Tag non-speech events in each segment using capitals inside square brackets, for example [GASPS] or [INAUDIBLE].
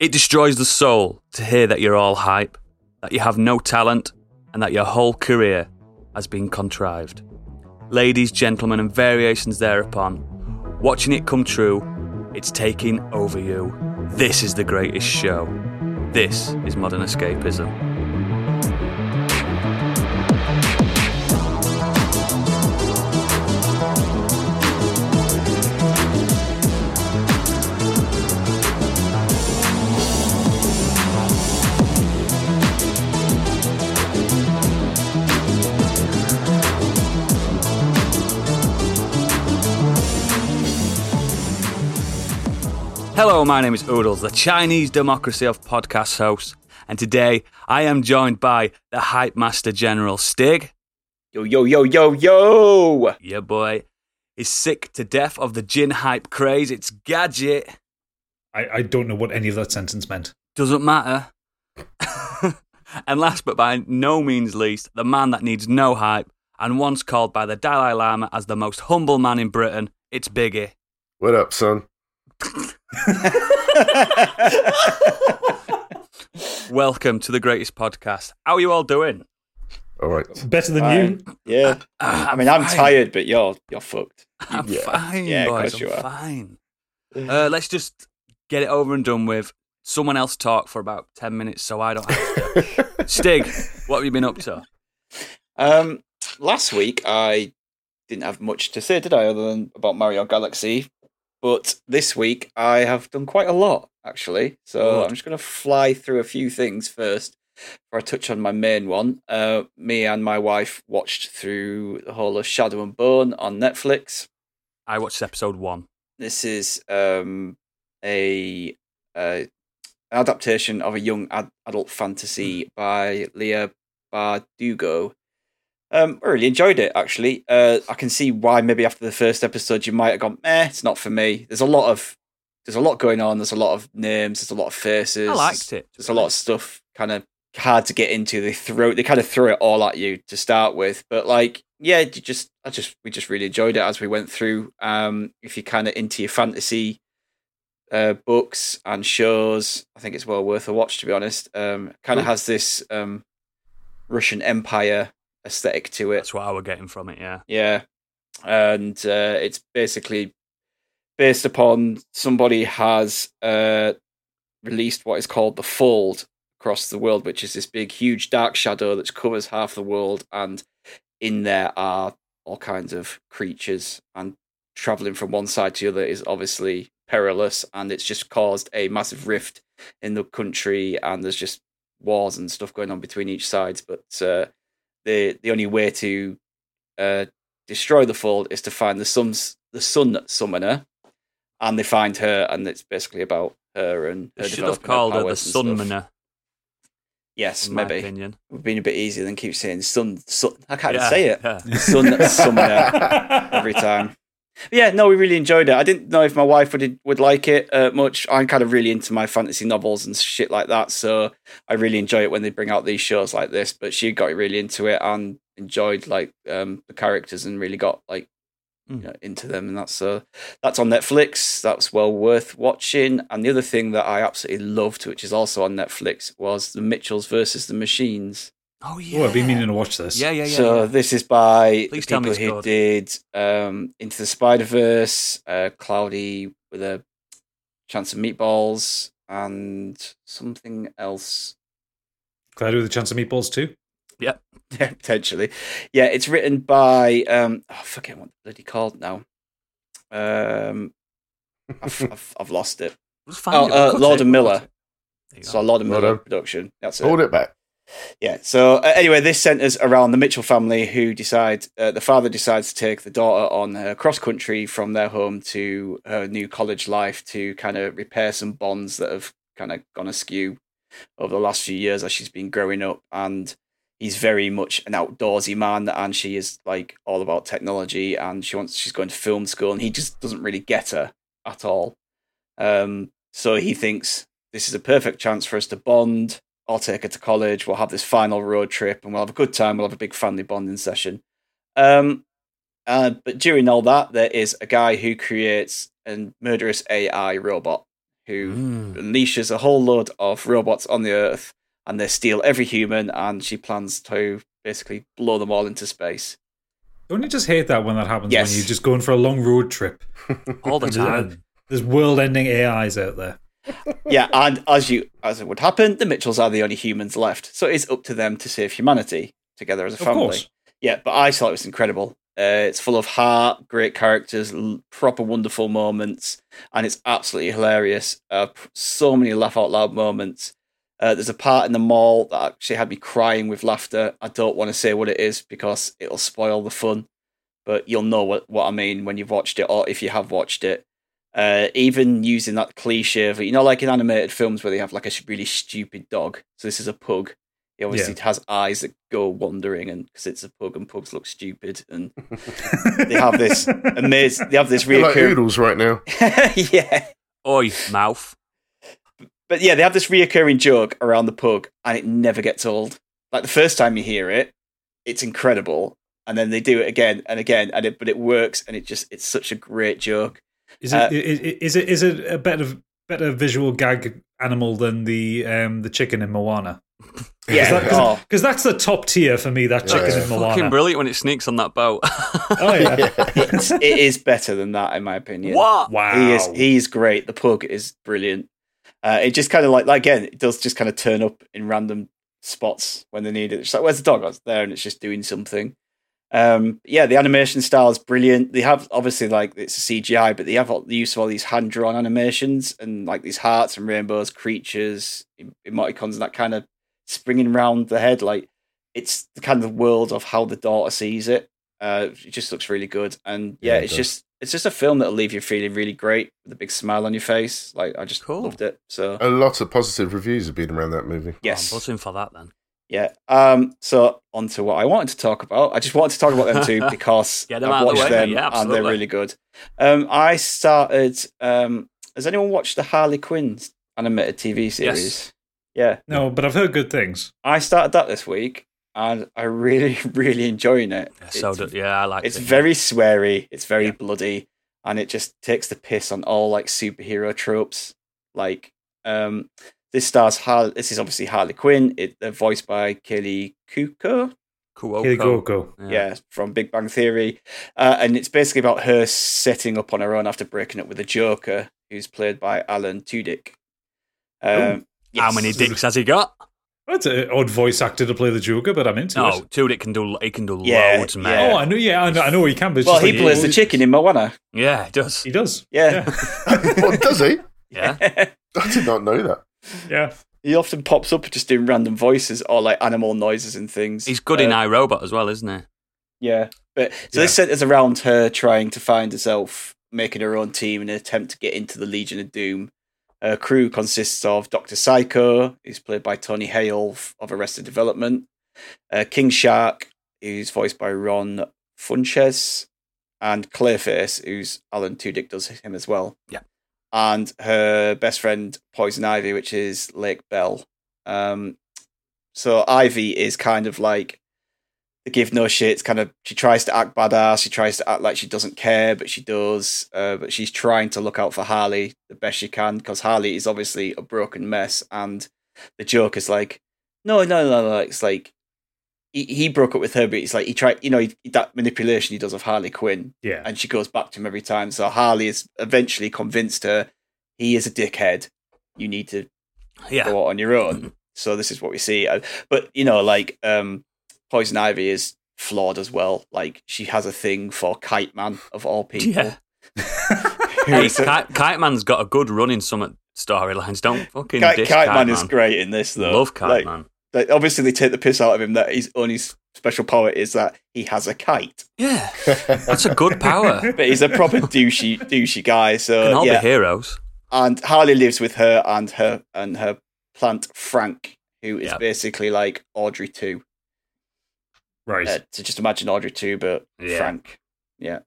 It destroys the soul to hear that you're all hype, that you have no talent, and that your whole career has been contrived. Ladies, gentlemen, and variations thereupon, watching it come true, it's taking over you. This is the greatest show. This is modern escapism. Hello, my name is Oodles, the Chinese Democracy of Podcast host, and today I am joined by the Hype Master General Stig. Yo, yo, yo, yo, yo! Yeah, boy. Is sick to death of the gin hype craze. It's gadget. I, I don't know what any of that sentence meant. Doesn't matter. [LAUGHS] and last but by no means least, the man that needs no hype and once called by the Dalai Lama as the most humble man in Britain, it's Biggie. What up, son? Welcome to the greatest podcast. How are you all doing? All right. Better than you. Fine. Yeah. [SIGHS] I mean, I'm Uh, fine. tired, but you're you're fucked. I'm Yeah. fine, Yeah, of boys. course you I'm are. fine. Uh, let's just get it over and done with. Someone else talk for about ten minutes, so I don't have [LAUGHS] to. Stig, what have you been up to? Um, last week I didn't have much to say, did I, other than about Mario Galaxy? But this week I have done quite a lot actually. So Good. I'm just going to fly through a few things first. Before I touch on my main one, uh, me and my wife watched through the whole of Shadow and Bone on Netflix. I watched episode one. This is um, a uh, adaptation of a young ad- adult Mm. fantasy by Leah Bardugo. Um, I really enjoyed it actually. Uh, I can see why maybe after the first episode you might have gone, eh, it's not for me. There's a lot of there's a lot going on. There's a lot of names. There's a lot of faces. I liked it. There's a lot of stuff kind of hard to get into. They throw they kind of throw it all at you to start with, but like yeah, you just I just we just really enjoyed it as we went through. Um, if you're kind of into your fantasy uh, books and shows, I think it's well worth a watch. To be honest, um, kind of has this um, Russian Empire aesthetic to it. That's what I was getting from it. Yeah, Yeah. And uh, it's basically based upon somebody has uh, released what is called the Fold across the world, which is this big, huge dark shadow that covers half the world. And in there are all kinds of creatures. And traveling from one side to the other is obviously perilous. And it's just caused a massive rift in the country. And there's just wars and stuff going on between each side. But uh, the, the only way to uh, destroy the fold is to find the sun the sun summoner, and they find her, and it's basically about her and her they should have developing called her the powers and stuff. Sunmaner. Yes, In my maybe it opinion, would have been a bit easier than keep saying sun. sun I can't Yeah, even say it. yeah. [LAUGHS] Sun uh, summoner [LAUGHS] every time. But yeah, no, we really enjoyed it. I didn't know if my wife would would like it uh, much. I'm kind of really into my fantasy novels and shit like that, so I really enjoy it when they bring out these shows like this. But she got really into it and enjoyed like um, the characters and really got like you Mm. know, into them, and that's uh, that's on Netflix. That's well worth watching. And the other thing that I absolutely loved, which is also on Netflix, was the Mitchells versus the Machines. Oh yeah. Oh, I've been meaning to watch this. Yeah, yeah, yeah. So yeah. this is by Please the tell people me who it's did um, Into the Spider Verse, uh, Cloudy with a Chance of Meatballs, and something else [LAUGHS] Glad with a chance of meatballs too. potentially. Yeah, it's written by um, oh, I forget what the bloody called now. Um, [LAUGHS] I've, I've, I've lost it. We'll find Oh, it, we'll uh, cut Lord it, and we'll Miller. cut it. There you So go. Lord and Well Miller done. production. That's it. Hold it back. Yeah. So uh, anyway, this centres around the Mitchell family, who decide uh, the father decides to take the daughter on her cross country from their home to her new college life to kind of repair some bonds that have kind of gone askew over the last few years as she's been growing up. And he's very much an outdoorsy man, and she is like all about technology, and she wants she's going to film school, and he just doesn't really get her at all. Um, so he thinks this is a perfect chance for us to bond. I'll take her to college. We'll have this final road trip and we'll have a good time. We'll have a big family bonding session. Um, uh, but during all that, there is a guy who creates a murderous AI robot who Mm. unleashes a whole load of robots on the Earth, and they steal every human, and she plans to basically blow them all into space. Don't you just hate that when that happens? Yes. When you're just going for a long road trip. All [LAUGHS] the time. And There's world ending AIs out there. yeah, and as you as it would happen, the Mitchells are the only humans left, so it's up to them to save humanity together as a Of family. course. Yeah, but I thought it was incredible. Uh, it's full of heart, great characters, l- proper wonderful moments, and it's absolutely hilarious. Uh, p- so many laugh out loud moments. Uh, there's a part in the mall that actually had me crying with laughter. I don't want to say what it is because it'll spoil the fun, but you'll know what, what I mean when you've watched it or if you have watched it. Uh, even using that cliche of, you know, like in animated films where they have like a sh- really stupid dog. So this is a pug. He obviously has eyes that go wandering, and because it's a pug, and pugs look stupid, and [LAUGHS] they have this amazing. They have this You're like reoccurring. oodles right now. [LAUGHS] yeah, Oi, Oh, mouth. but yeah, they have this reoccurring joke around the pug, and it never gets old. Like the first time you hear it, it's incredible, and then they do it again and again, and it but it works, and it just it's such a great joke. Is Uh, it, is it is it is it a better better visual gag animal than the um the chicken in Moana? Yeah, that- oh, Because that's the top tier for me. That Yeah. chicken in Yeah. Fucking Moana. brilliant when it sneaks on that boat. [LAUGHS] Oh yeah. it's, it is better than that, in my opinion. What? Wow. [LAUGHS] He is he's great. The pug is brilliant. Uh, it just kind of like like, again, it does just kind of turn up in random spots when they need it. It's like, where's the dog? Oh, it's there, and it's just doing something. Um, yeah, the animation style is brilliant. They have obviously like it's a CGI, but they have all, the use of all these hand drawn animations and like these hearts and rainbows, creatures, em- emoticons, and that kind of springing round the head. Like it's the kind of world of how the daughter sees it. Uh, it just looks really good, and yeah, Yeah, it it's does. just it's just a film that'll leave you feeling really great with a big smile on your face. Like I just Cool. Oh, loved it. So A lot of positive reviews have been around that movie. yes, I'm buzzing for that then. yeah. Um, so on to what I wanted to talk about. I just wanted to talk about them [LAUGHS] too because Get 'em I've out of the watched way, them yeah, and they're absolutely. really good. Um, I started. Um, has anyone watched the Harley Quinn animated TV series? Yeah, No, but I've heard good things. I started that this week and I really, [LAUGHS] really enjoying it. Yeah, so It's- do, yeah, I like it's it. very sweary, it's very Yeah. bloody, and it just takes the piss on all like superhero tropes. Like, um, this stars Har- this is obviously Harley Quinn. It they're voiced by Kelly Kuko, Here Kuoko. go go. yeah, from Big Bang Theory, uh, and it's basically about her setting up on her own after breaking up with the Joker, who's played by Alan Tudyk. Um, How yes. many dicks has he got? That's an odd voice actor to play the Joker, but I'm into No, it. dude, it can do. It can do Yeah, loads, yeah. man. Oh, I know. Yeah, I know, I know he can. But it's Well, just he like, plays the chicken in Moana. [LAUGHS] Yeah, it does. [LAUGHS] He does. Yeah. what does he? Yeah, I did not know that. Yeah. [LAUGHS] he often pops up just doing random voices or like animal noises and things. he's good Uh, in iRobot as well, isn't he? Yeah. But so Yeah. this centers around her trying to find herself, making her own team in an attempt to get into the Legion of Doom. Her crew consists of Dr. Psycho, who's played by Tony Hale f- of Arrested Development, uh, King Shark, who's voiced by Ron Funches, and Clayface, who's Alan Tudyk does him as well. Yeah. And her best friend, Poison Ivy, which is Lake Bell. Um, so Ivy is kind of like the give no shits kind of she tries to act badass she tries to act like she doesn't care but she does uh, but she's trying to look out for harley the best she can because harley is obviously a broken mess and the joke is like no no no no it's like he, he broke up with her but it's like he tried you know he, that manipulation he does of harley quinn Yeah. and she goes back to him every time. So Harley is eventually convinced her he is a dickhead. You need to Yeah, Mm-hmm. go out on your own. So this is what we see. Uh, But you know, like um, Poison Ivy is flawed as well. Like she has a thing for Kite Man of all people. [LAUGHS] yeah. who Hey, is a- Kite, Kite Man's got a good run in some storylines. Don't fucking Kite, diss Kite Kite Man is great in this though. Love Kite Like, Man. like, obviously they take the piss out of him that his only s- special power is that he has a kite. [LAUGHS] Yeah, that's a good power. But he's [LAUGHS] a proper douchey douchey guy. So Can all Uh, yeah, be heroes. [LAUGHS] and Harley lives with her and her and her plant Frank, who is Yeah. basically like Audrey two. Right. Uh, so just imagine Audrey two, but Yeah. Frank. Yeah.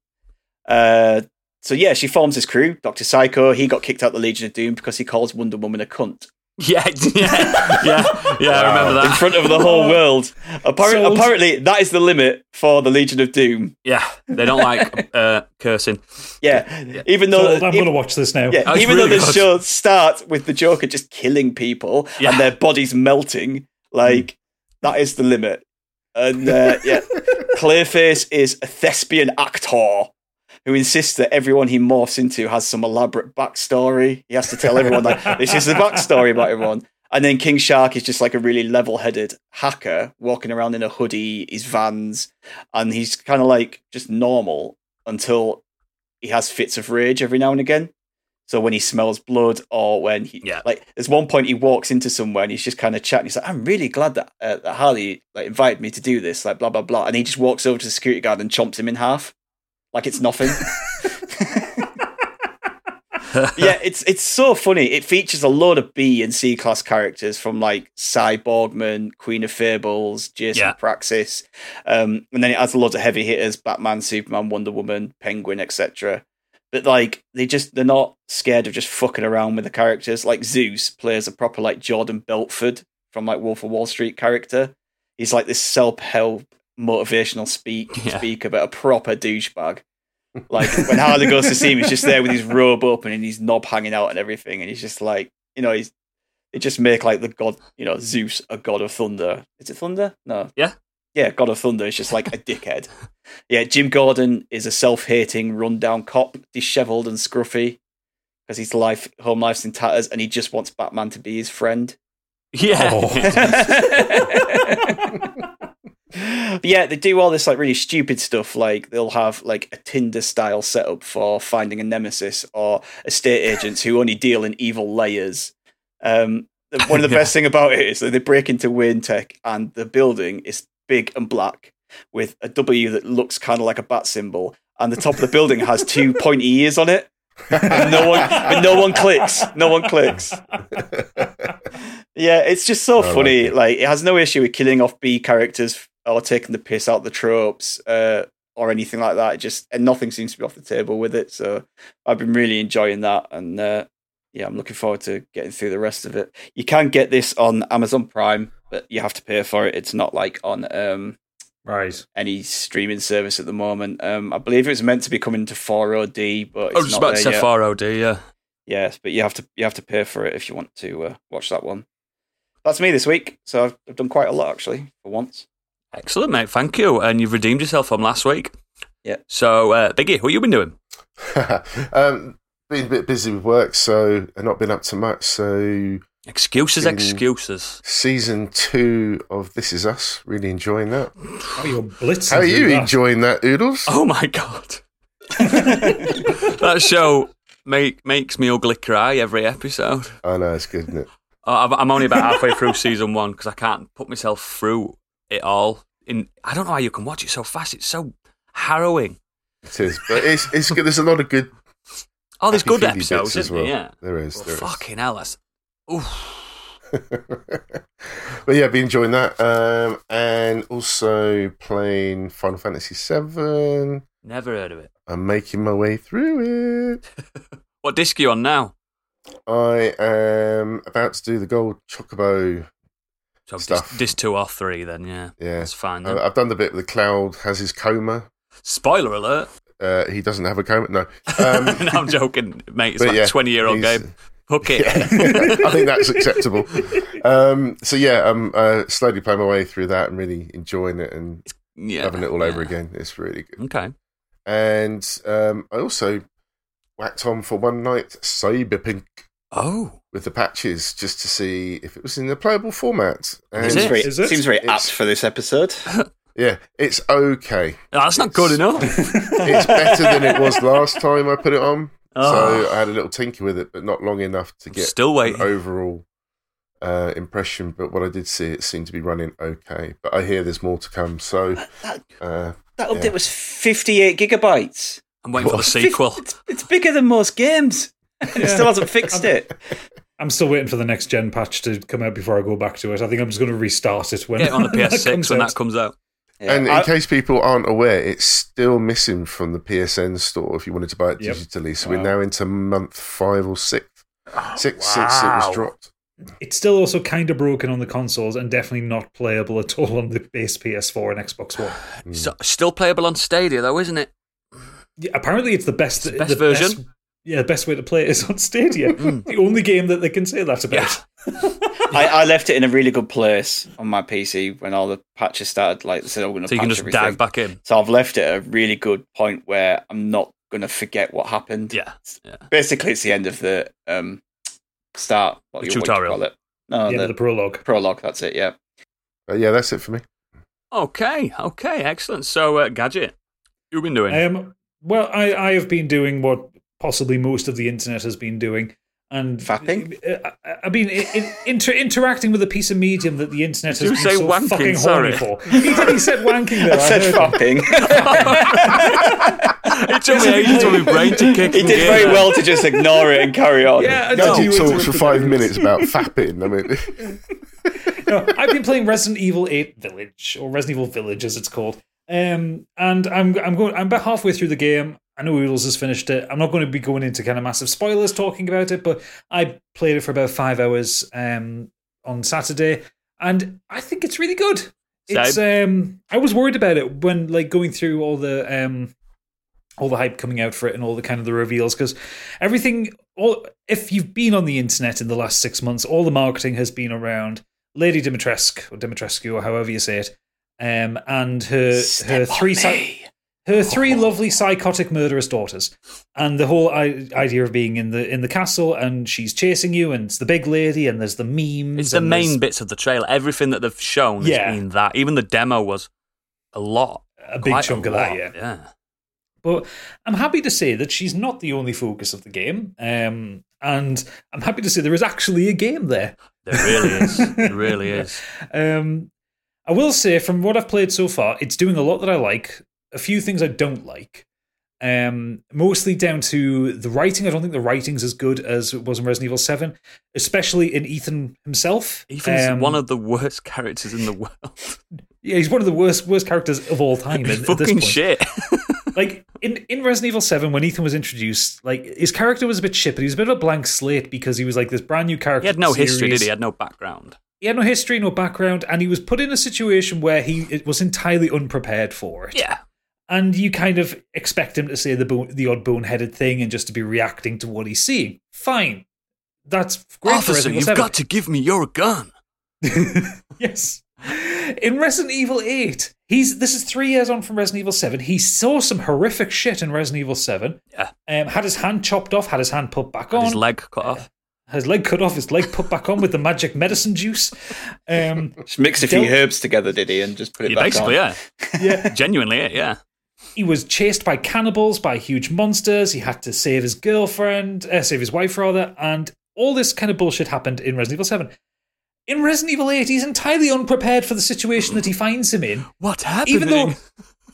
Uh, so yeah, she forms his crew. Doctor Psycho. He got kicked out of the Legion of Doom because he calls Wonder Woman a cunt. Yeah, yeah, yeah, yeah. I remember in that. front of the whole world. Apparently, Sold. apparently, that is the limit for the Legion of Doom. [LAUGHS] Yeah, they don't like uh, cursing. Yeah, even though I'm going to watch this now. yeah, That's even though really the good. show starts with the Joker just killing people Yeah. Hmm. and their bodies melting, like that is the limit. And uh, [LAUGHS] yeah, Clayface is a thespian actor who insists that everyone he morphs into has some elaborate backstory. He has to tell everyone like this is the backstory about everyone. And then King Shark is just like a really level-headed hacker walking around in a hoodie, his vans, and he's kind of like just normal until he has fits of rage every now and again. So when he smells blood, or when he Yeah. like, there's one point he walks into somewhere and he's just kind of chatting. He's like, "I'm really glad that, uh, that Harley like invited me to do this." Like blah blah blah, and he just walks over to the security guard and chomps him in half, like [LAUGHS] it's nothing. [LAUGHS] yeah, it's it's so funny. It features a lot of B and C class characters from like Cyborgman, Queen of Fables, Jason Yeah. Praxis, um, and then it has a lot of heavy hitters: Batman, Superman, Wonder Woman, Penguin, etc. But like they just they're not scared of just fucking around with the characters. Like Zeus plays a proper like Jordan Belford from like Wolf of Wall Street character. He's like this self help motivational [LAUGHS] speak Yeah. speaker, but a [LAUGHS] proper douchebag. Like when Harley goes to see him, he's just there with his robe open and his knob hanging out and everything, and he's just like, you know, he's they just make like the god, you know, Zeus a god of thunder. Is it thunder? No. Yeah. Yeah, god of thunder is just like a dickhead. Yeah, Jim Gordon is a self-hating, rundown cop, dishevelled and scruffy because his life, home life's in tatters, and he just wants Batman to be his friend. Yeah, [LAUGHS] [LAUGHS] [LAUGHS] Oh. but yeah, they do all this like really stupid stuff. Like they'll have like a Tinder style setup for finding a nemesis or estate agents who only deal in evil layers. Um, the- one of the Yeah. best thing about it is that they break into Tech and the building is big and black with a W that looks kind of like a bat symbol, and the top of the building has two pointy ears on it. And no one, but [LAUGHS] no one clicks. No one clicks. Yeah, it's just so I like funny. it. Like it has no issue with killing off B characters or taking the piss out the tropes uh, or anything like that. It just and nothing seems to be off the table with it. So I've been really enjoying that, and uh, yeah, I'm looking forward to getting through the rest of it. You can get this on Amazon Prime, but you have to pay for it. It's not like on um, Right. any streaming service at the moment. Um, I believe it was meant to be coming to 4OD, but it's I was just not about to say there yet. far OD. Yeah, Yes, but you have to you have to pay for it if you want to uh, watch that one. That's me this week, so I've, I've done quite a lot actually for once. excellent, mate. Thank you, and you've redeemed yourself from last week. Yeah. So, uh, Biggie, what you been doing? [LAUGHS] um, been a bit busy with work, so I've not been up to much. So Excuses, Been- excuses. season two of This Is Us, really enjoying that. Oh, you're blitzing. How are through you that. enjoying that, Oodles? Oh my [LAUGHS] god, that show make makes me ugly cry every episode. I know it's good, isn't it? Uh, I've- I'm only about halfway through season one because I can't put myself through it all. In I don't know how you can watch it so fast. It's so harrowing. It is, but it's it's good. There's a lot of good. Oh, there's happy good feely episodes, bits as isn't well. there? Yeah. There is. Well, there is. fucking hell, that's oof. [LAUGHS] but yeah, been enjoying that, um, and also playing Final Fantasy VII. Never heard of it. I'm making my way through it. What disc are you on now? I am about to do the gold chocobo. So disc, Stuff. disc two or three, then yeah, Yeah, Uh, that's fine. Then. I- I've done the bit where the cloud has his coma. Spoiler alert! Uh, he doesn't have a coma. No, [LAUGHS] [LAUGHS] um, no, I'm joking, mate. It's but like yeah, a 20 year old he's- game. Hook it. Yeah. [LAUGHS] I think that's acceptable. Um, so yeah, I'm uh, slowly playing my way through that and really enjoying it and [LAUGHS] Yeah, having it all over yeah. again. It's really good. Okay. And um, I also whacked on for one night Cyberpunk Oh, with the patches just to see if it was in the playable format. And Is seems it? very, Is it? seems very It's- apt for this episode. Yeah, it's okay. No, that's not good [LAUGHS] It's- enough. It's better than it was last time I put it on. So Oh. I had a little tinker with it, but not long enough to get Still an waiting. overall uh, impression. But what I did see, it seemed to be running okay. But I hear there's more to come. So That, uh, that Yeah. update was 58 gigabytes. I'm waiting for the What? sequel. It's, it's bigger than most games. [LAUGHS] It still hasn't fixed it. I'm still waiting for the next gen patch to come out before I go back to it. I think I'm just going to restart it [LAUGHS] when Get it [LAUGHS] on the PS6 comes when out. that comes out. Yeah, and in I- case people aren't aware, it's still missing from the PSN store if you wanted to buy it Yep. digitally. So Wow. we're now into month five or six. Six, six, it was dropped. It's still also kind of broken on the consoles and definitely not playable at all on the base PS4 and Xbox One. Hmm. So, still playable on Stadia, though, isn't it? Yeah, apparently, it's the best the best version. Mm. best- yeah, the best way to play it is [LAUGHS] on Stadia. the only game that they can say that about. I, I left it in a really good place on my PC when all the patches started. Like they said, I'm going to So you patch can just everything. dive back in. So I've left it at a really good point where I'm not going to forget what happened. Yeah. Basically, it's the end of the um, start. What The you- what you tutorial. call it. No, the end the, of the prologue. prologue. That's it. Yeah. But yeah, that's it for me. Okay, okay, excellent. So, uh, Gadget, you've been doing? Um, well, I, I have been doing what possibly most of the internet has been doing, [LAUGHS] and Fapping? I, I- I mean, i in, inter, interacting with a piece of medium that the internet Did has you been say so wanking? fucking Sorry. horny for. He, did- he said [LAUGHS] wanking. There, I said heard him. [LAUGHS] fapping. it took me ages for my brain [LAUGHS] to kick. he in did gear very there. well to just ignore it and carry on. Yeah, I No, did. you You talked for interrupted five me. minutes [LAUGHS] about fapping. I mean, no, [LAUGHS] I've been playing Resident Evil 8 Village or Resident Evil Village as it's called. Um, and I'm I'm going I'm about halfway through the game. I know Oodles has finished it. I'm not going to be going into kind of massive spoilers talking about it, but I played it for about five hours um, on Saturday, and I think it's really good. It's um, I was worried about it when like going through all the um, all the hype coming out for it and all the kind of the reveals because everything all if you've been on the internet in the last six months all the marketing has been around lady dimitrescu or dimitrescu or however you say it um, and her her three psy- her three Oh. lovely psychotic murderous daughters and the whole I- idea of being in the in the castle and she's chasing you and it's the big lady and there's the memes It's the and main there's- bits of the trailer. Everything that they've shown Yeah. has been that. Even the demo was a lot. a big quite chunk a of that lot, yeah yeah. But I'm happy to say that she's not the only focus of the game. Um, and I'm happy to say there is actually a game there. There really is. [LAUGHS] It really is. Um, I will say, from what I've played so far, it's doing a lot that I like, a few things I don't like. Um, mostly down to the writing. I don't think the writing's as good as it was in Resident Evil 7, especially in Ethan himself. Ethan's Um, one of the worst [LAUGHS] characters in the world. yeah, he's one of the worst worst characters [LAUGHS] of all time. at- at this Fucking point. shit. like in, in Resident Evil 7 when Ethan was introduced like his character was a bit shit but he was a bit of a blank slate because he was like this brand new character He had no to the history, did series. he? He had no background. he had no history no background and he was put in a situation where he it was entirely unprepared for it Yeah. and you kind of expect him to say the bone, the odd boneheaded thing and just to be reacting to what he's seeing fine that's great for Officer, Resident Evil you've 7 got to give me your gun. yes. In Resident Evil 8, he's this is three years on from Resident Evil 7. He saw some horrific shit in Resident Evil 7. Yeah. Um, had his hand chopped off, had his hand put back Had on, his leg cut off. his leg cut off, his leg put back on with the magic medicine juice. Um, Just mix a few Don't- herbs together, did he, and just put it Yeah, back basically, on. yeah. yeah. [LAUGHS] Genuinely, it, yeah. He was chased by cannibals, by huge monsters. He had to save his girlfriend, uh, save his wife, rather. And all this kind of bullshit happened in Resident Evil 7. In Resident Evil 8, he's entirely unprepared for the situation that he finds him in. What happened? even though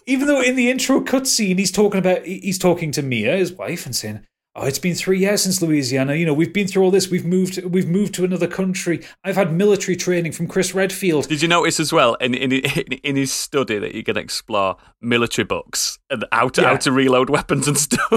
even though in the intro cutscene he's talking about he- he's talking to Mia, his wife, and saying, "Oh, it's been three years since Louisiana. You know, we've been through all this. We've moved. We've moved to another country. I've had military training from Chris Redfield." Did you notice as well in in, in, in his study that you can explore military books and how to, how Yeah. to reload weapons and [LAUGHS] stuff?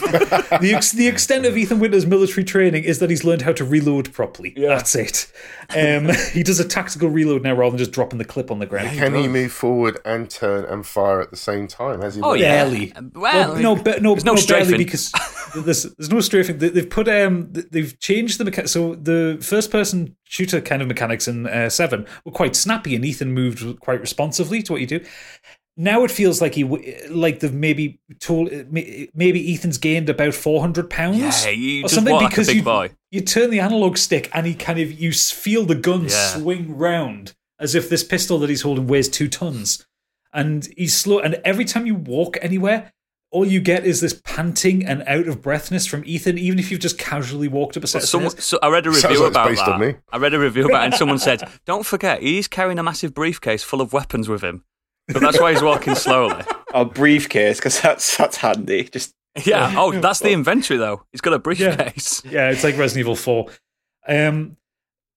the, ex- the extent of Ethan Winter's military training is that he's learned how to reload properly. That's it. Um, [LAUGHS] he does a tactical reload now rather than just dropping the clip on the ground. [LAUGHS] can he move forward and turn and fire at the same time? Has he? Oh, not? yeah. Barely. Well, no, but no, there's no no, barely strafing. because there's, there's no strafing. They- They've put um, th- they've changed the mechanics. So the first person shooter kind of mechanics in uh, Seven were quite snappy, and Ethan moved quite responsively to what you do. Now it feels like he w- like they've maybe told may- maybe Ethan's gained about four hundred pounds. Yeah, you or just something walk like a because big you, boy. you turn the analog stick and he kind of you s- feel the gun Yeah. swing round as if this pistol that he's holding weighs two tons and he's slow. And every time you walk anywhere, all you get is this panting and out of breathness from Ethan, even if you've just casually walked up a set of Someone, stairs. so I read a Sounds review like it's about based that. on me. I read a review about it, and someone [LAUGHS] said, "Don't forget, he's carrying a massive briefcase full of weapons with him, but that's why he's walking slowly." A briefcase, because that's that's handy. Just [LAUGHS] Yeah. [LAUGHS] Oh, that's the inventory though. He's got a briefcase. Yeah, it's like Resident Evil Four. Um,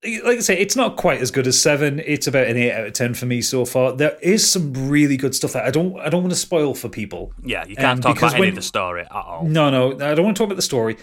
like I say, it's not quite as good as Seven. It's about an eight out of ten for me so far. There is some really good stuff that I don't I don't want to spoil for people. [LAUGHS] Yeah, you can't Um, talk because about any when- Mm. of the story at all. No, no, I don't want to talk about the story.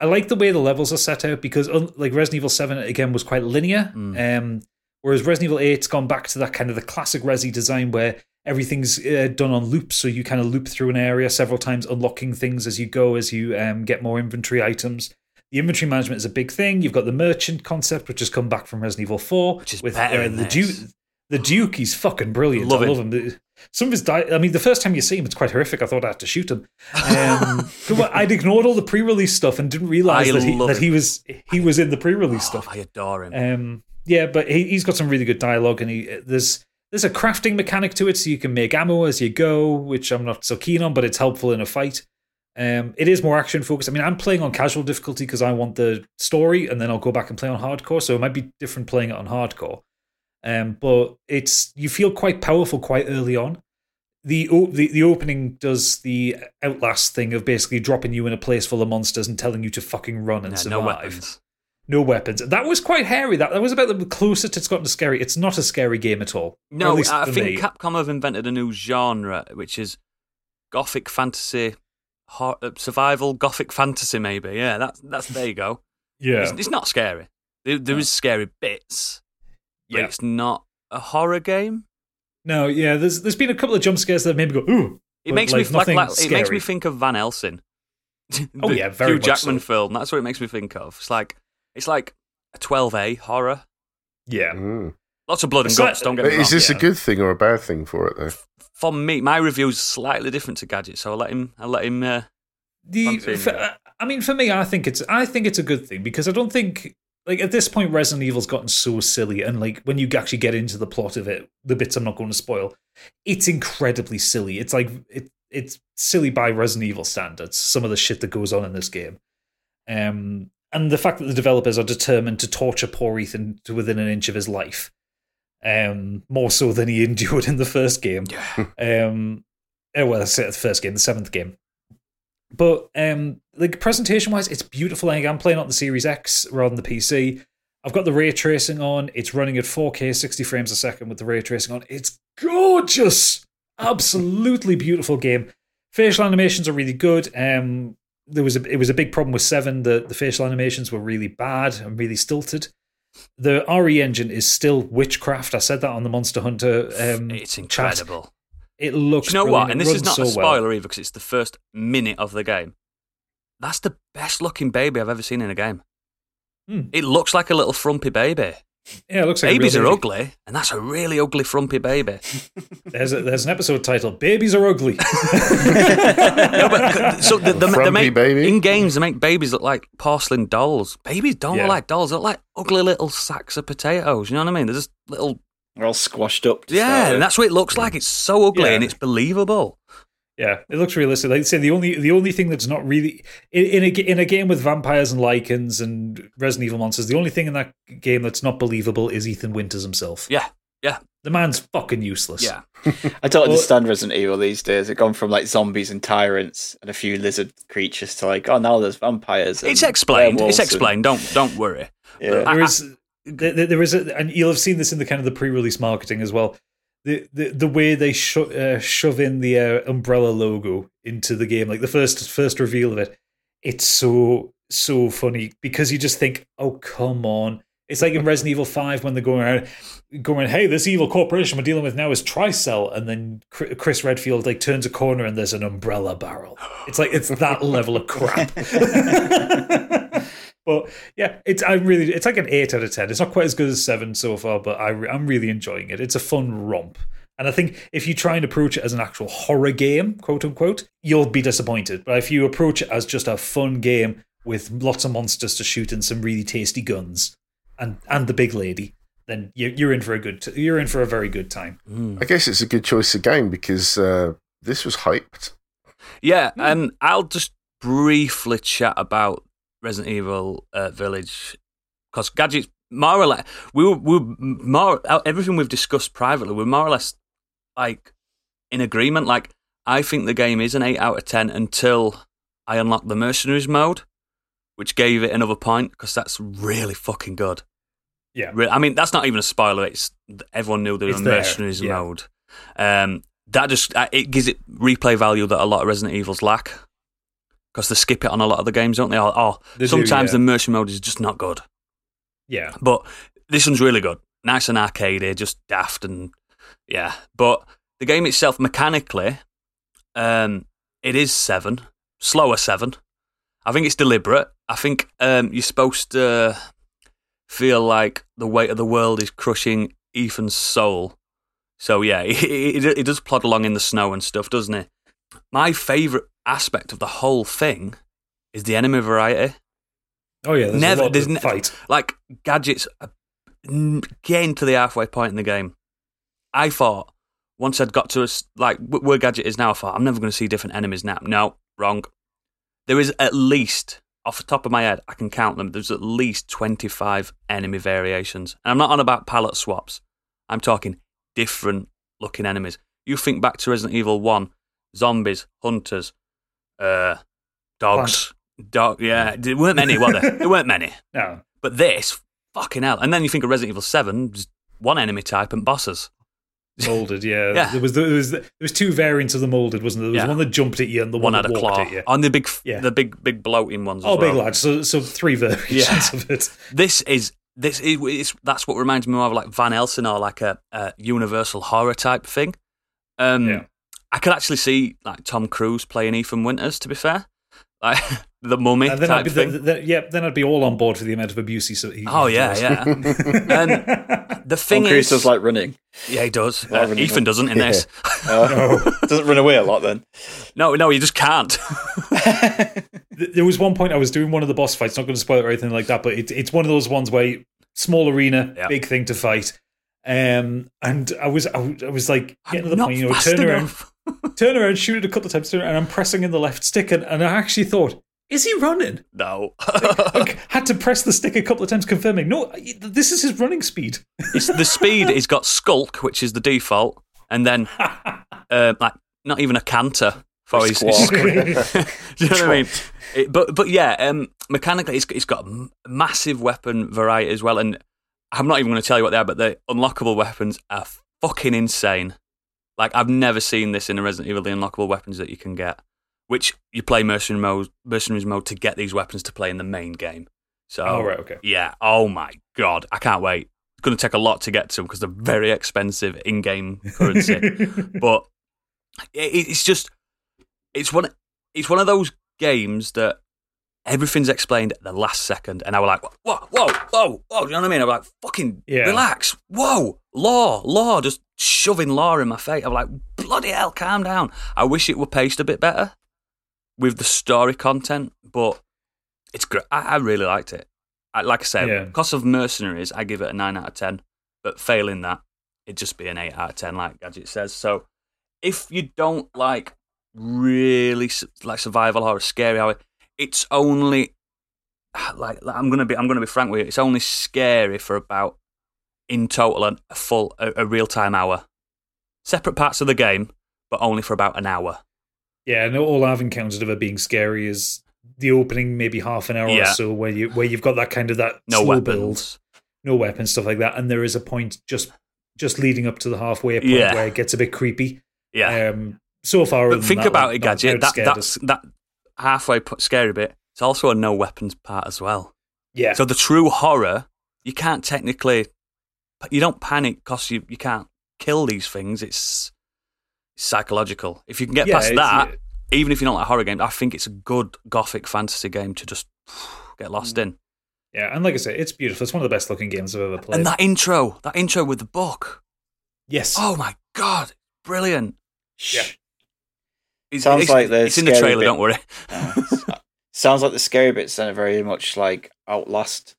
I like the way the levels are set out because, un- like Resident Evil Seven, again was quite linear. Mm. Um, whereas Resident Evil Eight's gone back to that kind of the classic Resi design where everything's uh, done on loops, so you kind of loop through an area several times, unlocking things as you go, as you um, get more inventory items. The inventory management is a big thing. You've got the merchant concept, which has come back from Resident Evil Four, Which is with better uh, in the this. Duke. The Duke, he's fucking brilliant. Love I him. love him. The- Some of his, di- I mean, the first time you see him, it's quite horrific. I thought I had to shoot him. [LAUGHS] Um, 'cause I'd ignored all the pre-release stuff and didn't realize I that, he, love that him. he was he was in the pre-release Oh, stuff. I adore him. Um, yeah, but he, he's got some really good dialogue, and he there's there's a crafting mechanic to it, so you can make ammo as you go, which I'm not so keen on, but it's helpful in a fight. Um, it is more action focused. I mean, I'm playing on casual difficulty because I want the story, and then I'll go back and play on hardcore. So it might be different playing it on hardcore. Um, but it's you feel quite powerful quite early on. The, o- the the opening does the outlast thing of basically dropping you in a place full of monsters and telling you to fucking run and Yeah, survive no weapons. no weapons. That was quite hairy. That that was about the closest it's gotten to scary. It's not a scary game at all. Or at No, least I for think me. Capcom have invented a new genre, which is gothic fantasy, hor- uh, survival gothic fantasy. Maybe, yeah. That's that's there you go. yeah, It's, it's not scary. There, there is scary bits, but Yeah. it's not a horror game. no, yeah. There's there's been a couple of jump scares that made me go ooh. It but, makes like, me like, nothing like, it makes scary. me think of Van Helsing. [LAUGHS] Oh, The yeah, very Hugh much Jackman so. film. That's what it makes me think of. It's like it's like a 12A horror. yeah. Mm. Lots of blood and It's like- guts. Don't get But me wrong. is this yeah. a good thing or a bad thing for it though? For me, my review's slightly different to Gadget, so I'll let him. I'll let him. Uh, The Fancy, for, yeah. I mean, for me, I think it's I think it's a good thing because I don't think like at this point Resident Evil's gotten so silly and like when you actually get into the plot of it, the bits I'm not going to spoil, it's incredibly silly. It's like it it's silly by Resident Evil standards. Some of the shit that goes on in this game. Um, and the fact that the developers are determined to torture poor Ethan to within an inch of his life, um, more so than he endured in the first game. [LAUGHS] Um, eh, well, I say the first game, the seventh game. But um, like presentation wise, it's beautiful. Like, I'm playing on the Series X rather than the PC. I've got the ray tracing on. It's running at 4K, 60 frames a second with the ray tracing on. It's gorgeous, absolutely beautiful game. Facial animations are really good. Um, there was a it was a big problem with seven that the facial animations were really bad and really stilted. The RE engine is still witchcraft. I said that on the Monster Hunter. Um, it's chat. incredible. It Do looks. you know brilliant. what? And It this is runs not so a well. spoiler either because it's the first minute of the game. That's the best looking baby I've ever seen in a game. Hmm. It looks like a little frumpy baby. Yeah, it looks like a Babies real are baby. ugly, and that's a really ugly frumpy baby. There's a, there's an episode titled "Babies [LAUGHS] Are Ugly." no, but so the, the, they Frumpy make baby? in games they make babies look like porcelain dolls. Babies don't Yeah. look like dolls. They look like ugly little sacks of potatoes. You know what I mean? They're just little. They're all squashed up. to start Yeah, with. and that's what it looks like. It's so ugly Yeah. and it's believable. yeah, it looks realistic. Like I say, the only the only thing that's not really in, in a ga- in a game with vampires and lichens and Resident Evil monsters, the only thing in that game that's not believable is Ethan Winters himself. Yeah, yeah, The man's fucking useless. yeah. I don't Well- understand Resident Evil these days. It's gone from like zombies and tyrants and a few lizard creatures to like, oh, now there's vampires. and It's explained. werewolves It's and- explained. Don't don't worry. yeah. there is there, there- there is a, and you'll have seen this in the kind of the pre-release marketing as well the the, the way they sho- uh, shove in the uh, umbrella logo into the game like the first first reveal of it it's so so funny because you just think oh come on it's like in Resident Evil 5 when they're going around going hey this evil corporation we're dealing with now is Tricell and then Chr- Chris Redfield like turns a corner and there's an umbrella barrel it's like it's that level of crap [LAUGHS] but yeah, it's I really it's like an eight out of ten. It's not quite as good as seven so far, but I, re- I'm really enjoying it. It's a fun romp, and I think if you try and approach it as an actual horror game, quote unquote, you'll be disappointed. But if you approach it as just a fun game with lots of monsters to shoot and some really tasty guns, and and the big lady, then you, you're in for a good t- you're in for a very good time. I guess it's a good choice of game because uh, this was hyped. Yeah, um, I'll just briefly chat about Resident Evil uh, Village because gadgets more or less we were, we were more uh, everything we've discussed privately we're more or less like in agreement. Like I think the game is an eight out of ten until I unlock the mercenaries mode, which gave it another point because that's really fucking good. Yeah, Re- I mean, that's not even a spoiler. It's everyone knew there was It's a there, mercenaries yeah. mode. Um, that just uh, it gives it replay value that a lot of Resident Evils lack because they skip it on a lot of the games, don't they? Or, or They do, sometimes yeah. the mercy mode is just not good. Yeah. But this one's really good. Nice and arcadey, just daft and yeah. But the game itself, mechanically, um, it is seven, slower seven. I think it's deliberate. I think um, you're supposed to feel like the weight of the world is crushing Ethan's soul. So yeah, [LAUGHS] it, it, it does plod along in the snow and stuff, doesn't it? My favourite aspect of the whole thing is the enemy variety Oh yeah. There's Never- a lot there's to ne- fight. like gadgets are n- getting to the halfway point in the game. I thought once I'd got to us like wh- where gadget is now, I thought I'm never going to see different enemies now. No, wrong. There is at least off the top of my head, I can count them. There's at least 25 enemy variations, and I'm not on about palette swaps. I'm talking different looking enemies. You think back to Resident Evil One, zombies, hunters, uh, dogs, dog. Yeah, there weren't many, were there? there weren't many. No. But this, fucking hell. And then you think of Resident Evil 7, just one enemy type and bosses. Molded. [LAUGHS] Yeah. Yeah. There was there was there was two variants of the molded, wasn't there? There was Yeah. one that jumped at you and the one, one had that a walked claw. at you. On the big, f- Yeah. the big, big bloating ones. Oh, as big well. lad. So so three variations Yeah. of it. This is this is it's, that's what reminds me more of like Van Helsing or like a, a Universal horror type thing. Um, Yeah. I could actually see like Tom Cruise playing Ethan Winters. To be fair, like [LAUGHS] the Mummy And Uh, then I'd type be thing. the, the, yeah. Then I'd be all on board for the amount of abuse he. so he oh yeah, [LAUGHS] [LAUGHS] yeah. The thing Tom Cruise is, does [LAUGHS] like running. yeah, he does. Well, Uh, everyone Ethan does. doesn't in this. Uh, Doesn't run away a lot then. No, no, he just can't. [LAUGHS] Th- there was one point I was doing one of the boss fights. Not going to spoil it or anything like that, but it, it's one of those ones where you- small arena, Yeah. big thing to fight. Um, and I was I, was- I was like getting to the Not point, you know, fast turn around, enough. turn around, shoot it a couple of times, turn around, and I'm pressing in the left stick, and, and I actually thought, is he [LAUGHS] running? No. Like, had to press the stick a couple of times, confirming, no, I- this is his running speed. It's the speed is got skulk, which is the default, and then uh, like not even a canter for his. Squawk. his- [LAUGHS] [LAUGHS] Do you know what I mean? It- but but yeah, um, mechanically it's it's got m- massive weapon variety as well, and I'm not even going to tell you what they are, but the unlockable weapons are fucking insane. Like I've never seen this in a Resident Evil. The unlockable weapons that you can get, which you play mercenary mode, mercenaries mode to get these weapons to play in the main game. So Oh, right, okay. yeah. Oh my god, I can't wait. It's going to take a lot to get to them because they're very expensive [LAUGHS] in-game currency. [LAUGHS] but it, it's just it's one it's one of those games that everything's explained at the last second, and I was like, whoa, whoa, whoa, whoa. You know what I mean? I was like, fucking Yeah. relax. Whoa, law, law, just shoving law in my face. I'm like, bloody hell, calm down. I wish it were paced a bit better with the story content, but it's great. I, I really liked it. I, like I said, Yeah. cost of mercenaries, I give it a nine out of ten. But failing that, it'd just be an eight out of ten, like Gadget says. So if you don't like really s- like survival horror, scary horror, it's only [SIGHS] like, like, I'm gonna be I'm gonna be frank with you. It's only scary for about in total an- a full a, a real time hour. Separate parts of the game, but only for about an hour. Yeah, and all I've encountered of it being scary is the opening, maybe half an hour Yeah. or so, where you where you've got that kind of that No slow build, weapons. no weapons, stuff like that. And there is a point just just leading up to the halfway point Yeah. where it gets a bit creepy. Yeah. Um, so far, but think about it, Gadget. That that's that halfway put scary bit. It's also a no weapons part as well. yeah. So the true horror, you can't technically, you don't panic because you you can't kill these things. It's psychological. If you can get Yeah, past it's- that, even if you don't like horror games, I think it's a good gothic fantasy game to just [SIGHS] get lost Mm, in. yeah, and like I say, it's beautiful. It's one of the best looking games I've ever played. And that intro, that intro with the book. yes, Oh my god, brilliant! Yeah. It's, Sounds it's- like the it's in the scary trailer. bit. Don't worry. Sounds like the scary bits are very much like Outlast.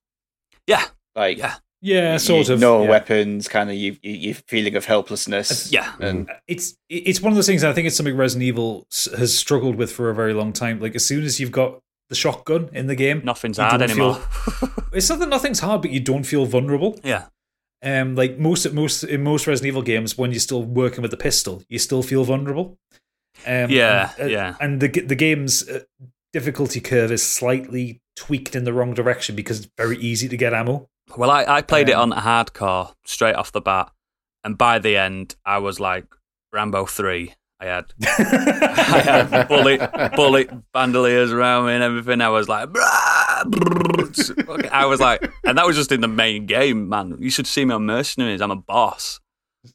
Yeah, Like yeah, yeah, sort you- of. no yeah. weapons, kind of you, you you feeling of helplessness. yeah. and it's it's one of those things. I think it's something Resident Evil s- has struggled with for a very long time. Like as soon as you've got the shotgun in the game, Nothing's you hard don't feel- anymore. [LAUGHS] it's not that nothing's hard, but you don't feel vulnerable. yeah, Um, like most most in most Resident Evil games, when you're still working with the pistol, you still feel vulnerable. Um, Yeah, and, uh, yeah. And the g- the game's uh, difficulty curve is slightly tweaked in the wrong direction because it's very easy to get ammo. Well, I, I played Um, it on hardcore straight off the bat, and by the end, I was like Rambo three, I [LAUGHS] had, [LAUGHS] I had bullet, bullet bandoliers around me and everything. I was like, "Brah, brrr." I was like, and that was just in the main game, man. You should see me on Mercenaries. I'm a boss.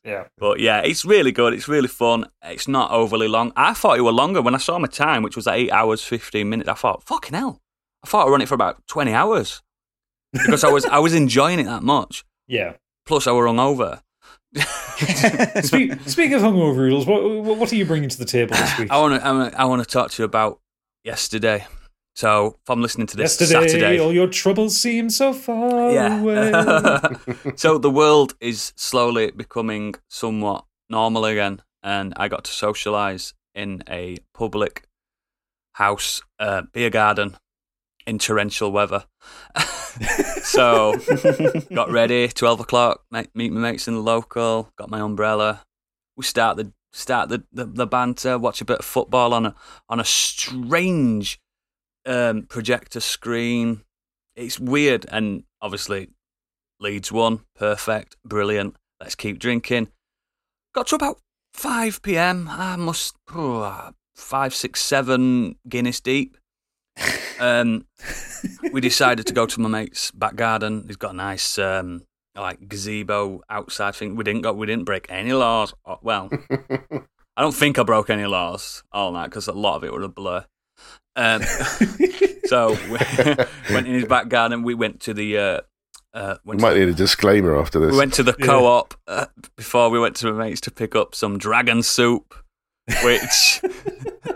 Yeah. But yeah, it's really good. It's really fun. It's not overly long. I thought it were longer when I saw my time, which was like eight hours, 15 minutes. I thought, fucking hell. I thought I'd run it for about 20 hours because I was, I was enjoying it that much. [LAUGHS] Yeah. Plus, I were hungover. Speak, speaking of hungover noodles, what, what what are you bringing to the table this [SIGHS] week? I want to. I want to talk to you about yesterday. So if I'm listening to this Yesterday, Saturday, all your troubles seem so far [LAUGHS] away. yeah. so the world is slowly becoming somewhat normal again, and I got to socialise in a public house uh, beer garden in torrential weather. [LAUGHS] so got ready, twelve o'clock. ma- Meet my mates in the local. Got my umbrella. We start the start the, the, the banter. Watch a bit of football on a on a strange um, projector screen. It's weird, and obviously Leeds won. Perfect, brilliant. Let's keep drinking. Got to about five p.m. I must oh, five, six, seven Guinness deep. Um, we decided to go to my mate's back garden. He's got a nice um, like gazebo outside thing. We didn't go. We didn't break any laws. Uh, Well, I don't think I broke any laws all night because a lot of it were a blur. Um, [LAUGHS] so [LAUGHS] we went in his back garden. We went to the uh, uh, We went to might need a disclaimer after this. we went to the co-op uh, before we went to my mates to pick up some dragon soup, which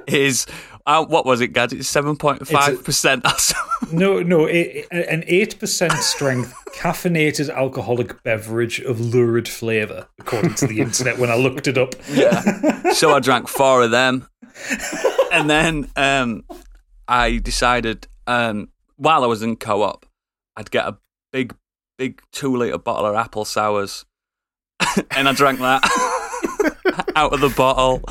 is uh, what was it, Gadget? Seven point five percent or something. No, no, a- a- an eight percent strength caffeinated alcoholic beverage of lurid flavour, according to the internet. When I looked it up, [LAUGHS] so I drank four of them, and then um, I decided um, while I was in co-op, I'd get a big, big two-liter bottle of apple sours, [LAUGHS] and I drank that [LAUGHS] out of the bottle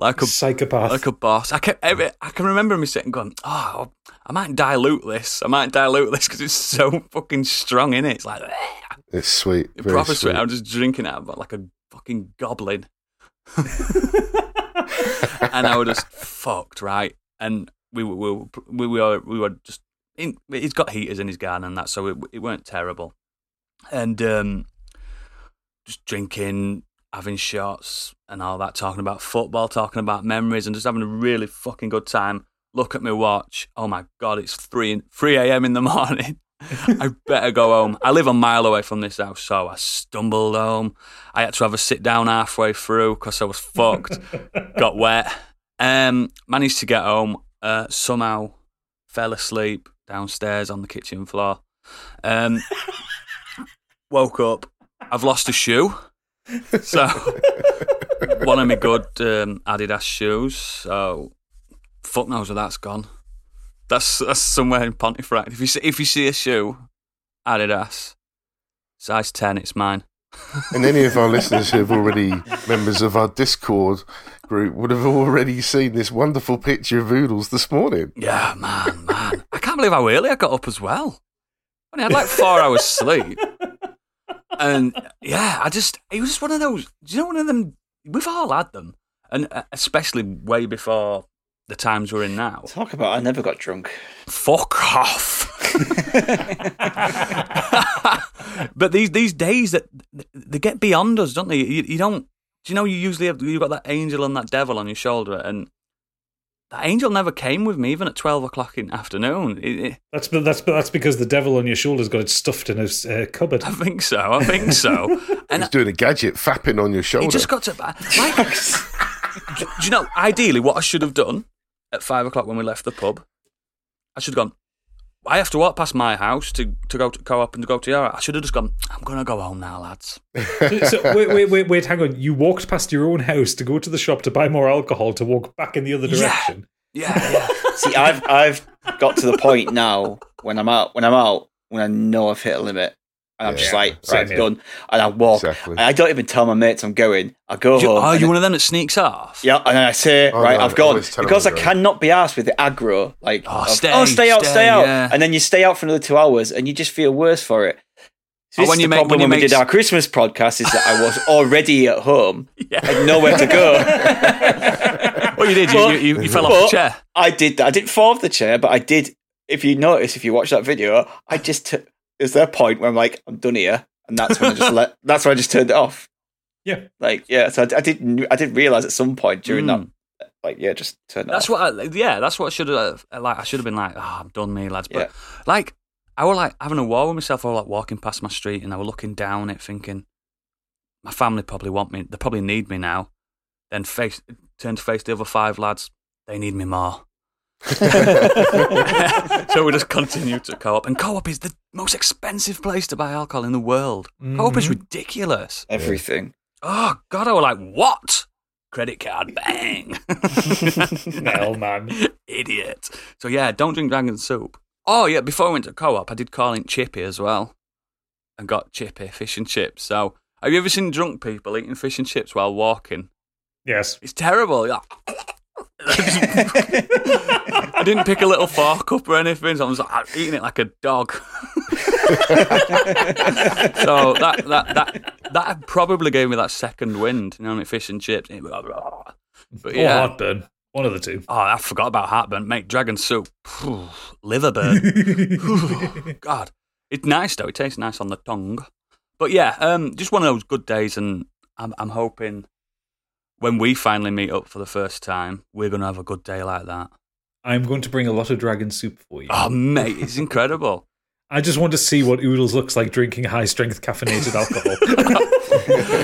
like a psychopath. like a boss. I can every, I can remember me sitting going, oh, I might dilute this. I might dilute this because it's so fucking strong in it. It's like It's sweet. Very proper sweet. sweet. I'm just drinking it but like a fucking goblin. [LAUGHS] and I was just fucked, right? And we were we were we were, we were just in, he's got heaters in his garden and that, so it, it weren't terrible. And um, just drinking, having shots and all that, talking about football, talking about memories, and just having a really fucking good time. Look at my watch. Oh my god, it's three three a.m. in the [LAUGHS] morning. [LAUGHS] I better go home. I live a mile away from this house, so I stumbled home. I had to have a sit down halfway through because I was fucked. got wet. Um, managed to get home. Uh, somehow fell asleep downstairs on the kitchen floor. Um, woke up. I've lost a shoe. So one of my good um, Adidas shoes. So fuck knows where that's gone. That's that's somewhere in Pontefract. If you see, if you see a shoe, Adidas, size ten, it's mine. And any of our listeners who have already members of our Discord group would have already seen this wonderful picture of Oodles this morning. Yeah, man, man. [LAUGHS] I can't believe how early I got up as well. I only had like four hours [LAUGHS] sleep. And yeah, I just, it was one of those, do you know, one of them, we've all had them. And uh, especially way before the times we're in now. Talk about I never got drunk. [LAUGHS] Fuck off. [LAUGHS] but these, these days that they get beyond us, don't they? You, you don't, do you know, you usually have, you've got that angel and that devil on your shoulder. And that angel never came with me, even at 12 o'clock in the afternoon. It- it, That's but that's but that's because the devil on your shoulder's got it stuffed in a s- uh, cupboard. I think so. I think so. And He's doing a gadget fapping on your it shoulder. just got to. Like, do, do you know? Ideally, what I should have done at five o'clock when we left the pub, I should have gone. I have to walk past my house to, to go to co-op and to go to your. I should have just gone. I'm gonna go home now, lads. so wait, wait, wait, wait, hang on. You walked past your own house to go to the shop to buy more alcohol to walk back in the other Yeah. direction. Yeah, yeah. See, I've I've got to the point now when I'm out when I'm out when I know I've hit a limit. And I'm just Yeah, like, same right, here. done. And I walk. Exactly. And I don't even tell my mates I'm going. I go Do you, home. are and you then- one of them that sneaks off? yeah, and then I say, Oh, right, no, I've I gone always tell because I them to go. cannot be asked with the aggro. Like, Oh, of, stay, oh, stay out, stay, stay, out, yeah. Oh, and then you stay out for another two hours, and you just feel worse for it. So this when is you the make- when problem you when, we make- did our Christmas podcast is that I [LAUGHS] was already at home, Yeah. had nowhere to go. [LAUGHS] What you did, you, you, you, you fell off the But- chair. I did that. I didn't fall off the chair, but I did. If you notice, if you watch that video, I just t- is there a point where I'm like, I'm done here, and that's when I [LAUGHS] just let. That's when I just turned it off. Yeah. Like yeah, so I, I did. I did realize at some point during that, like yeah, just turn it Hmm. That's off. what. I, yeah, that's what I should have. Like, I should have been like, oh, I'm done, me lads. But Yeah. like, I was like having a war with myself. I was like walking past my street, and I was looking down it, thinking, my family probably want me. They probably need me now. Then face turn to face the other five lads. They need me more. [LAUGHS] so we just continue to co-op, and co-op is the most expensive place to buy alcohol in the world. Co-op is Mhm. ridiculous. everything. Oh God, I was like, what? Credit card, bang. Hell, man. [LAUGHS] Idiot. So yeah, don't drink dragon soup. Oh yeah, before I went to co-op, I did call in Chippy as well, and got Chippy fish and chips. So have you ever seen drunk people eating fish and chips while walking? Yes. It's terrible. You're like- [LAUGHS] I didn't pick a little fork up or anything, so I was like, eating it like a dog. [LAUGHS] so that that that that probably gave me that second wind. You know, I mean, fish and chips. But Or yeah, heartburn. One of the [LAUGHS] two. Oh, I forgot about heartburn. Mate, dragon soup. [SIGHS] Phew, Liver [LAUGHS] burn. [SIGHS] God. It's nice, though. It tastes nice on the tongue. But yeah, um, just one of those good days. And I'm, I'm hoping when we finally meet up for the first time, we're going to have a good day like that. I'm going to bring a lot of dragon soup for you. Oh, mate, it's incredible. I just want to see what Oodles looks like drinking high strength caffeinated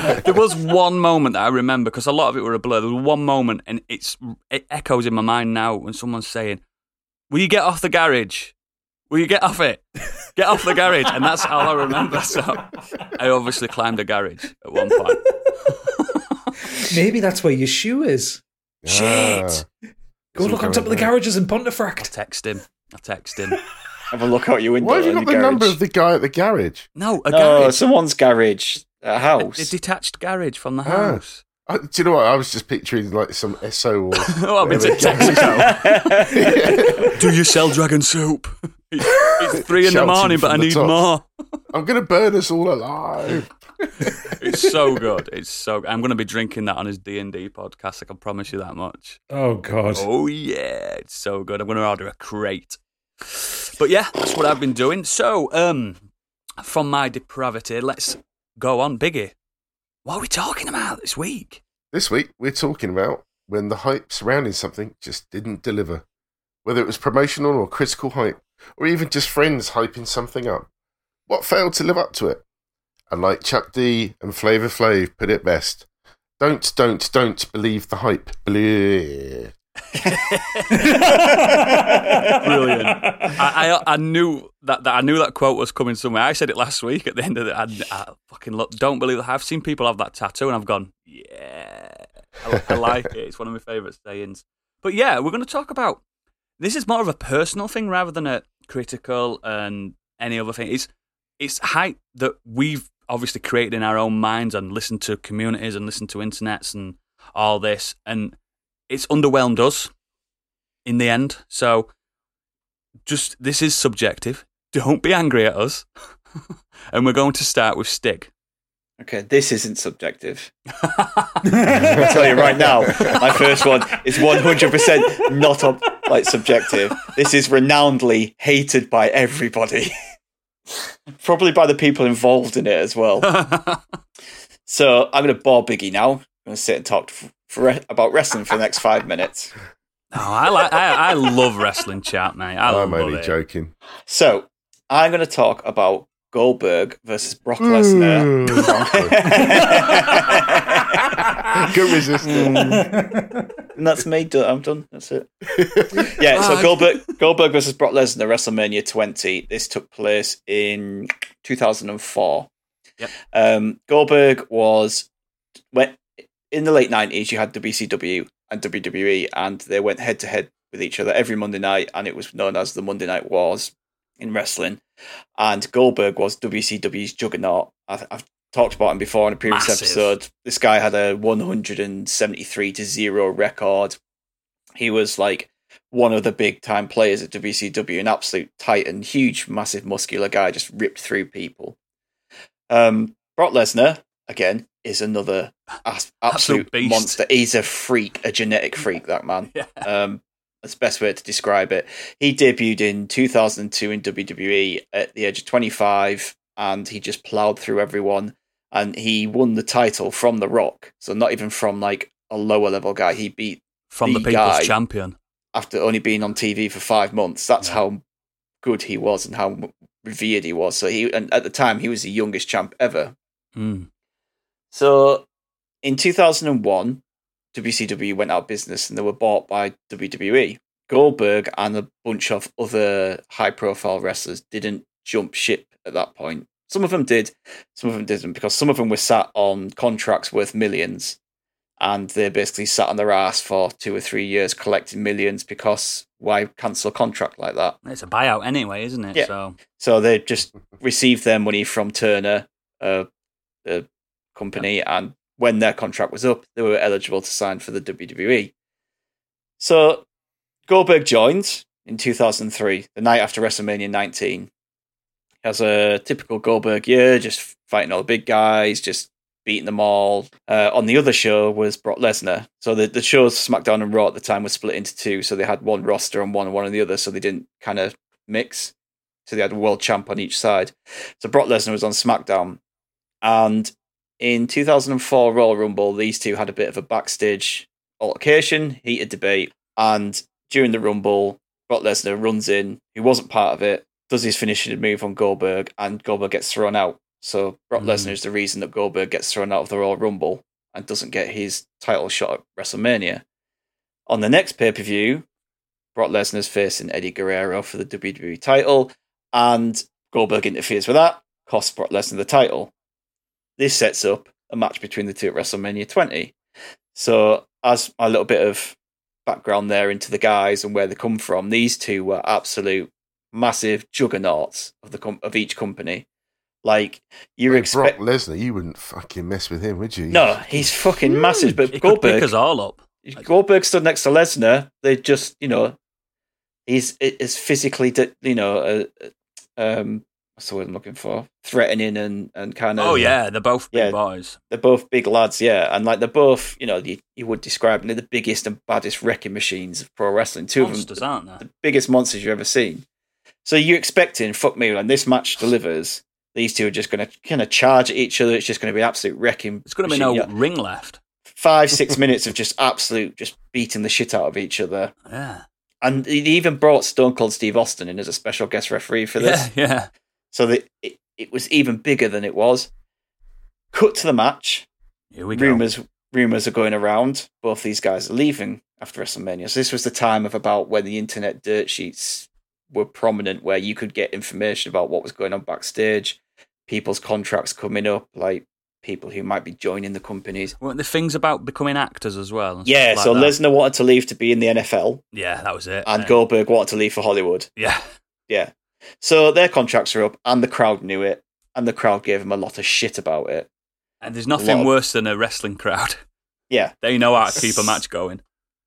[LAUGHS] alcohol. there was one moment that I remember because a lot of it were a blur. There was one moment, and it's it echoes in my mind now when someone's saying, "Will you get off the garage? Will you get off it? Get off the garage!" And that's all I remember. So I obviously climbed a garage at one point. Maybe that's where your shoe is. Ah. Shit! Go It's look all on top of the going on. garages in I Pontefract. text him. I text him. Have a look out your window. Why have you in got the your garage. number of the guy at the garage? No, a no, garage. someone's garage, a A, house. a detached garage from the Ah. house. [LAUGHS] I, do you know what? I was just picturing like some [LAUGHS] SO or. Oh, I've been to Texas [LAUGHS] now. Do you sell dragon soup? [LAUGHS] It's, it's three in the Shouting morning, but from I the need top. more. I'm going to burn us all alive. It's so good. It's so. Good. I'm going to be drinking that on his D and D podcast. I can promise you that much. Oh, God. [LAUGHS] Oh yeah, it's so good. I'm going to order a crate. But yeah, that's what I've been doing. So, um, from my depravity, let's go on, Biggie. What are we talking about this week? This week, we're talking about when the hype surrounding something just didn't deliver. Whether it was promotional or critical hype, or even just friends hyping something up. What failed to live up to it? And like Chuck D and Flavor Flav put it best don't, don't, don't believe the hype. Bleh. Brilliant. I, I I knew that, that I knew that quote was coming somewhere. I said it last week at the end of the. I, I fucking look, don't believe that. I've seen people have that tattoo, and I've gone, yeah, I, I like it. It's one of my favourite sayings. But yeah, we're going to talk about. This is more of a personal thing rather than a critical and any other thing. It's it's hype that we've obviously created in our own minds and listened to communities and listened to internets and all this, and it's underwhelmed us in the end. So just this is subjective. Don't be angry at us. [LAUGHS] and we're going to start with Stig. [LAUGHS] okay, this isn't subjective. I'll tell you right now, my first one is 100% not ob- like subjective. This is renownedly hated by everybody. [LAUGHS] Probably by the people involved in it as [LAUGHS] well. So I'm going to bore Biggie now. I'm going to sit and talk f- for, about wrestling for the next five minutes. No, I like I, I love wrestling chat, mate. I I'm love only it. joking. So I'm going to talk about Goldberg versus Brock uh, Lesnar. [LAUGHS] Hmm. [LAUGHS] Good Mm. resistance. [LAUGHS] And that's me. Done. I'm done. That's it. Yeah. Ah. So Goldberg, Goldberg versus Brock Lesnar, WrestleMania 20. This took place in 2004. Yep. Um, Goldberg was when in the late 90s. You had WCW and WWE, and they went head to head with each other every Monday night, and it was known as the Monday Night Wars in wrestling. And Goldberg was WCW's juggernaut. I, I've talked about him before in a previous Massive. episode. This guy had a 173 to zero record. He was like one of the big time players at WCW, an absolute titan, huge, massive, muscular guy, just ripped through people. Um, Brock Lesnar again is another as- [LAUGHS] absolute Absolute beast. monster. He's a freak, a genetic freak. That man. Yeah. Um, that's the best way to describe it. He debuted in 2002 in WWE at the age of 25, and he just plowed through everyone. And he won the title from The Rock, so not even from like a lower level guy. He beat [LAUGHS] From the, The people's guy- champion. after only being on TV for five months. That's how good he was and how revered he was. So he, and at the time, he was the youngest champ ever. Mm. So in 2001, WCW went out of business and they were bought by WWE. Goldberg and a bunch of other high profile wrestlers didn't jump ship at that point. Some of them did, some of them didn't, because some of them were sat on contracts worth millions and they basically sat on their ass for two or three years collecting millions because why cancel a contract like that? It's a buyout anyway, isn't it? Yeah. So So they just received their money from Turner, uh, the company, and when their contract was up, they were eligible to sign for the WWE. So Goldberg joined in 2003, the night after WrestleMania 19. Has a typical Goldberg year, just fighting all the big guys, just beating them all. Uh, on the other show was Brock Lesnar. So the, the shows SmackDown and Raw at the time were split into two, so they had one roster on one and one on the other, so they didn't kind of mix. So they had a world champ on each side. So Brock Lesnar was on SmackDown. And in 2004 Royal Rumble, these two had a bit of a backstage altercation, heated debate. And during the Rumble, Brock Lesnar runs in, who wasn't part of it, does his finishing move on Goldberg, and Goldberg gets thrown out. So Brock Mm. Lesnar is the reason that Goldberg gets thrown out of the Royal Rumble and doesn't get his title shot at WrestleMania. On the next pay per view, Brock Lesnar's facing Eddie Guerrero for the WWE title, and Goldberg interferes with that, costs Brock Lesnar the title. This sets up a match between the two at WrestleMania 20. So, as a little bit of background there into the guys and where they come from, these two were absolute massive juggernauts of the com- of each company. Like you're Brock expect Lesnar, you wouldn't fucking mess with him, would you? no, he's fucking massive, but it could Goldberg pick us all up. Goldberg stood next to Lesnar. They just, you know, he's is physically, di- you know, uh, uh, um, what's the word I'm looking for? Threatening and and kind of. oh yeah, they're both big Yeah. boys. they're both big lads, yeah, and like they're both, you know, you, you would describe them they're the biggest and baddest wrecking machines of pro wrestling. Two of Monsters, them, aren't they? the biggest monsters you've ever seen. So you're expecting, fuck me, when this match delivers, these two are just going to kind of charge at each other. It's just going to be absolute wrecking. It's going to be machine. no Yeah ring left. [LAUGHS] five six minutes of just absolute just beating the shit out of each other Yeah. and he even brought stone cold steve austin in as a special guest referee for this Yeah, yeah. so that it, it was even bigger than it was cut to the match Here we go. rumors rumors are going around both these guys are leaving after wrestlemania so this was the time of about when the internet dirt sheets were prominent where you could get information about what was going on backstage people's contracts coming up like people who might be joining the companies Weren't there things about becoming actors as well? and Yeah, stuff so like that? Lesnar wanted to leave to be in the NFL, Yeah, that was it. and yeah. Goldberg wanted to leave for Hollywood. Yeah. Yeah. So their contracts are up, and the crowd knew it, and the crowd gave him a lot of shit about it. And there's Lot nothing of- worse than a wrestling crowd. [LAUGHS] Yeah. They know how to keep a [LAUGHS] match going.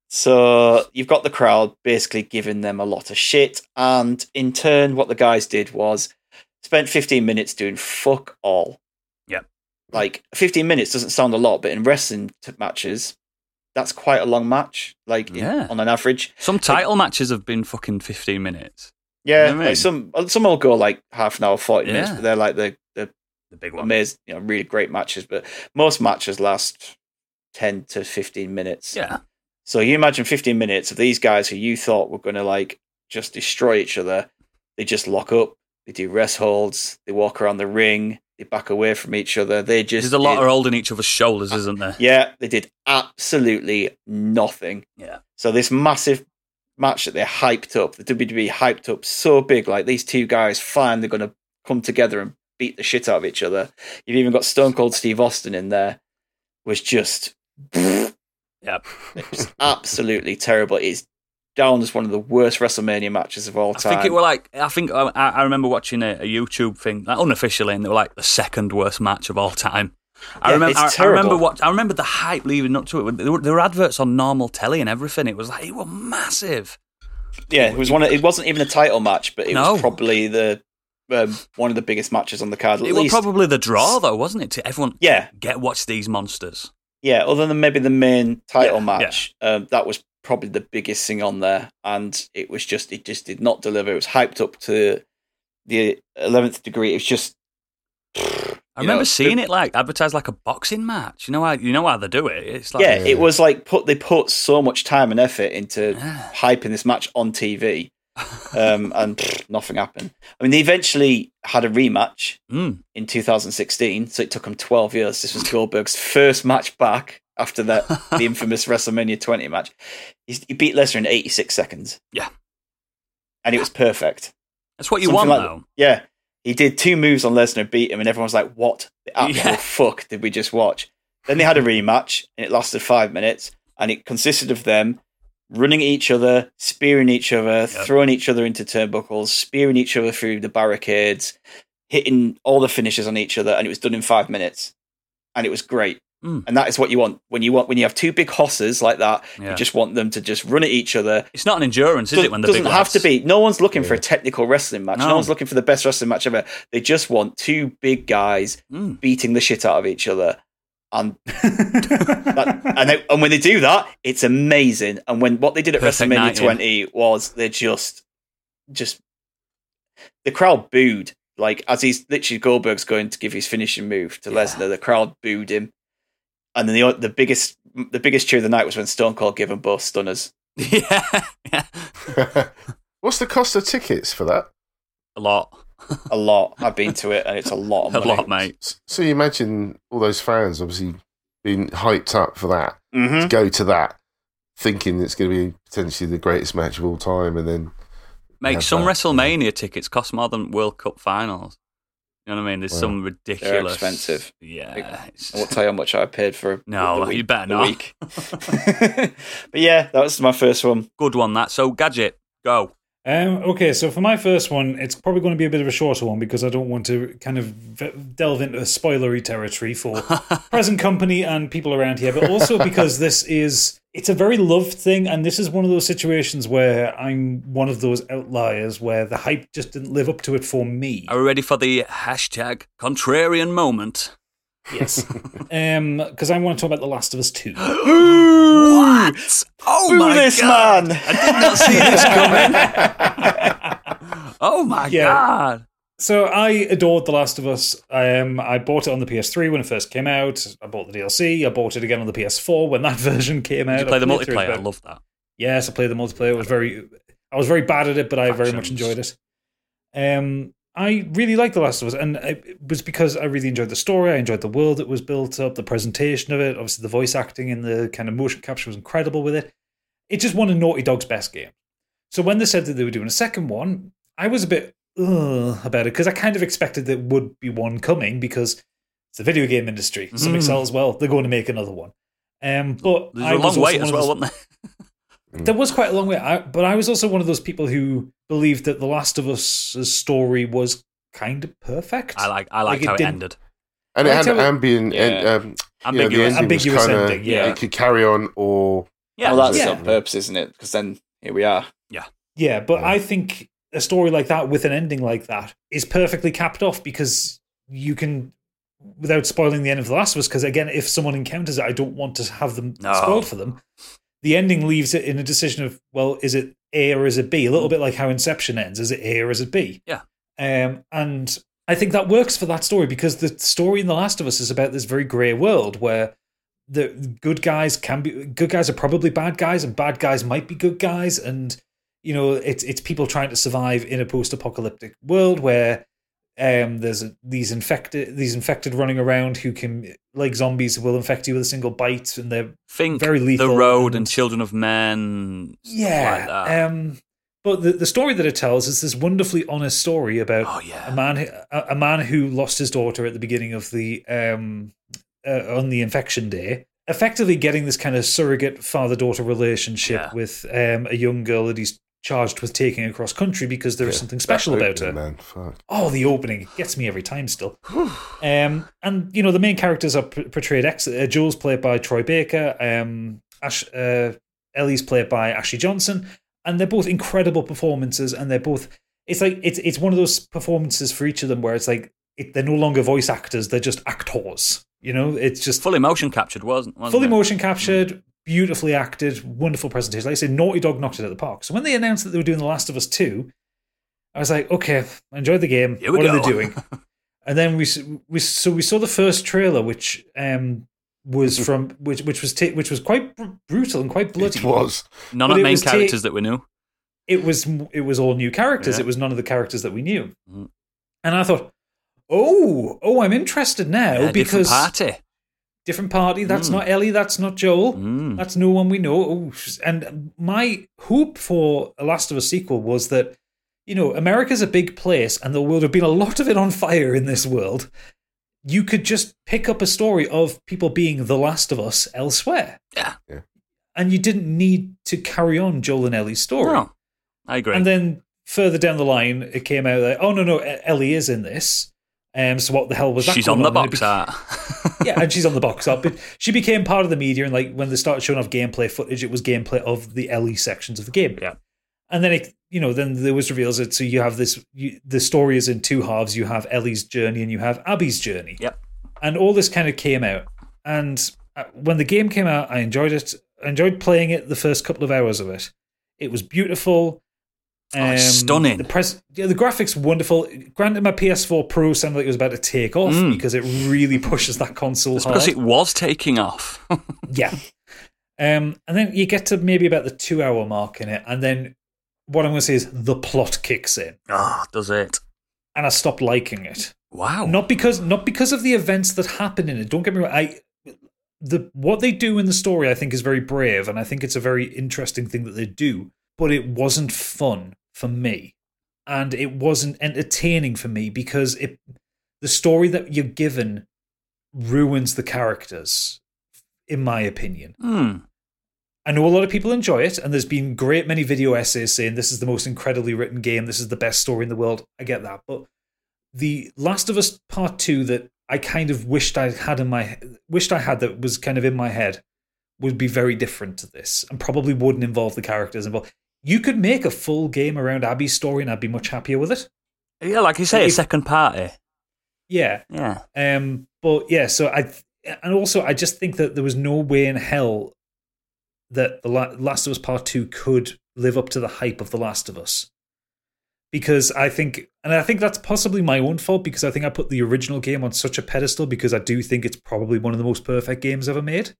So you've got the crowd basically giving them a lot of shit, and in turn, what the guys did was spent 15 minutes doing fuck all. Yep. Like 15 minutes doesn't sound a lot, but in wrestling t- matches, that's quite a long match. Like in- Yeah. on an average, Some title matches have been fucking 15 minutes. yeah. You know what I mean? like some some will go like half an hour, 40 minutes, Yeah. but they're like the the The big one. amazing, you know, really great matches, but most matches last 10 to 15 minutes. Yeah. So you imagine 15 minutes of these guys who you thought were going to like just destroy each other. They just lock up, they do rest holds, they walk around the ring, they back away from each other. They just. There's a lot did- of holding each other's shoulders, isn't [LAUGHS] there? Yeah, they did absolutely nothing. Yeah. So this massive match that they hyped up, the WWE hyped up so big, like these two guys finally going to come together and beat the shit out of each other. You've even got Stone Cold Steve Austin in there, was just Yeah. just absolutely terrible. It's down as one of the worst WrestleMania matches of all I time. think it were like, I think I, I remember watching a, a YouTube thing, like unofficially, and they were like the second worst match of all time. I Yeah, remember. it's I, I remember terrible. what I remember the hype leading up to it. There were, there were adverts on normal telly and everything. It was like it was massive. yeah, it was one. Of, it wasn't even a title match, but it No. was probably the um, one of the biggest matches on the card. At It was least, probably the draw, though, wasn't it? To everyone, yeah, get watch these monsters. yeah. Other than maybe the main title Yeah, match, Um, that was probably the biggest thing on there, and it was just it just did not deliver. It was hyped up to the eleventh degree. It was just. I You remember know, seeing it like advertised like a boxing match. You know how you know how they do it. It's like yeah, Yeah. it was like put they put so much time and effort into Yeah. hyping this match on TV, [LAUGHS] um, and pfft, nothing happened. I mean, they eventually had a rematch Mm. in 2016, so it took them 12 years. This was Goldberg's first match back after that [LAUGHS] the infamous WrestleMania 20 match. He's, he beat Lesnar in 86 seconds. Yeah. and it was perfect. That's what you Something want, like- though. Yeah, he did two moves on Lesnar, beat him, and everyone was like, "What [LAUGHS] the actual Yeah. fuck did we just watch?" Then they had a rematch, and it lasted five minutes, and it consisted of them running at each other, spearing each other, throwing each other into turnbuckles, spearing each other through the barricades, hitting all the finishes on each other, and it was done in five minutes, and it was great. Mm. And that is what you want when you want when you have two big hosses like that. Yeah. You just want them to just run at each other, It's not an endurance, is does- it? When the doesn't big have lads- to be. No one's looking for a technical wrestling match. No. No. one's looking for the best wrestling match ever. They just want two big guys [LAUGHS] Mm. beating the shit out of each other, and that, and, they, and when they do that, it's amazing. And when what they did at Perfect WrestleMania night in. 20 was they just, just the crowd booed. Like as he's literally Goldberg's going to give his finishing move to Lesnar, the crowd booed him. And then the the biggest the biggest cheer of the night was when Stone Cold gave them both stunners. yeah, yeah, [LAUGHS] What's the cost of tickets for that? a lot, A lot. I've been to it, and it's a lot. [LAUGHS] Of a money. lot, mate. S- So you imagine all those fans obviously being hyped up for that. Mm-hmm. to go to that thinking it's going to be potentially the greatest match of all time, and then Make Yeah, some but- WrestleMania tickets cost more than World Cup finals. You know what I mean? There's Wow. some ridiculous, expensive. Yeah, it's- I won't tell you how much I paid for. No, the you week, better the not. Week. [LAUGHS] but yeah, that was my first one. [LAUGHS] good one that. So gadget, go. Um, okay, so for my first one, it's probably going to be a bit of a shorter one because I don't want to kind of v- delve into spoilery territory for present company and people around here, but also because this is it's a very loved thing, and this is one of those situations where I'm one of those outliers where the hype just didn't live up to it for me. Are we ready for the hashtag contrarian [GASPS] moment? [LAUGHS] Yes, because I want to talk about The Last of Us Two. what? Oh Ooh, my this god! I man. did not see this coming. [LAUGHS] oh my Yeah. god! So I adored The Last of Us. Um, I bought it on the PS3 when it first came out. I bought the DLC. I bought it again on the PS4 when that [LAUGHS] version came out. Did you play I the played through it multiplayer? I about- love that. Yes, I played the multiplayer. It was very, I was very bad at it, but I very much Factions. enjoyed it. Um, I really liked The Last of Us, and it was because I really enjoyed the story. I enjoyed the world that was built up, the presentation of it. Obviously, the voice acting and the kind of motion capture was incredible with it. It just won a Naughty Dog's best game. So when they said that they were doing a second one, I was a bit Ugh, about it because I kind of expected there would be one coming because it's the video game industry. Something Mm. sells well, they're going to make another one. Um, but There's a I was long also wait one as of well, wasn't those- there? Mm. there was quite a long way, I, but I was also one of those people who believed that The Last of Us's story was kind of perfect. I like. I Like, liked it how it didn't- ended. and it I had an tell ambient and Yeah. um, you know, the Ambiguous. ending Ambiguous was kinda, ending, yeah. it could carry on or yeah. well, that's Yeah. on purpose, isn't it? Because then here we are. yeah, but Yeah. I think a story like that with an ending like that is perfectly capped off because you can, without spoiling the end of The Last of Us, because again, if someone encounters it, I don't want to have them No. spoiled for them. The ending leaves it in a decision of, well, is it A or is it B? A little bit like how Inception ends. Is it A or is it B? Yeah. Um, and I think that works for that story because the story in The Last of Us is about this very grey world where the good guys can be good guys are probably bad guys and bad guys might be good guys and you know it's it's people trying to survive in a post-apocalyptic world where um there's these infected these infected running around who can like zombies will infect you with a single bite and they're Think very lethal the road and and- children of men. stuff yeah Like that. um but the, the story that it tells is this wonderfully honest story about oh a yeah. man who- a, a man who lost his daughter at the beginning of the um uh, on the infection day effectively getting this kind of surrogate father daughter relationship Yeah. with um a young girl that he's charged with taking across country because there is Yeah, something special about opening, her Man, fuck. oh the opening it gets me every time still um and you know the main characters are p- portrayed ex uh, jules played by troy baker um ash uh ellie's played by ashley johnson and they're both incredible performances and they're both it's like it's it's one of those performances for each of them where it's like it, they're no longer voice actors; they're just actors. You know, it's just Fully motion captured, wasn't, wasn't fully it? motion captured, beautifully acted, wonderful presentation. Like I say, Naughty Dog knocked it out of the park. So when they announced that they were doing The Last of Us Two, I was like, okay, I enjoyed the game. Here we What are they go. [LAUGHS] doing? and then we s- we so we saw the first trailer, which um Mm-hmm. was from which which was ta which was quite br- brutal and quite bloody. It was. None But of it the main was ta- characters that we knew. It was it was all new characters. Yeah. It was none of the characters that we knew. Mhm. And I thought, oh, oh, I'm interested now Yeah, different because party. different party. That's Mm. not Ellie. That's not Joel. Mm. Oh, That's no one we know. Oh, sh- and my hope for a Last of Us sequel was that, you know, America's a big place and there would have been a lot of it on fire in this world. You could just pick up a story of people being the Last of Us elsewhere. Yeah. Yeah. And you didn't need to carry on Joel and Ellie's story. No, Oh, I agree. And then further down the line, it came out that, oh, no, no, E- Ellie is in this. Um, so what the hell was that? She's going on the And box it became- art. [LAUGHS] yeah, and she's on the box art. But she became part of the media, and like when they started showing off gameplay footage, it was gameplay of the LE sections of the game. Yeah. and then it, you know, then there was reveals that so you have this. You, the story is in two halves. You have Ellie's journey and you have Abby's journey. Yep. and all this kind of came out. And uh, when the game came out, I enjoyed it. I enjoyed playing it. The first couple of hours of it, it was beautiful. Um, Oh, it's stunning. The pres- yeah, the graphics wonderful. Granted, my PS4 Pro sounded like it was about to take off Mm. because it really pushes that console It's hard. because it was taking off. [LAUGHS] Yeah. Um, and then you get to maybe about the two hour mark in it, and then what I'm going to say is the plot kicks in, Ah, does it? and I stopped liking it. Wow. Not because not because of the events that happen in it. Don't get me wrong. I the what they do in the story, I think, is very brave, and I think it's a very interesting thing that they do. But it wasn't fun for me, and it wasn't entertaining for me because it the story that you're given ruins the characters, in my opinion. Hmm. I know a lot of people enjoy it, and there's been great many video essays saying this is the most incredibly written game, this is the best story in the world. I get that, but the Last of Us Part Two that I kind of wished I had in my wished I had that was kind of in my head would be very different to this, and probably wouldn't involve the characters involved. You could make a full game around Abby's story, and I'd be much happier with it. Yeah, like you say, a If- second party. Yeah, Yeah. Um, but yeah, so I and also I just think that there was no way in hell that the La- Last of Us Part Two could live up to the hype of The Last of Us, because I think, and I think that's possibly my own fault because I think I put the original game on such a pedestal because I do think it's probably one of the most perfect games ever made.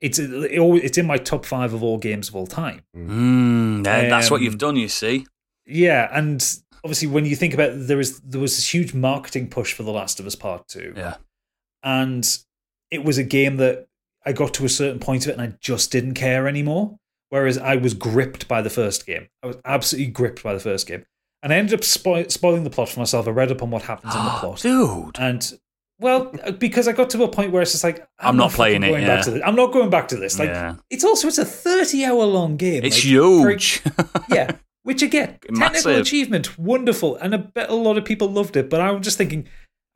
It's it, always- it's in my top five of all games of all time. Mm, yeah, that's what Um, you've done, you see. Yeah, and obviously when you think about it, there is there was this huge marketing push for The Last of Us Part Two Yeah. and it was a game that I got to a certain point of it and I just didn't care anymore. Whereas I was gripped by the first game. I was absolutely gripped by the first game. And I ended up spo- spoiling the plot for myself. I read up on what [GASPS] happens in the plot. Dude. And, well, because I got to a point where it's just like, I'm, I'm not playing it, fucking going yeah. Back to this. I'm not going back to this. Like, Yeah. it's also, it's a 30 hour long game. It's Like, huge. yeah. [LAUGHS] Which again, technical Massive. achievement, wonderful. And I bet a lot of people loved it. But I was just thinking,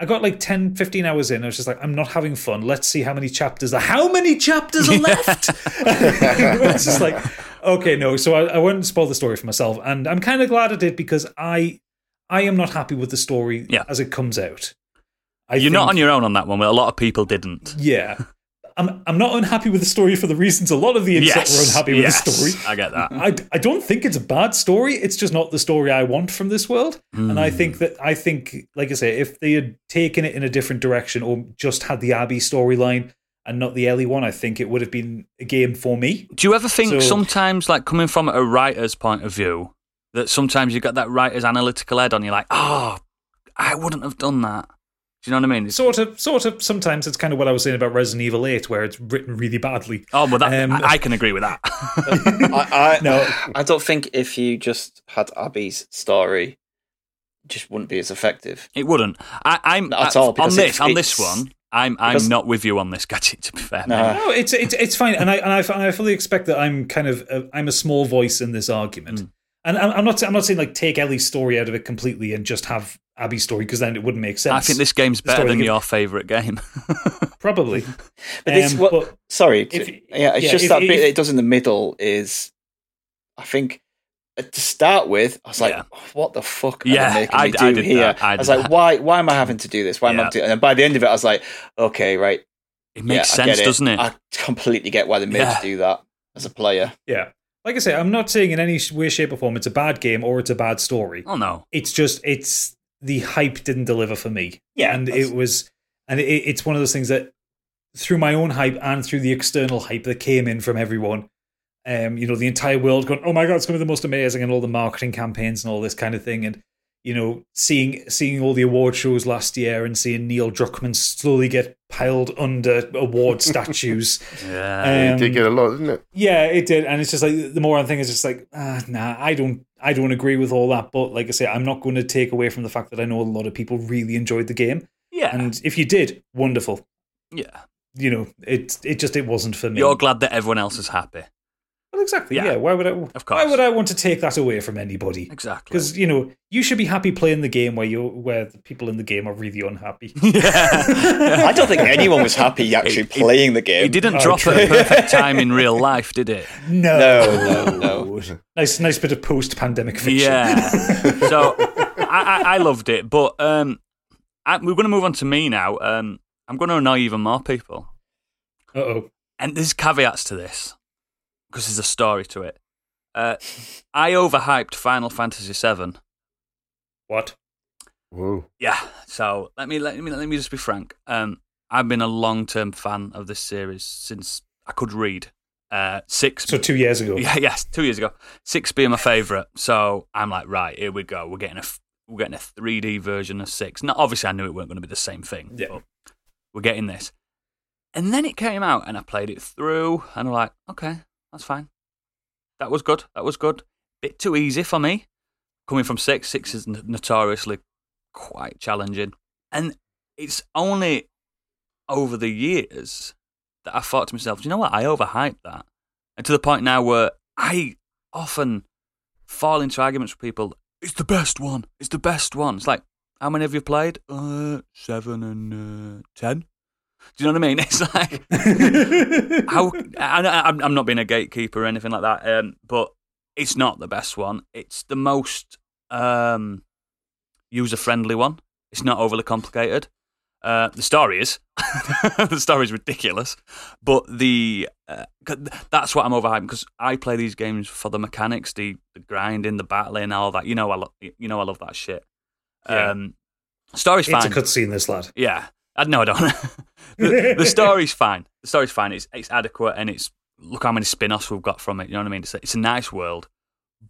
I got like 10, 15 hours in. I was just like, I'm not having fun. Let's see how many chapters are. How many [LAUGHS] chapters are left? [LAUGHS] it's just like, okay, no. So I, I went and spoiled the story for myself. And I'm kind of glad I did because I I am not happy with the story Yeah. as it comes out. I You're not think- on your own on that one, but a lot of people didn't. Yeah. I'm, I'm not unhappy with the story for the reasons a lot of the internet were unhappy with yes, the story. I get that. I, I don't think it's a bad story. It's just not the story I want from this world. And I Hmm. think that I think, like I say, if they had taken it in a different direction or just had the Abby storyline and not the Ellie one, I think it would have been a game for me. Do you ever think So- sometimes, like coming from a writer's point of view, that sometimes you've got that writer's analytical head on, you're like, oh, I wouldn't have done that. Do you know what I mean? It's- Sort of, sort of. Sometimes it's kind of what I was saying about Resident Evil Eight, where it's written really badly. oh, well, that, Um, I, I can agree with that. [LAUGHS] [LAUGHS] I, I, No. I don't think if you just had Abby's story, it just wouldn't be as effective. it wouldn't. I, I'm Not at I- all, on because this. it's- On this it's- one, I'm I'm because- not with you on this gadget. To be fair, No. mate. No, it's it's it's fine, and I and I, and I fully expect that I'm kind of a, I'm a small voice in this argument, and I'm, I'm not I'm not saying like take Ellie's story out of it completely and just have Abby's story because then it wouldn't make sense. I think this game's better story than gives- your favourite game. [LAUGHS] probably. But this, Um, what, but- sorry, if- yeah, it's yeah, just if- that bit if- it does in the middle is, I think, uh, to start with, I was like, Yeah. "What the fuck?" Am Yeah, I making I- me do I did here? that. I I, was did like, that. "Why? Why am I having to do this? Why am Yeah. I doing?" And then by the end of it, I was like, "Okay, right, It makes yeah, I sense, get it. doesn't it? I completely get why they made Yeah. to do that as [LAUGHS] a player. Yeah. Like I say, I'm not saying in any sh- way, shape, or form it's a bad game or it's a bad story. oh no. It's just it's the hype didn't deliver for me. Yeah, and that's- it was, and it, it's one of those things that through my own hype and through the external hype that came in from everyone, um, you know, the entire world going, oh my god, it's going to be the most amazing, and all the marketing campaigns and all this kind of thing, and you know, seeing seeing all the award shows last year and seeing Neil Druckmann slowly get piled under [LAUGHS] award statues. Yeah. you did Um, get a lot, didn't it? Yeah, it did, and it's just like the more I think is just like, ah, nah, I don't, I don't agree with all that. But like I say, I'm not going to take away from the fact that I know a lot of people really enjoyed the game, yeah. and if you did, wonderful. yeah. You know, it it just it wasn't for me. You're glad that everyone else is happy. well, exactly. Yeah. Yeah. Why would I? Of course. Why would I want to take that away from anybody? Exactly. Because you know, you should be happy playing the game where you where the people in the game are really [LAUGHS] unhappy. [LAUGHS] yeah. I don't think anyone was happy actually It- it- playing the game. He didn't Oh, drop at a true. perfect time in real life, did it? No, No, [LAUGHS] no, Nice, nice bit of post pandemic fiction. [LAUGHS] Yeah. so I, I, I loved it, but um, I, we're going to move on to me now. Um, I'm going to annoy even more people, Uh oh. and there's caveats to this because there's a story to it. Uh, I overhyped Final Fantasy VII. What? Whoa. Yeah. So let me let me let me just be frank. Um, I've been a long term fan of this series since I could read. Uh, six. So two years ago. yeah, [LAUGHS] yes, two years ago. Six being my favourite. So I'm like, right, here we go. We're getting a f- we're getting a 3D version of six. Now, obviously, I knew it weren't going to be the same thing. [LAUGHS] Yeah. But we're getting this, and then it came out, and I played it through, and I'm like, okay, that's fine. That was good. That was good. Bit too easy for me. Coming from six, six is n- notoriously quite challenging, and it's only over the years that I thought to myself, do you know what? I overhyped that. And to the point now where I often fall into arguments with people. It's the best one. It's the best one. It's like, how many have you played? Uh, seven and uh, ten. Do you know what I mean? [LAUGHS] It's like, how I, I, I'm- I'm not being a gatekeeper or anything like that, um, but it's not the best one. It's the most um, user friendly one. It's not overly complicated. Uh, the story is [LAUGHS] the story is ridiculous, but the uh, 'cause that's what I'm overhyping because I play these games for the mechanics, the, the grinding, the battling, all that. You know, I lo- you know I love that shit. Yeah. Um, story's It's fine. a cutscene, this lad. Yeah. I, no, I don't. [LAUGHS] the, the story's fine. The story's fine. It's, it's adequate and it's look how many spin offs we've got from it. You know what I mean? It's a, it's a nice world,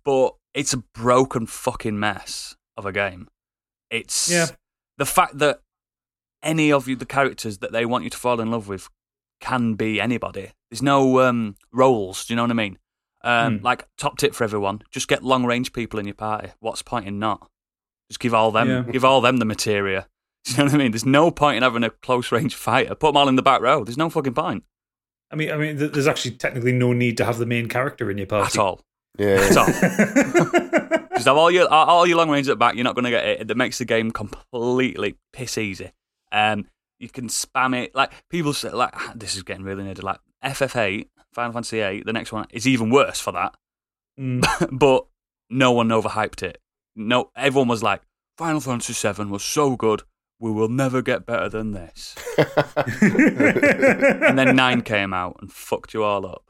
but it's a broken fucking mess of a game. It's Yeah. the fact that any of you, the characters that they want you to fall in love with, can be anybody. There's no um, roles. Do you know what I mean? Um, Hmm. Like, top tip for everyone just get long range people in your party. What's the point in not? Just give all them, Yeah. give all them the materia. [LAUGHS] Do you know what I mean? There's no point in having a close range fighter. Put them all in the back row. There's no fucking point I mean, I mean, th- there's actually technically no need to have the main character in your at party all. Yeah. At all. Just have all your all- all your long range at the back. You're not going to get it. That makes the game completely piss easy. Um, you can spam it like people say. Like [SIGHS] this is getting really nerdy. Like FF8, Final Fantasy 8, the next one is even worse for that. [LAUGHS] Mm. [LAUGHS] [LAUGHS] but no one overhyped it. No, everyone was like, Final Fantasy VII was so good. We will never get better than this. And then nine came out and fucked you all up.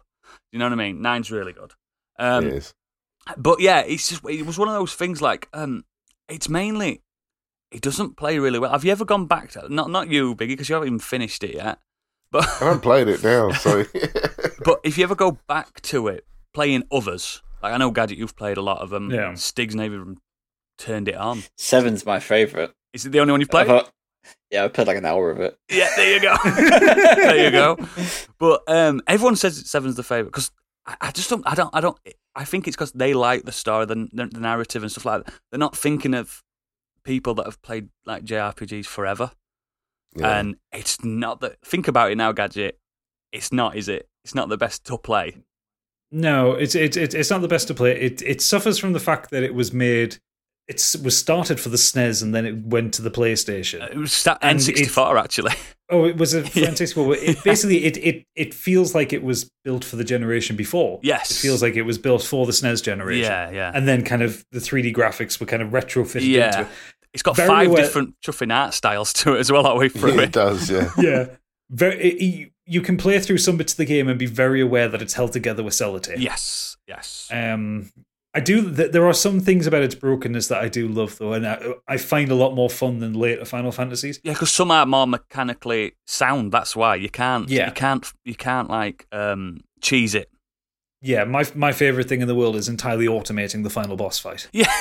You know what I mean? Nine's really good. [LAUGHS] Um, [LAUGHS] it is. but yeah, it's just it was one of those things. Like, um, it's mainly it doesn't play really well. Have you ever gone back to not not you, Biggie, because you haven't even finished it yet. But I haven't played it now, so [LAUGHS] but if you ever go back to it, playing others, like I know Gadget, you've played a lot of them. Yeah. Stig's never even turned it on. Seven's my favorite. Is it the only one you've played? I've, uh, yeah, I played like an hour [LAUGHS] of it. Yeah, there you go. there you go. But um, everyone says Seven's the favorite because I, I just don't. I don't. I don't. I think it's because they like the story, the, the the narrative, and stuff like that. They're not thinking of people that have played like JRPGs forever, yeah. and it's not that. Think about it now, gadget. It's not, is it? It's not the best to play. no, it's it's it's it's not the best to play. It it suffers from the fact that it was made it's was started for the SNES and then it went to the PlayStation. Uh, It was that And N64 actually. [LAUGHS] Oh, it was a Yeah. Frantic Squad. [LAUGHS] but It, basically, it, it it feels like it was built for the generation before. Yes. It feels like it was built for the SNES generation. Yeah, yeah. And then kind of the 3D graphics were kind of retrofitted into yeah. it. It's got Very five well- different chuffing art styles to it as well, aren't we? Through [LAUGHS] it it. does, yeah. Yeah. Very, it- you- you can play through some bits of the game and be very aware that it's held together with sellotape. Yes, yes. Um, I do. Th- there are some things about its brokenness that I do love, though, and I, I find a lot more fun than later Final Fantasies. Yeah, because some are more mechanically sound. That's why you can't. Yeah. you can't. You can't like um, cheese it. [LAUGHS] Yeah, my my favorite thing in the world is entirely automating the final boss fight. Yeah,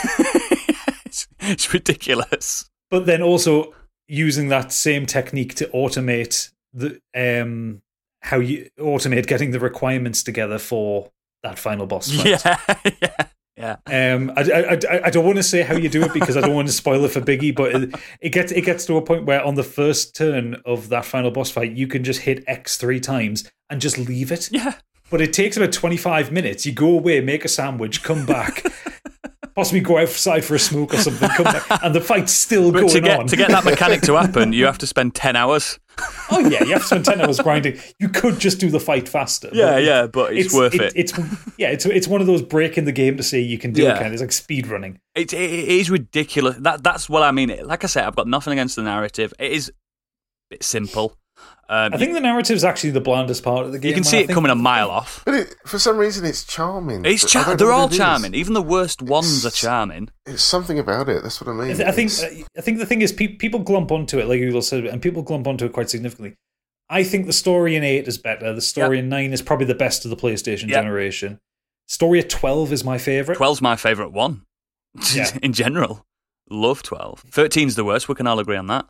it's, it's ridiculous. but then also using that same technique to automate the um how you automate getting the requirements together for that final boss fight. Yeah, [LAUGHS] yeah, yeah. Um, I, I, I, I don't want to say how you do it because I don't want to spoil it for Biggie, but it, it gets it gets to a point where on the first turn of that final boss fight, you can just hit X three times and just leave it. Yeah. But it takes about twenty five minutes. You go away, make a sandwich, come back, possibly go outside for a smoke or something, come back, and the fight's still But going to get on. to get that mechanic to [LAUGHS] happen, you have to spend ten hours. Oh yeah, you have to spend ten hours grinding. You could just do the fight faster. but Yeah, yeah, but it's, worth it. It's yeah, it's it's one of those break in the game to say you can do Yeah. it kind of it's like speed running. It, it, it is ridiculous. That that's what I mean. Like I said, I've got nothing against the narrative. It is a bit simple. Um, I think the narrative's actually the blandest part of the game. you can and see I it think- coming a mile off. But it, for some reason, it's charming. It's I char- don't they're know all what it is. charming. Even the worst ones are It's- charming. It's something about it. That's what I mean. I think It's- uh, I think the thing is pe- people glump onto it like you all said, and people glump onto it quite significantly. I think the story in eight is better. The story in nine is probably the best of the PlayStation Yep. generation. Story at twelve is my favorite. 12's my favourite one [LAUGHS] Yeah. in general. Love 12. 13's the worst. We can all agree on that.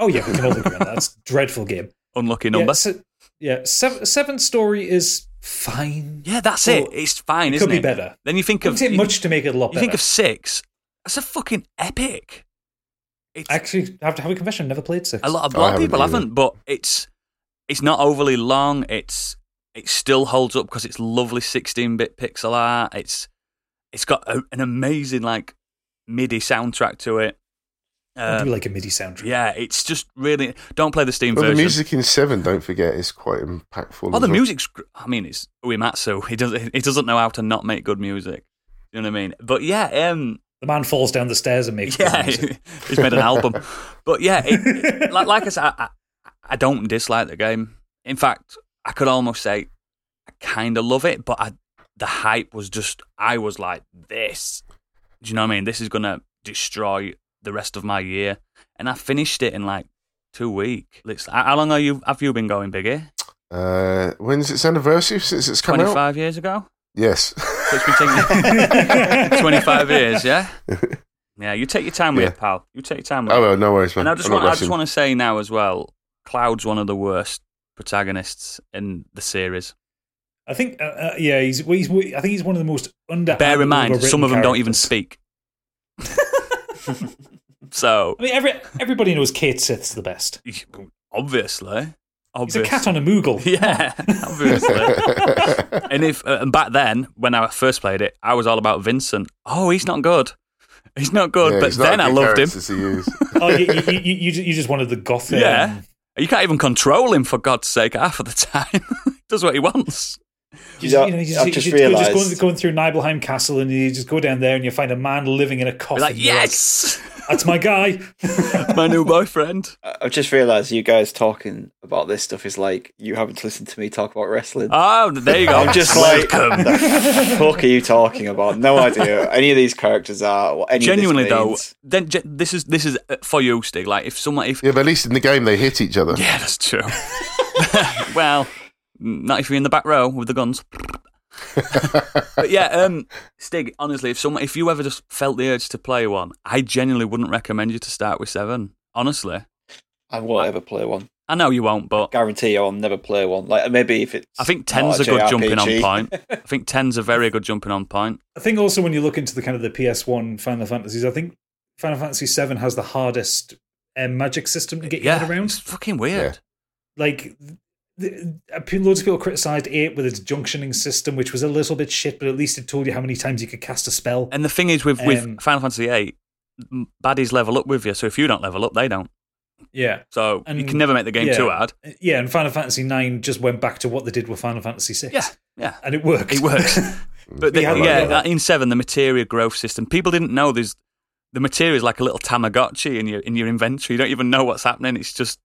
Oh yeah, we can all agree on that. That's a [LAUGHS] dreadful game. Unlucky number. Yeah, se- yeah seven, seven story is fine. Yeah, that's it. Well, It's fine, it isn't could be it? better. Then you think It of doesn't take you, much to make it a lot you better. think of six. That's a fucking epic. It's Actually, I have to have a confession. I've never played six. a lot of, I a lot of haven't people either. haven't, but it's it's not overly long. It's it still holds up because it's lovely 16-bit pixel art. It's it's got a, an amazing like MIDI soundtrack to it. I Um, do like a MIDI soundtrack. yeah, it's just really. Don't play the Steam well, the version. music in Seven, don't forget, is quite impactful. Oh, as the well. music's. gr- I mean, it's Uematsu. He doesn't. He doesn't know how to not make good music. You know what I mean? But yeah, um, The man falls down the stairs and makes [LAUGHS] yeah, yeah. he's made an album. But yeah, it, it- like, like I said, I, I, I don't dislike the game. In fact, I could almost say I kind of love it. But I, the hype was just. I was like, this. Do you know what I mean? This is gonna destroy the rest of my year. And I finished it in like two weeks. How long are you? Have you been going, Biggie? Uh, when's its anniversary since it's come Twenty out? five years ago. Yes. [LAUGHS] So it's been [LAUGHS] taking 25 years, yeah? Yeah, you take your time with Yeah. it, pal. You take your time with oh, it. well, no worries, man. and I just, I'm not want, I just rushing. want to say now as well Cloud's one of the worst protagonists in the series. I think, uh, uh, yeah, he's, well, he's. I think he's one of the most under. Bear in mind, some of them don't even speak. speak. [LAUGHS] so, I mean, every, everybody knows Kate Sith's the best. obviously. He's obviously. [LAUGHS] a cat on a Moogle. Yeah, obviously. [LAUGHS] and if uh, and back then when I first played it, I was all about Vincent. Oh, he's not good. He's not good. Yeah, but it's not then a I good loved him. character to use. Oh, you, you, you, you ju- you just wanted the goth. um, Yeah. You can't even control him for God's sake half of the time. [LAUGHS] he does what he wants. You know, you I've just you go- realised. Just going, going through Nibelheim Castle and you just go down there and you find a man living in a Be coffin. like, You're yes, [LAUGHS] That's my guy. my new boyfriend. I- I've just realised you guys talking about this stuff is like you haven't listened to me talk about wrestling. Oh, there you go. I'm just like, [LAUGHS] Welcome. the fuck are you talking about? No idea who any of these characters are. What any Genuinely of this though, means. then ge- this is this is uh, for you, Stig. Like if someone, if [LAUGHS] yeah, but at least in the game they hit each other. yeah, that's [LAUGHS] true. [LAUGHS] well, not if you're in the back row with the guns. but yeah, um, Stig. Honestly, if someone, if you ever just felt the urge to play one, I genuinely wouldn't recommend you to start with seven. Honestly, I won't ever play one. I know you won't, but Guarantee you, I'll never play one. Like maybe if it's. I think not ten's a good jumping on JRPG. point. I think ten's a very good jumping on point. I think also when you look into the kind of the PS1 Final Fantasies, I think Final Fantasy VII has the hardest um, magic system to get your Yeah, head it's around. fucking weird. Like, the, uh, pe- loads of people criticised it with its junctioning system, which was a little bit shit, but at least it told you how many times you could cast a spell. And the thing is with with Um, Final Fantasy VIII, baddies level up with you. So if you don't level up, they don't. Yeah. So you And- can never make the game yeah. Uh, too hard. Yeah, and Final Fantasy IX just went back to what they did with Final Fantasy VI. Yeah, yeah. And it worked. It works. But the, We yeah, had that, yeah. that in seven, the materia growth system. People didn't know there's the materia is like a little Tamagotchi in your in your inventory. You don't even know what's happening. It's just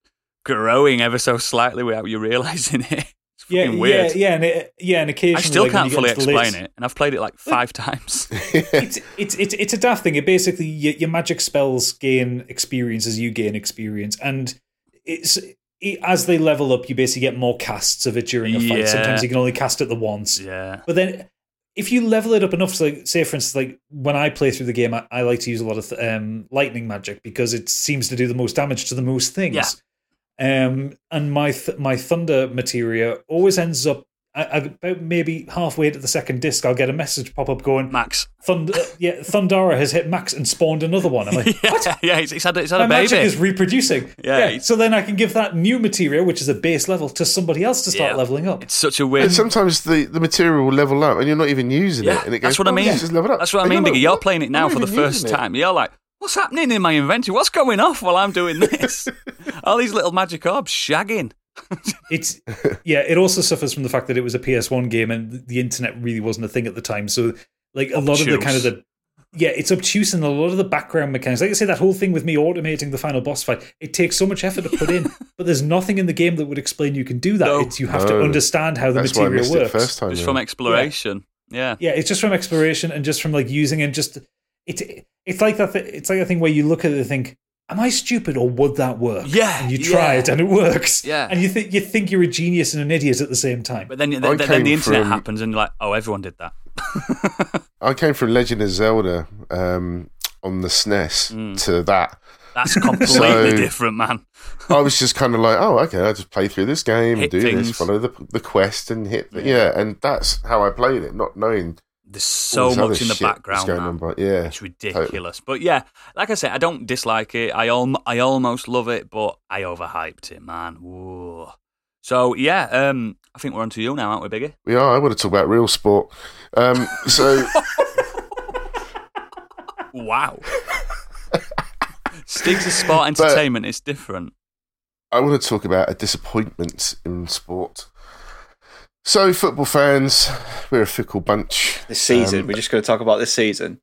growing ever so slightly without you [LAUGHS] realizing it. It's yeah, fucking weird. yeah, yeah, and it, yeah, and occasionally I still like, when can't you fully get into the explain latest- it, and I've played it like five times. It's, [LAUGHS] it's it's it's a daft thing. It basically your, your magic spells gain experience as you gain experience, and it's it, as they level up, you basically get more casts of it during a Yeah. fight. Sometimes you can only cast it the once, yeah, but then if you level it up enough, so like say for instance, like when I play through the game, I, I like to use a lot of um, lightning magic because it seems to do the most damage to the most things. Yeah. Um, and my th- my thunder materia always ends up I, I, about maybe halfway to the second disc. I'll get a message pop up going, Max. [LAUGHS] "Thunder, yeah, Thundara has hit max and spawned another one." [LAUGHS] I'm like, Yeah, yeah. It's, it's had it's had my a baby. magic is reproducing. Yeah, it's- so then I can give that new materia, which is a base level, to somebody else to start Yeah. leveling up. It's such a weird. And sometimes the, the material will level up and you're not even using Yeah, it. And it goes, that's what I "Oh, mean. yeah, just level up." That's what I And mean, you're Diggy. like, You're "What? playing it now I'm for not the even first using it." time. You're like, what's happening in my inventory? What's going off while I'm [LAUGHS] doing this? All these little magic orbs shagging. [LAUGHS] it's yeah it also suffers from the fact that it was a ps1 game and the internet really wasn't a thing at the time so like a lot of the Obtuse. kind of the yeah it's obtuse and a lot of the background mechanics like i say that whole thing with me automating the final boss fight it takes so much effort to put [LAUGHS] in but there's nothing in the game that would explain you can do that No. it's you have No. to understand how the That's why I material missed works it first time. Just Oh, yeah. from exploration. Yeah. yeah it's just from exploration and just from like using and just it it's like that thi- it's like a thing where you look at it and think am i stupid or would that work Yeah, and you yeah. try it and it works Yeah. and you think you think you're a genius and an idiot at the same time But then, then, I then the came internet from- happens and you're like, oh, everyone did [LAUGHS] that. I came from Legend of Zelda um, on the SNES Mm. to that. That's completely So- different, man. I was just kind of like, oh, okay, I'll just play through this game Hit and do things. this, follow the, the quest and hit. The, yeah. and that's how I played it, not knowing There's so all this much other in the shit that's background, going man. on. But yeah, It's ridiculous. But yeah, like I said, I don't dislike it. I al- I almost love it, but I overhyped it, man. Whoa. So yeah, um, I think we're on to you now, aren't we, Biggie? we are. I want to talk about real sport. [LAUGHS] Um, so Wow. Stig's a sport But- entertainment. It's different. I want to talk about a disappointment in sport. So, football fans, we're a fickle bunch. This season, Um, we're just going to talk about this season.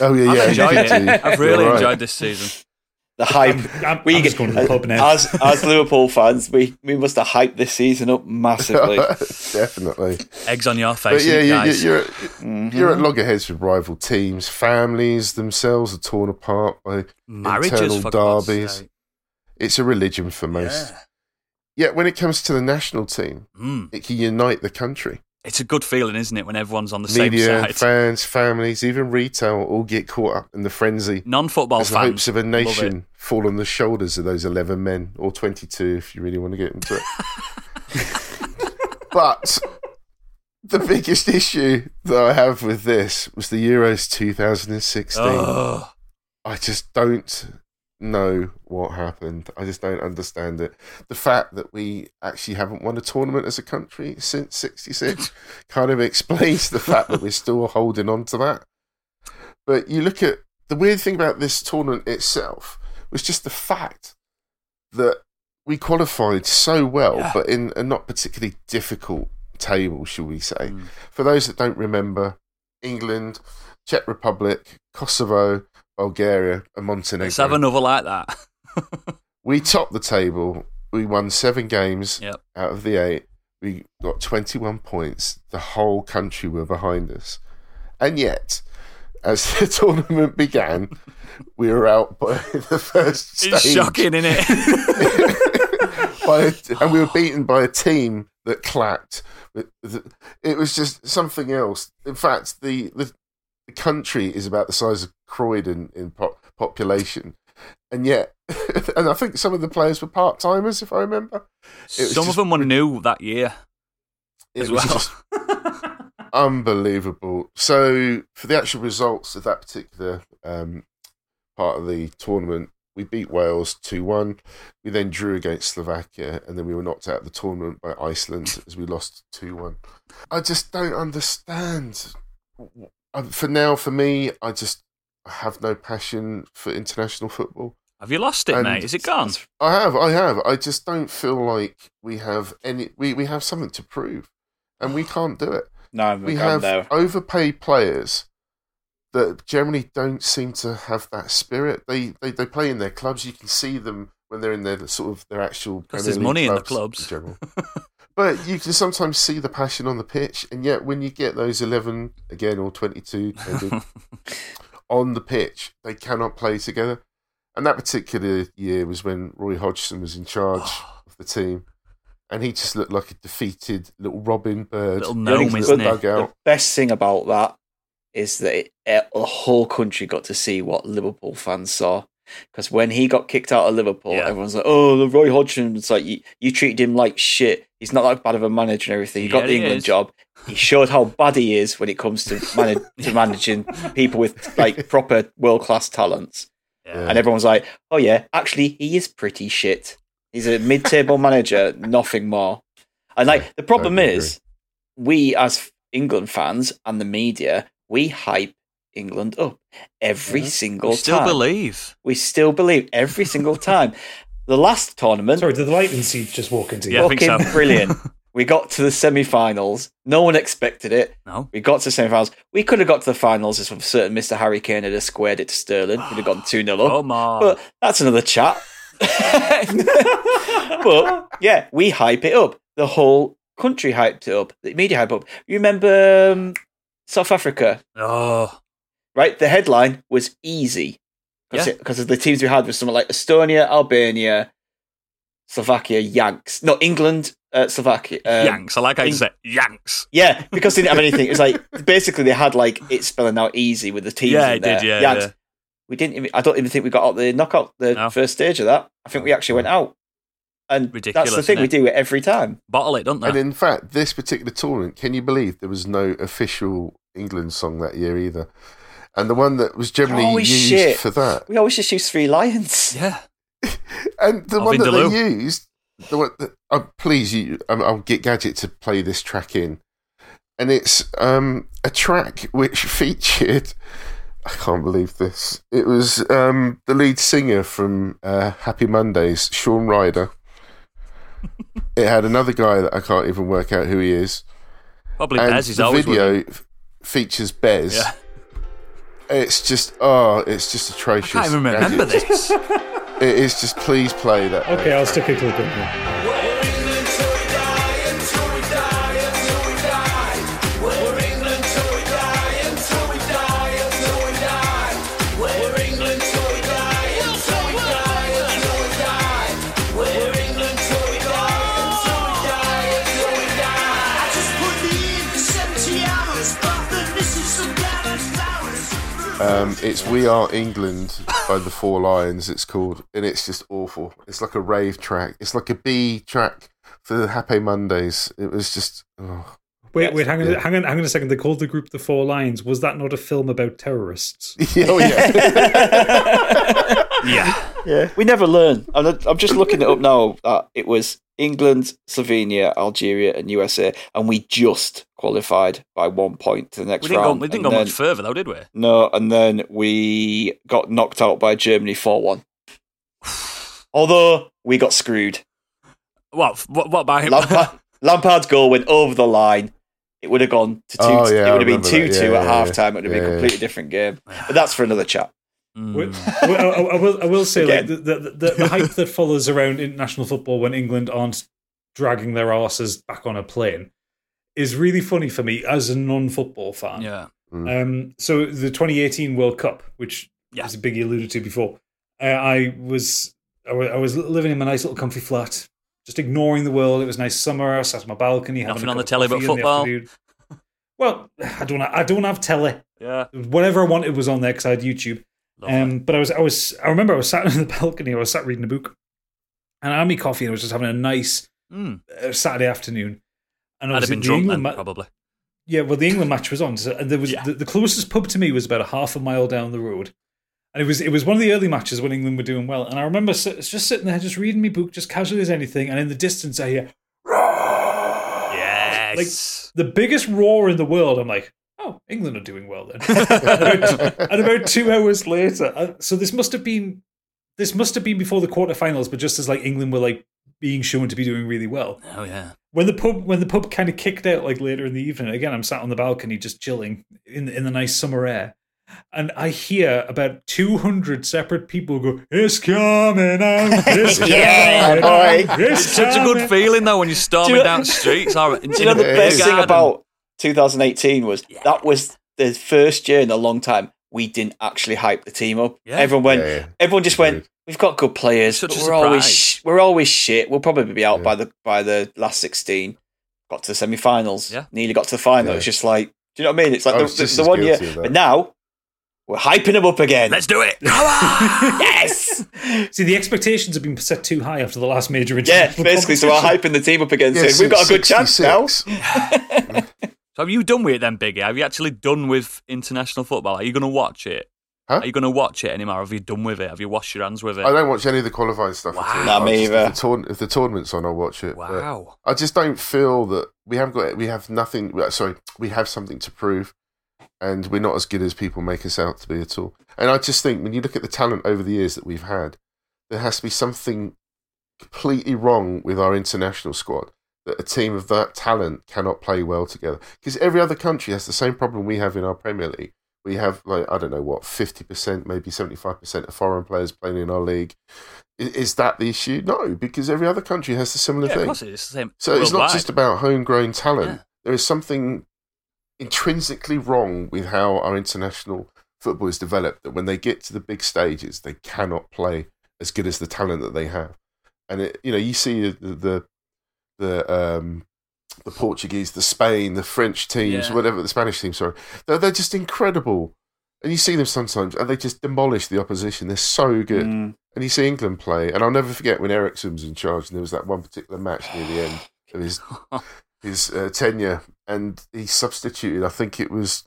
Oh yeah, yeah. I've enjoyed you it. do. I've really You're right. enjoyed this season. The hype. I'm, I'm, I'm just going to the pub now. as as Liverpool fans, we, we must have hyped this season up [LAUGHS] massively. Definitely. Eggs on your face, But yeah, innit, you, you, guys. Mm-hmm. you're you're at loggerheads with rival teams. Families themselves are torn apart by Marriages internal for God's derbies. sake. It's a religion for most. Yeah. Yet when it comes to the national team, Mm. it can unite the country. It's a good feeling, isn't it, when everyone's on the Media, same side? fans, families, even retail all get caught up in the frenzy Non-football as the fans hopes of a love it. nation fall on the shoulders of those 11 men, or 22 if you really want to get into [LAUGHS] it. but the biggest issue that I have with this was the Euros 2016. Ugh. I just don't know what happened. I just don't understand it. The fact that we actually haven't won a tournament as a country since 66 kind of explains the fact that we're still holding on to that. But you look at the weird thing about this tournament itself was just the fact that we qualified so well, Yeah. but in a not particularly difficult table, shall we say. For those that don't remember, England, Czech Republic, Kosovo, Bulgaria, and Montenegro. Let's have another like [LAUGHS] that. We topped the table. We won seven games Yep. out of the eight. We got 21 points. The whole country were behind us. And yet, as [LAUGHS] the tournament began, we were out by [LAUGHS] the first stage. It's shocking, isn't it? [LAUGHS] by a, and we were beaten by a team that clapped. It was just something else. In fact, the the, the country is about the size of Croydon in pop, population, and yet, [LAUGHS] and I think some of the players were part timers, if I remember. was Some of just- them were new that year. It As was well. just [LAUGHS] unbelievable. So, for the actual results of that particular um, part of the tournament, we beat Wales 2 1. We then drew against Slovakia, and then we were knocked out of the tournament by Iceland as we lost 2 1. I just don't understand. Uh, For now, for me, I just. I have no passion for international football. Have you lost it, And- mate? [LAUGHS] Is it gone? I have, I have. I just don't feel like we have any. We, we have something to prove, and we can't do it. No, I'm we gone have there. overpaid players that generally don't seem to have that spirit. They, they they play in their clubs. You can see them when they're in their sort of their actual. 'Cause Premier there's League money in the clubs. in general. [LAUGHS] but you can sometimes see the passion on the pitch, and yet when you get those eleven again or twenty-two [LAUGHS] maybe, on the pitch, they cannot play together. And that particular year was when Roy Hodgson was [SIGHS] in charge of the team. And he just looked like a defeated little Robin Bird. Little running gnome, to the isn't he? dugout. The best thing about that is that it, it- the whole country got to see what Liverpool fans saw. Because when he got kicked out of Liverpool, Yeah. everyone's like, "Oh, the Roy Hodgson." It's like you, you treated him like shit. He's not that bad of a manager and everything. He got Yeah, the he England is. job. He showed how bad he is when it comes to manage, to managing people with like proper world class talents. Yeah. And everyone's like, "Oh yeah, actually, he is pretty shit. He's a mid-table manager, [LAUGHS] nothing more." And like the problem totally is, we as England fans and the media, we hype England up every single We still time. believe. we still believe every single time. The last tournament, Sorry, did the lightning seed just walk into you? Yeah, I think fucking so. [LAUGHS] brilliant. We got to the semi-finals. No one expected it. No. We got to the semi-finals. We could have got to the finals if a certain Mr. Harry Kane had have squared it to Sterling. We'd have gone 2-0 up. Come on. But that's another chat. [LAUGHS] but yeah, we hype it up. The whole country hyped it up. The media hype up. You remember um, South Africa, oh, right? The headline was easy Yeah. because the teams we had was something like Estonia, Albania, Slovakia, Yanks. No, England, uh, Slovakia. um, Yanks. I like how you in- say Yanks. Yeah, because they didn't have anything. It was like basically they had like it spelling out easy with the teams. Yeah, in it there. did. Yeah, Yanks yeah. we didn't even I don't even think we got out the knockout the No. Oh, first stage of that. I think we actually went out. And Ridiculous, that's the thing we isn't do it every time. Bottle it, don't they? And in fact, this particular tournament, can you believe there was no official England song that year either? And the one that was generally Holy used shit. for that, We always just use three lions. [LAUGHS] yeah. and the Of one that Vindaloo. they used, the one that, uh, please, you, um, I'll get Gadget to play this track in, and it's um, a track which [LAUGHS] featured. I can't believe this. It was um, the lead singer from uh, Happy Mondays, [LAUGHS] Sean Ryder. it had another guy that I can't even work out who he is. Probably and Bez is the always with video f- features Bez. Yeah. It's just oh, it's just I atrocious. can't even remember And it- [LAUGHS] this. It is just please play that. Okay, I'll stick a clip in here. Um, it's We Are England by the Four Lions. It's called, and it's just awful. It's like a rave track. It's like a B track for the Happy Mondays. It was just oh. [LAUGHS] Wait, wait, hang on, Yeah. hang on, hang on a second. They called the group the Four Lions. Was that not a film about terrorists? [LAUGHS] oh yeah. yeah. Yeah. [LAUGHS] We never learn. I'm, not- I'm just looking it up now that it was England, Slovenia, Algeria, and USA, and we just qualified by one point to the next We didn't go, round. we didn't and go then- much further, though, did we? No, and then we got knocked out by Germany 4 1. [SIGHS] Although we got [LAUGHS] screwed. What? What, what by Lampard, Lampard's goal went over the line. It would have gone to two. Oh, yeah, it I would have been remember two that. two Yeah, at yeah, half yeah. time. It would have been Yeah, a yeah. completely different game. But that's for another [LAUGHS] chat. Well, Mm. well, I, I will, I will say, like, the, Again. the, the, [LAUGHS] the hype that follows around international football when England aren't dragging their asses back on a plane is really funny for me as a non football fan. Yeah. Um, so, the 2018 World Cup, which Yeah. as Biggie alluded to before, I, I, was, I was I was living in my nice little comfy flat, just ignoring the world. It was nice summer. I sat on my balcony, having Nothing a on the cup of telly but coffee in the football. afternoon. Well, I don't I don't have telly. Yeah. Whatever I wanted was on there because I had YouTube. Um, but I was, I was, I remember I was sat [LAUGHS] on the balcony. I was sat reading a book, and I had my coffee, and I was just having a nice Mm. uh, Saturday afternoon. And I'd have obviously been the drunk then, England ma- probably. yeah, well, the England match was on, so and there was Yeah. the, the closest pub to me was about a half a mile down the road, and it was it was one of the early matches when England were doing well, and I remember si- just sitting there, just reading my book, just casually as anything, and in the distance I hear Yes. the biggest roar in the world. I'm like, oh, oh, England are doing well then. and about- and about two hours later, uh, so this must have been this must have been before the quarterfinals, but just as like England were like being shown to be doing really well. Oh yeah. When the pub when the pub kind of kicked out like later in the evening, again I'm sat on the balcony just chilling in the, in the nice summer air. And I hear about 200 separate people go, It's coming out. [LAUGHS] It's coming Yeah, out, boy. It's Oh, Such a [LAUGHS] coming good feeling though when you're storming Do you- [LAUGHS] down streets. Or, Do you know the Yeah, best yeah. thing about 2018 was that was the first year in a long time we didn't actually hype the team up. Yeah. Everyone went. Yeah, yeah. Everyone just Agreed. went. We've got good players, Such but a we're always surprise. sh- we're always shit. We'll probably be out Yeah. by the by the last 16. Got to the semi-finals. Yeah. Nearly got to the final. Yeah. It's just like, do you know what I mean? It's like I the, was the, just the as one year, guilty of that. but now we're hyping them up again. Let's do it. Come [LAUGHS] on! [LAUGHS] yes, See, the expectations have been set too high after the last major yeah. international Basically, so we're competition. hyping the team up again. Yeah, saying we've got a good since chance now. 66. So have you done with it then, Biggie? Have you actually done with international football? Are you going to watch it? Huh? Are you going to watch it anymore? Have you done with it? Have you washed your hands with it? I don't watch any of the qualifying stuff. at all. Nah, I'll me just- either. If the, tourn- if the tournament's on, I'll watch it. but wow. I just don't feel that we haven't got. We have nothing. well, Sorry, we have something to prove, and we're not as good as people make us out to be at all. And I just think when you look at the talent over the years that we've had, there has to be something completely wrong with our international squad that a team of that talent cannot play well together. Because every other country has the same problem we have in our Premier League. We have like I don't know what fifty percent, maybe seventy five percent of foreign players playing in our league. I- Is that the issue? No, because every other country has the similar Yeah, of thing. course it is. It's the same. So it's not worldwide. just about homegrown talent. Yeah. There is something intrinsically wrong with how our international football is developed. That when they get to the big stages, they cannot play as good as the talent that they have. And it, you know, you see the the the, um, the Portuguese, the Spain, the French teams, Yeah. whatever the Spanish teams. Sorry, they're, they're just incredible. And you see them sometimes, and they just demolish the opposition. They're so good. Mm. And you see England play, and I'll never forget when Ericsson was in charge, and there was that one particular match near the end of his his uh, tenure, and he substituted. I think it was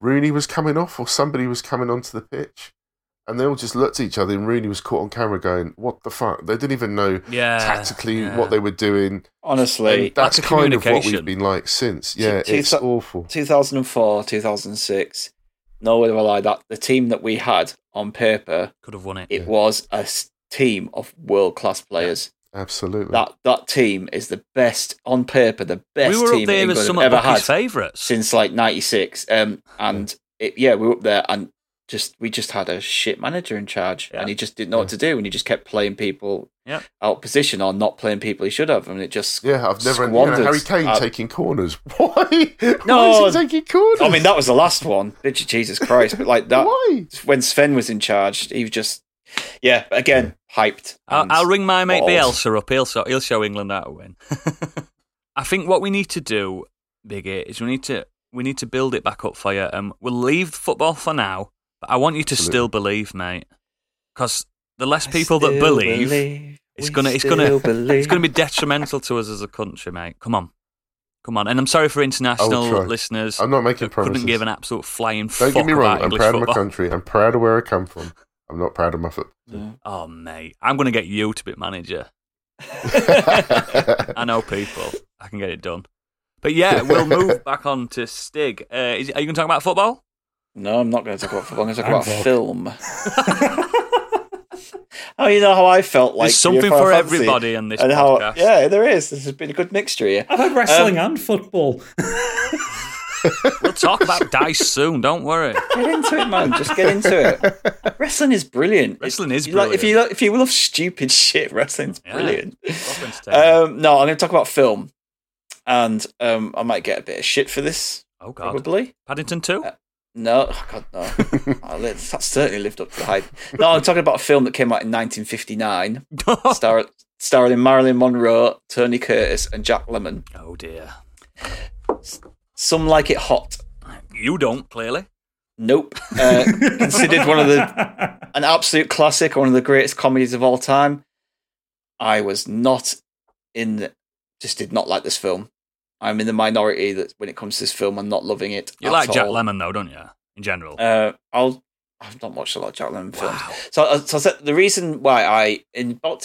Rooney was coming off, or somebody was coming onto the pitch, and they all just looked at each other. And Rooney was caught on camera going, "What the fuck?" They didn't even know yeah, tactically yeah. what they were doing. Honestly, and that's lack of kind of what we've communication. been like since. Yeah, T- it's T- awful. 2004, 2006, no way will I that the team that we had on paper, could have won it. it Yeah. was a s- team of world class players. Absolutely. That that team is the best on paper, the best we were team up there England as have some of ever had Bucky's favourites. since like '96. Um, and it, yeah, we were up there and just we just had a shit manager in charge, Yeah. and he just didn't know what to do, and he just kept playing people Yeah. out of position or not playing people he should have, and it just yeah, I've never. You know, squandered. Harry Kane Uh, taking corners. [LAUGHS] Why? Why No. is he taking corners? I mean, that was the last one. Did you- Jesus Christ! But like that, Why? when Sven was in charge, he was just, yeah, again, hyped. I'll, and I'll ring my mate balls. Bielsa up. He'll show, he'll show England how to win. [LAUGHS] I think what we need to do, Biggie, is we need to we need to build it back up for you. Um, we'll leave football for now, but I want you to Absolutely. still believe, mate, because the less people that believe, it's gonna it's gonna [LAUGHS] it's gonna be detrimental to us as a country, mate. Come on, come on. And I'm sorry for international try. listeners. I'm not making promises. couldn't give an absolute flying Don't fuck get me wrong. about I'm English proud of my football. country. I'm proud of where I come from. I'm not proud of my football. Oh, mate, I'm going to get you to be manager. I know [LAUGHS] people. I can get it done. But yeah, we'll move back on to Stig. Uh, is, are you going to talk about football? No, I'm not going to talk about football. I'm going to talk I'm about broke. film. [LAUGHS] oh, you know how I felt like There's something your Final for Fantasy everybody on this and how, podcast. Yeah, there is. This has been a good mixture here. I've had wrestling Um, and football. We'll talk [LAUGHS] about dice soon. Don't worry. Get into it, man. Just get into [LAUGHS] it. Wrestling is brilliant. Wrestling is You like- if brilliant. you lo- if you love stupid [LAUGHS] shit, wrestling's Yeah. brilliant. Proper [LAUGHS] entertainment. Um, no, I'm going to talk about film, and um, I might get a bit of shit for this. oh God, Probably. Paddington Two. No, oh, God, no. [LAUGHS] Oh, li- that certainly lived up to the hype. No, I'm talking about a film that came out [LAUGHS] in 1959, star- starring Marilyn Monroe, Tony Curtis, and Jack Lemmon. oh dear, Some like it hot. you don't clearly. Nope. [LAUGHS] Uh, considered one of the an absolute classic, one of the greatest comedies of all time. I was not in. The, just did not like this film. I'm in the minority that when it comes to this film, I'm not loving it. You at like Jack all. Lemon though, don't you? In general. Uh, I'll. I've not watched a lot of Jack Lemmon films. Wow. So, uh, so I said the reason why I in about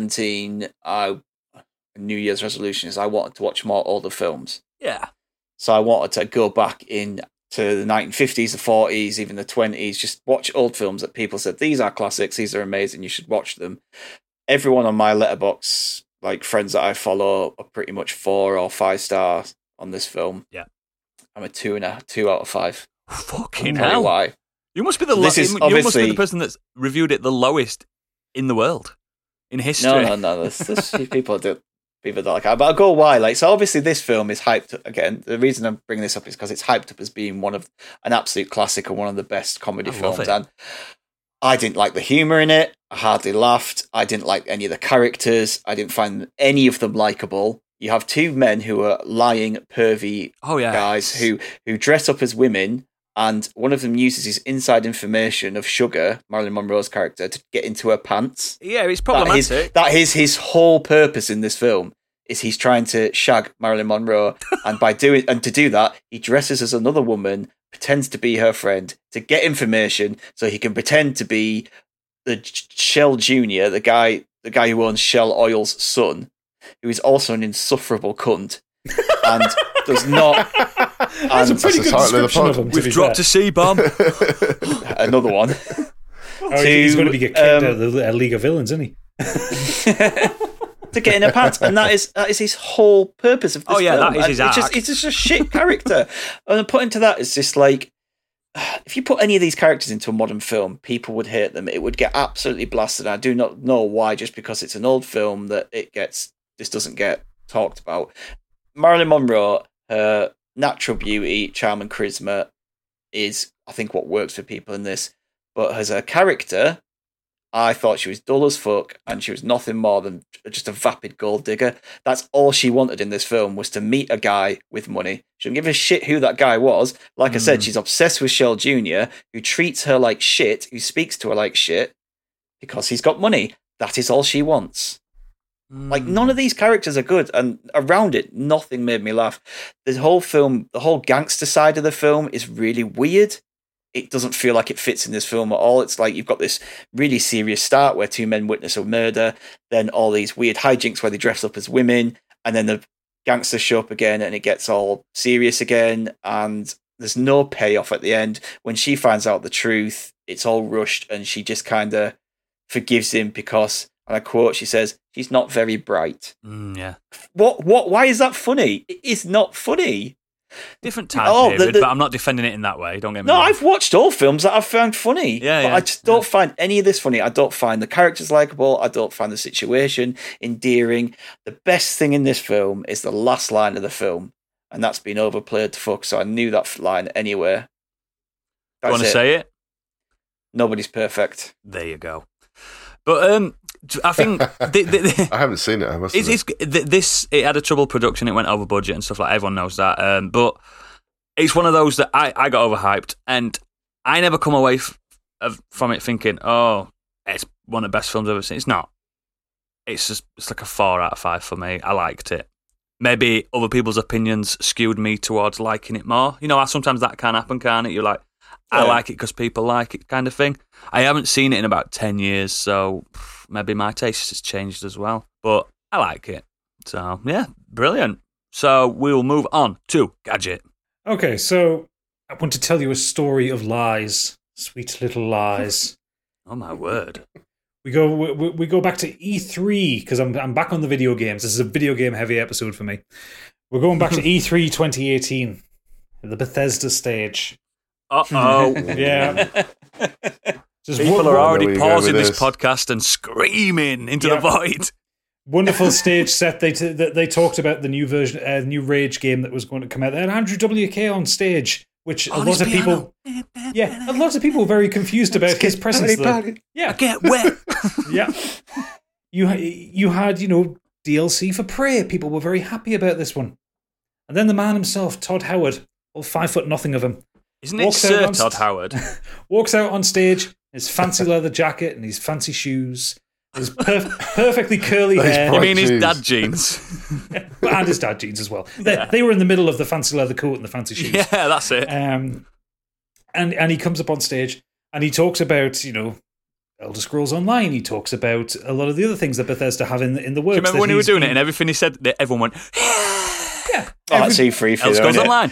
2017, I New Year's resolution is I wanted to watch more older films. Yeah. So I wanted to go back in to the 1950s, the 40s, even the 20s. Just watch old films that people said these are classics, these are amazing, you should watch them. Everyone on my letterbox, like friends that I follow, are pretty much four or five star on this film. Yeah. I'm a two and a two out of five. Fucking Tell you hell! why. You must be the oh This lo- is you must be obviously- the person that's reviewed it the lowest in the world in history. No, no, no. There's, there's few people that people that like that. But I'll go why. Like, so obviously this film is hyped up- again. The reason I'm bringing this up is because it's hyped up as being one of an absolute classic and one of the best comedy I love it. films. And I didn't like the humor in it. I hardly laughed. I didn't like any of the characters. I didn't find any of them likable. You have two men who are lying, pervy Oh yeah, guys who who dress up as women and one of them uses his inside information of sugar marilyn monroe's character to get into her pants [LAUGHS] Yeah, it's that problematic. is, that is his whole purpose in this film is he's trying to shag Marilyn Monroe, and by doing and to do that, he dresses as another woman, pretends to be her friend to get information, so he can pretend to be the J- Shell Junior, the guy, the guy who owns Shell Oil's son, who is also an insufferable cunt, and does not That's a and pretty That's good the title of description the of pod. him. to We've be dropped fair. a C bomb. another one. Oh, he's to, going to be a kicked um, out of the uh, League of Villains, isn't he? to get in her pants, and that is that is his whole purpose of this. Oh, yeah, film. that is And his it's arc. Just, it's just a shit character, [LAUGHS] and put into that is just like if you put any of these characters into a modern film, people would hate them. It would get absolutely blasted. I do not know why, just because it's an old film that it gets this doesn't get talked about. Marilyn Monroe, her natural beauty, charm, and charisma is, I think, what works for people in this. But as a character, I thought she was dull as fuck, and she was nothing more than just a vapid gold digger. That's all she wanted in this film was to meet a guy with money. She didn't give a shit who that guy was. Like I said, she's obsessed with Shell Junior, who treats her like shit, who speaks to her like shit, because he's got money. That is all she wants. Like none of these characters are good, and around it, nothing made me laugh. The whole film, the whole gangster side of the film, is really weird. It doesn't feel like it fits in this film at all. It's like you've got this really serious start where two men witness a murder, then all these weird hijinks where they dress up as women, and then the gangsters show up again, and it gets all serious again. And there's no payoff at the end when she finds out the truth. It's all rushed, and she just kind of forgives him because, and I quote, she says, "She's not very bright." Mm, yeah, What? What? Why is that funny? It is not funny. different time Oh, the- period, the- but I'm not defending it in that way. Don't get me No, wrong. I've watched all films that I've found funny. Yeah, but yeah. I just don't find any of this funny. I don't find the characters likable. I don't find the situation endearing. The best thing in this film is the last line of the film, and that's been overplayed to fuck. So I knew that f- line anywhere. That's want to it. say it. nobody's perfect. There you go. But um, d- I think the, the, [LAUGHS] I haven't seen it. I must. it's, admit. it's, th- this it had a trouble production. It went over budget and stuff like everyone knows that. Um, but it's one of those that I, I got overhyped and I never come away f- of, from it thinking, oh, it's one of the best films I've ever seen. It's not. It's just it's like a four out of five for me. I liked it. Maybe other people's opinions skewed me towards liking it more. You know, I- sometimes that can happen, can't it? You're like, I Yeah. like it because people like it, kind of thing. I haven't seen it in about ten years, so pff, maybe my taste has changed as well. But I like it. So yeah, brilliant. So we'll move on to gadget. Okay, so I want to tell you a story of lies, sweet little lies. Oh my word! We go we- we, we go back to E3 because I'm I'm back on the video games. This is a video game heavy episode for me. We're [LAUGHS] going back to E E3 2018, the Bethesda stage. Uh oh. [LAUGHS] Yeah. Just People are wo- wo- There already we go pausing with this. this. podcast and screaming into Yeah. the void. wonderful stage set. They t- that they talked about the new version, uh, new Rage game that was going to come out. They had Andrew WK on stage, which a lot of Oh, people, yeah, a lot of people were very confused about his presence. there. I [LAUGHS] get wet. yeah. You you had you know DLC for Prey. People were very happy about this one, and then the man himself, Todd Howard, all five foot nothing of him, Isn't it Walks out Sir on Todd st- [LAUGHS] Howard? walks out on stage, in his fancy leather jacket and his fancy shoes, his perf- perfectly curly Those hair, You Right, mean his jeez. dad jeans? and his dad jeans as well. They, they were in the middle of the fancy leather coat and the fancy shoes. yeah, that's it. Um, and and he comes up on stage and he talks about you know Elder Scrolls Online. He talks about a lot of the other things that Bethesda have in in the Do you works. remember that when he he's was doing it been- and everything he said? that Everyone went, Yeah, Oh, every- that's E3 for else you, goes isn't it? online.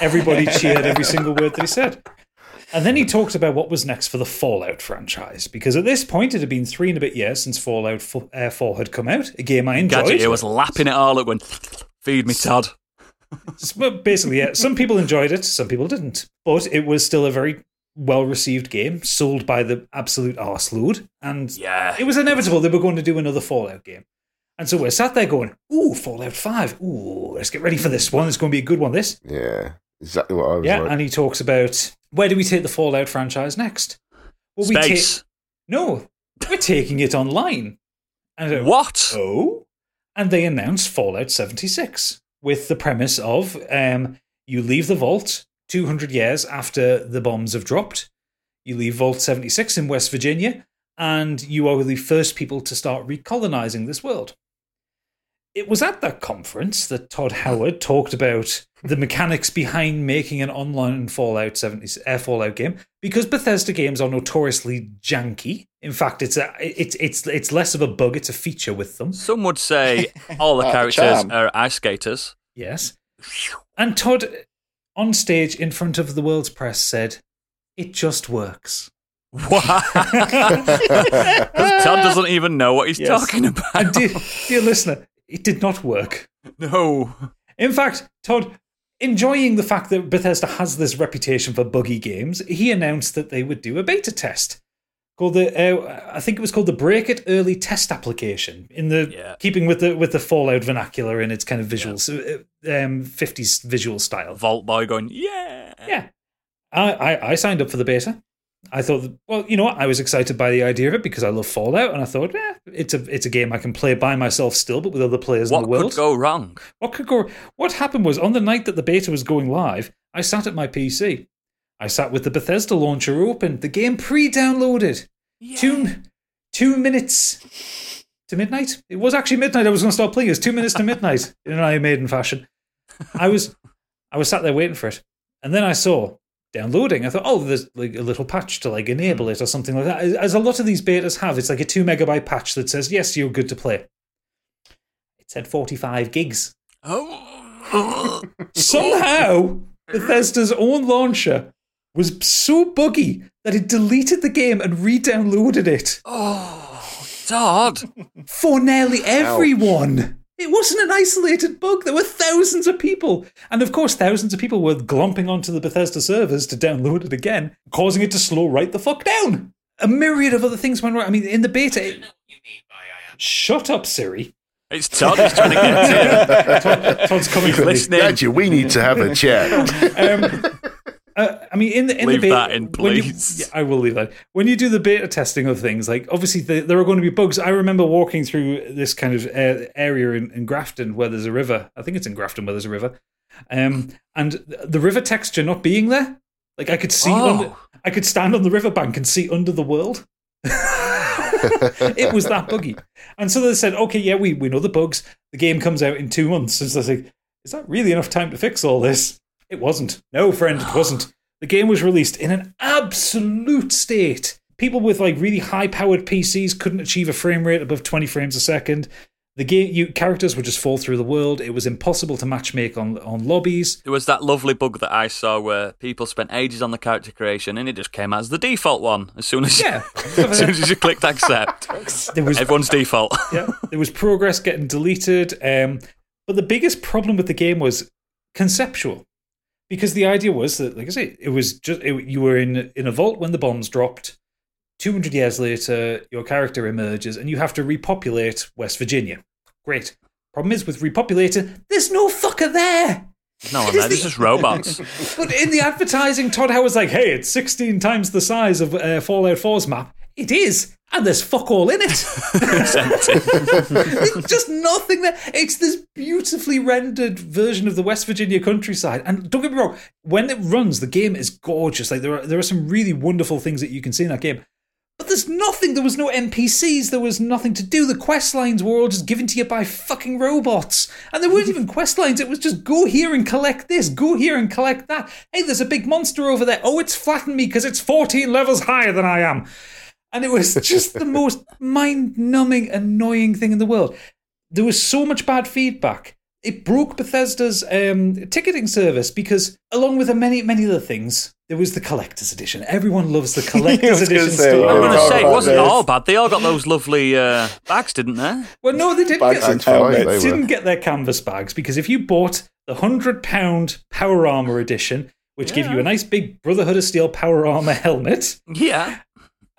Everybody cheered every single word that he said. And then he talked about what was next for the Fallout franchise because at this point it had been three and a bit years since Fallout Fo- uh, 4 had come out, a game I enjoyed. Gadget here was lapping it all up when, feed me, Todd. S- but basically, yeah, some people enjoyed it, some people didn't. But it was still a very well received game, sold by the absolute arseload. And Yeah. it was inevitable they were going to do another Fallout game. And so we're sat there going, ooh, Fallout 5. Ooh, let's get ready for this one. It's going to be a good one, this. Yeah, exactly what I was Yeah. like. And he talks about where do we take the Fallout franchise next? Well, we take. Space. No, we're taking it online. And I go, What? Oh? And they announced Fallout 76 with the premise of um, you leave the vault 200 years after the bombs have dropped. You leave Vault 76 in West Virginia, and you are the first people to start recolonizing this world. It was at that conference that Todd Howard talked about the mechanics behind making an online Fallout 70 uh, Fallout game because Bethesda games are notoriously janky. In fact, it's a it's it's it's less of a bug; it's a feature with them. Some would say all the Like the characters charm. are ice skaters. Yes. And Todd, on stage in front of the world's press, said, "It just works." What? Todd doesn't even know what he's Yes. talking about. And [LAUGHS] dear, dear listener, it did not work. No. In fact, Todd, enjoying the fact that Bethesda has this reputation for buggy games, he announced that they would do a beta test called the uh, I think it was called the Break It Early Test application in the Yeah. keeping with the with the Fallout vernacular in its kind of visual uh, um, 50s visual style. Vault Boy going, yeah. Yeah. I, I I signed up for the beta. I thought, that- well, you know what? I was excited by the idea of it because I love Fallout, and I thought, yeah, it's a it's a game I can play by myself still, but with other players in What the world. could go wrong? What could go? What happened was on the night that the beta was going live, I sat at my PC. I sat with the Bethesda launcher open, the game pre-downloaded. Two, two minutes to midnight. It was actually midnight. I was going to start playing. It was two minutes to midnight in an Iron Maiden fashion. I was, I was sat there waiting for it, and then I saw downloading. I thought, oh, there's like a little patch to like enable it or something like that. As- As a lot of these betas have, it's like a two megabyte patch that says yes, you're good to play. It said forty five gigs. [LAUGHS] Oh. Somehow, Bethesda's own launcher was so buggy that it deleted the game and re downloaded it oh, Todd. for nearly everyone. It wasn't an isolated bug. There were thousands of people. And of course, thousands of people were glomping onto the Bethesda servers to download it again, causing it to slow right the fuck down. A myriad of other things went wrong. I mean, in the beta. It... Shut up, Siri. [LAUGHS] It's Todd. He's trying to get in. [LAUGHS] Todd's coming for me. Listening. Gadget, we need [LAUGHS] to have a chat. Um, Uh, I mean, in the in Leave the beta, that in, when you- please. yeah, I will leave that. When you do the beta testing of things, like obviously the, there are going to be bugs. I remember walking through this kind of uh, area in, in Grafton where there's a river. I think it's in Grafton where there's a river, um, and th- the river texture not being there. Like I could see, Oh. under- I could stand on the riverbank and see under the world. it was that buggy, and so they said, "Okay, yeah, we we know the bugs. The game comes out in two months." And so I was like, "Is that really enough time to fix all this?" It wasn't. No, friend, it wasn't. The game was released in an absolute state. People with like really high-powered PCs couldn't achieve a frame rate above 20 frames a second. The game, you characters would just fall through the world. It was impossible to matchmake on on lobbies. There was that lovely bug that I saw where people spent ages on the character creation and it just came out as the default one as soon as Yeah. [LAUGHS] as soon as you clicked [LAUGHS] accept. There [LAUGHS] was Everyone's [LAUGHS] default. yeah, there was progress getting deleted. Um, but the biggest problem with the game was conceptual, because the idea was that, like I say, it was just it, you were in in a vault when the bombs dropped. Two hundred years later, your character emerges, and you have to repopulate West Virginia. Great. Problem is with repopulating, there's no fucker there. No one there. There's just [LAUGHS] robots. But in the advertising, Todd Howard's like, "Hey, it's 16 times the size of uh, Fallout 4's map." It is, and there's fuck all in it. It's empty. There's just nothing there. It's this beautifully rendered version of the West Virginia countryside. And don't get me wrong, when it runs, the game is gorgeous. Like there are there are some really wonderful things that you can see in that game. But there's nothing. There was no NPCs. There was nothing to do. The quest lines were all just given to you by fucking robots, and there [LAUGHS] weren't even quest lines. It was just go here and collect this, go here and collect that. Hey, there's a big monster over there. Oh, it's flattened me because it's 14 levels higher than I am. And it was just [LAUGHS] the most mind numbing, annoying thing in the world. There was so much bad feedback. it broke Bethesda's um, ticketing service because, along with the many, many other things, there was the collector's edition. Everyone [LAUGHS] loves the collector's was gonna edition say, still. I'm Oh, going to God, say, it about wasn't this. all bad. They all got those lovely uh, bags, didn't they? Well, no, they didn't Bags get and That's fine, helmets. they didn't were. get their canvas bags because if you bought the hundred pound Power Armor edition, which give you a nice big Brotherhood of Steel Power Armor helmet, Yeah.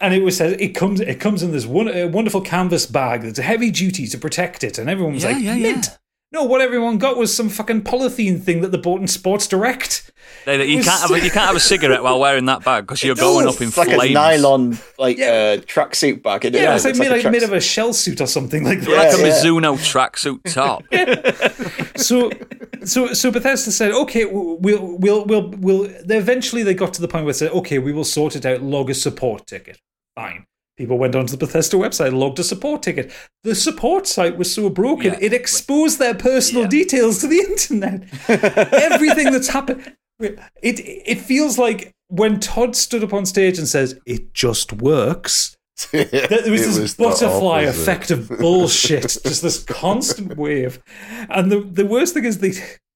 and it was said it comes it comes in this one, uh, wonderful canvas bag that's heavy duty to protect it, and everyone was Yeah, like, yeah, yeah. "Mint." No, what everyone got was some fucking polythene thing that they bought in Sports Direct. They, they- you was- can't have a, you can't have a cigarette while wearing that bag because you're going was up in It's like flames. a nylon like Yeah. uh, tracksuit bag. isn't it? Yeah, it's like It's made, a like made tracksuit. of a shell suit or something like that. Like a Yeah, yeah. Mizuno tracksuit top. so so so Bethesda said, okay, w- we'll we'll we'll we'll. They eventually they got to the point where they said, okay, we will sort it out. Log a support ticket. Fine. People went onto the Bethesda website, logged a support ticket. The support site was so broken, Yeah. it exposed their personal Yeah. details to the [LAUGHS] internet. Everything that's happened, it it feels like when Todd stood up on stage and says, "It just works." There there was It this the butterfly opposite. effect of [LAUGHS] bullshit, just this constant wave. And the, the worst thing is, they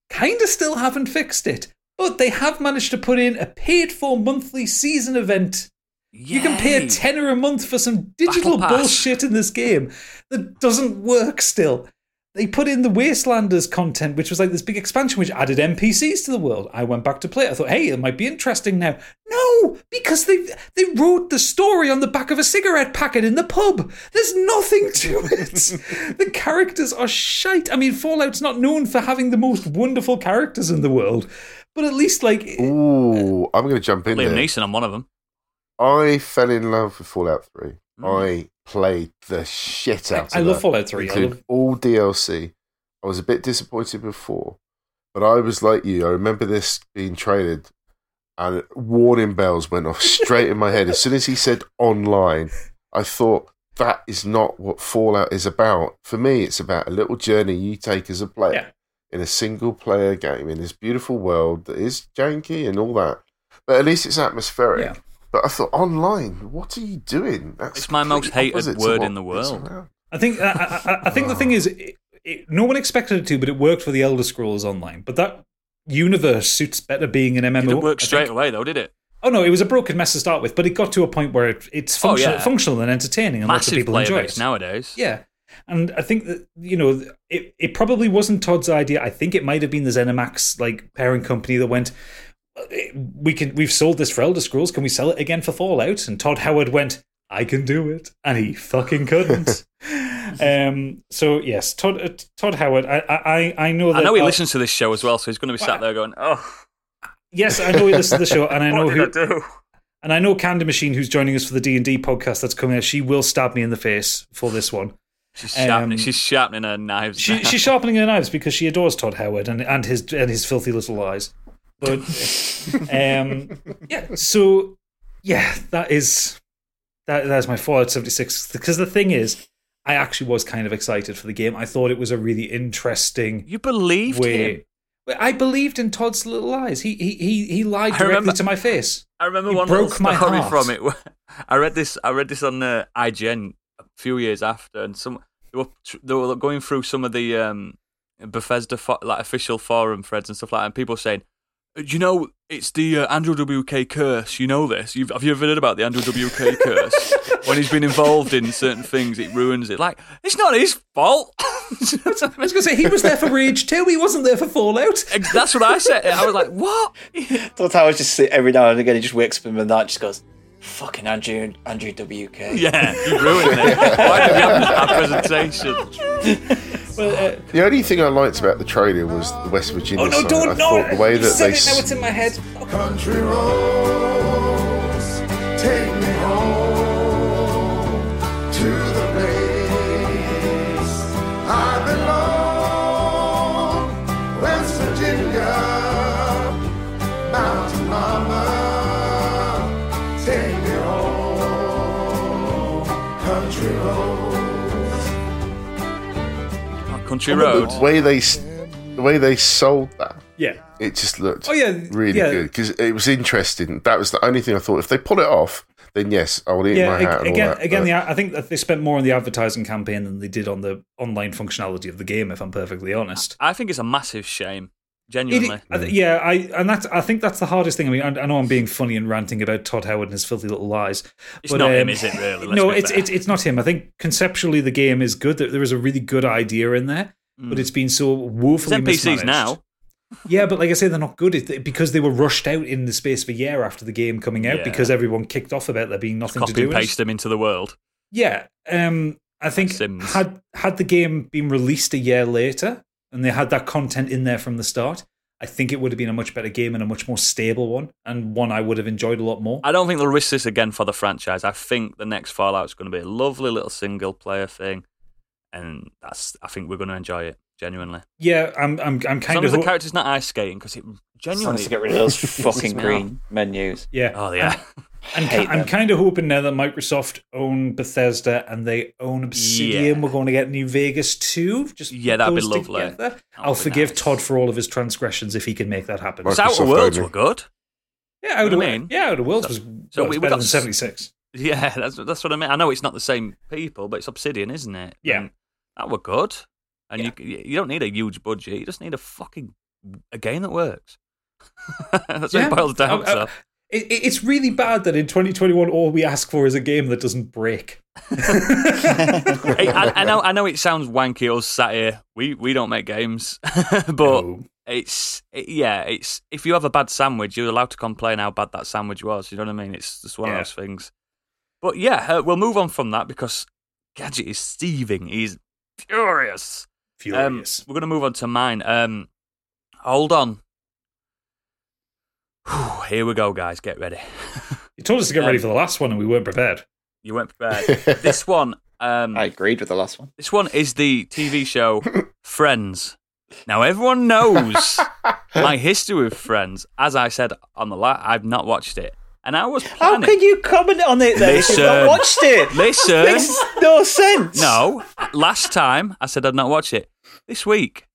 kind of still haven't fixed it, but they have managed to put in a paid for monthly season event. [LAUGHS] You can pay Yay. a tenner a month for some Battle digital Pass. bullshit in this game that doesn't work still. They put in the Wastelanders content, which was like this big expansion which added NPCs to the world. I went back to play it. I thought, hey, it might be interesting now. No, because they they wrote the story on the back of a cigarette packet in the pub. There's nothing [LAUGHS] to it. the characters are shite. I mean, Fallout's not known for having the most wonderful characters in the world, but at least like Ooh, I'm going to jump in Liam there. Neeson on one of them. I fell in love with Fallout 3. I played the shit out of I love that, Fallout Three. I include love- all DLC. I was a bit disappointed before, but I was like you. I remember this being traded, and warning bells went off straight in my head. As soon as he said online, I thought that is not what Fallout is about. For me, it's about a little journey you take as a player Yeah. in a single player game in this beautiful world that is janky and all that. But at least it's atmospheric. Yeah. But I thought online, what are you doing? That's It's my most complete hated opposite to word what in the it's world. about. I think I, I, I- I think the thing Oh. is, it, it, no one expected it to, but it worked for the Elder Scrolls Online. But that universe suits better being an MMO. Didn't work I straight think. away though, did it? Oh no, it was a broken mess to start with, but it got to a point where it, it's Oh, functional, yeah. functional and entertaining, and lots of Massive people player enjoy base it. nowadays. Yeah. And I think that you know it. It probably wasn't Todd's idea. I think it might have been the ZeniMax like parent company that went, "We can. We've sold this for Elder Scrolls. Can we sell it again for Fallout?" And Todd Howard went, "I can do it," and he [LAUGHS] fucking couldn't. um. So yes, Todd uh, Todd Howard. I I- I I know that. I know he uh, listens to this show as well, so he's going to be sat there going, "Oh, Yes, I know he listens to the [LAUGHS] show, and I know what did who. I do?" And I know Candy Machine, who's joining us for the D and D podcast that's coming out. She will stab me in the face for this one. She's sharpening, Um, she's sharpening her knives. now. [LAUGHS] She, she's sharpening her knives because she adores Todd Howard and, and his and his filthy little lies. [LAUGHS] But um, yeah, so yeah, that is that that's my Fallout seventy six. Because the thing is, I actually was kind of excited for the game. I thought it was a really interesting you believed him. way. Well, I believed in Todd's little lies. He he he, he lied I directly remember- to my face. I remember It one broke my little story heart. from it. [LAUGHS] where- I read this. I read this on uh, IGN a few years after, and some they were tr- they were going through some of the um, Bethesda fo- like official forum threads and stuff like that, and people saying, "Uh, "You know, it's the uh, Andrew WK curse. You know this? You've, have you ever heard about the Andrew WK curse? when he's been involved in certain things, it ruins it. Like it's not his fault." [LAUGHS] I was going to say he was there for [LAUGHS] Rage Two. He wasn't there for Fallout. That's what I said. I was like, "What?" That's how I just sit every now and again. He just wakes up in the night, just goes, "Fucking Andrew, Andrew WK." Yeah, you ruined it. Why did we have that presentation? But, uh, The only thing I liked about the trailer was the West Virginia oh no! side. I Don't thought no! the way You that said they it, now s- it's in my head. Country roads take me home to the place I belong. West Virginia, Mountain Mama, take me home. Country roads. Oh, Country the Road. way they s- the way they sold that. Yeah. It just looked Oh, yeah, really yeah. good because it was interesting. That was the only thing I thought. If they pull it off, then yes, I will eat Yeah, my ag- hat and again, all that. again, but the, I think that they spent more on the advertising campaign than they did on the online functionality of the game. If I'm perfectly honest, I think it's a massive shame, It- genuinely. I th- yeah, I and that's I think that's the hardest thing. I mean, I, I know I'm being funny and ranting about Todd Howard and his filthy little lies. um, It's not him, is it, really? Let's no, be it's, fair. it's it's not him. I think conceptually the game is good. There, there is a really good idea in there, but it's been so Hmm. It's woefully NPCs mismanaged. now. Yeah, but like I say, they're not good it- because they were rushed out in the space of a year after the game coming out Yeah. because everyone kicked off about there being nothing to Copy do. and in it. paste them into the world. Yeah, um, I think Sims. had had the game been released a year later and they had that content in there from the start, I think it would have been a much better game and a much more stable one, and one I would have enjoyed a lot more. I don't think they'll risk this again for the franchise. I think the next Fallout's going to be a lovely little single player thing, and that's. I think we're going to enjoy it genuinely. yeah, I'm I'm I'm As kind long of as the ho- character's not ice skating, because it genuinely. to get rid of [LAUGHS] those fucking green menus. yeah. oh yeah, I'm, hate I'm them. kind of hoping now that Microsoft own Bethesda and they own Obsidian. Yeah. We're going to get New Vegas too. Just Yeah, put that'd be those lovely. together. I'll That'd be forgive nice. Todd for all of his transgressions if he can make that happen. Right. because Outer Microsoft Worlds only. were good. You Yeah, Outer know what I Worlds. mean? Yeah, Outer Worlds So- was, so well, we- we it's better got than s- seventy six. Yeah, that's that's what I mean. I know it's not the same people, but it's Obsidian, isn't it? Yeah. And that were good, and you you don't need a huge budget. You just need a fucking a game that works. [LAUGHS] that's what Yeah. it boils down Uh, uh, to. It, it- it's really bad that in 2021 all we ask for is a game that doesn't break. Hey, I, I know I know it sounds wanky us sat here. We we don't make games, [LAUGHS] but um, No. it's it, yeah. It's if you have a bad sandwich, you're allowed to complain how bad that sandwich was. You know what I mean? It's just one Yeah. of those things. But yeah, uh, we'll move on from that because Gadget is seething. He's furious. Um, Furious. we're going to move on to mine. Um, hold on. Whew, here we go, guys. Get ready. you told us to get ready um, for the last one and we weren't prepared. You weren't [LAUGHS] prepared. this one. Um, I agreed with the last one. This one is the TV [LAUGHS] show Friends. Now everyone knows my history with Friends. As I said on the la I've not watched it, and I was How planning. can you comment on it then if you've not Listen. watched it? [LAUGHS] Makes Listen, no sense. no. Last time I said I'd not watch it. This week,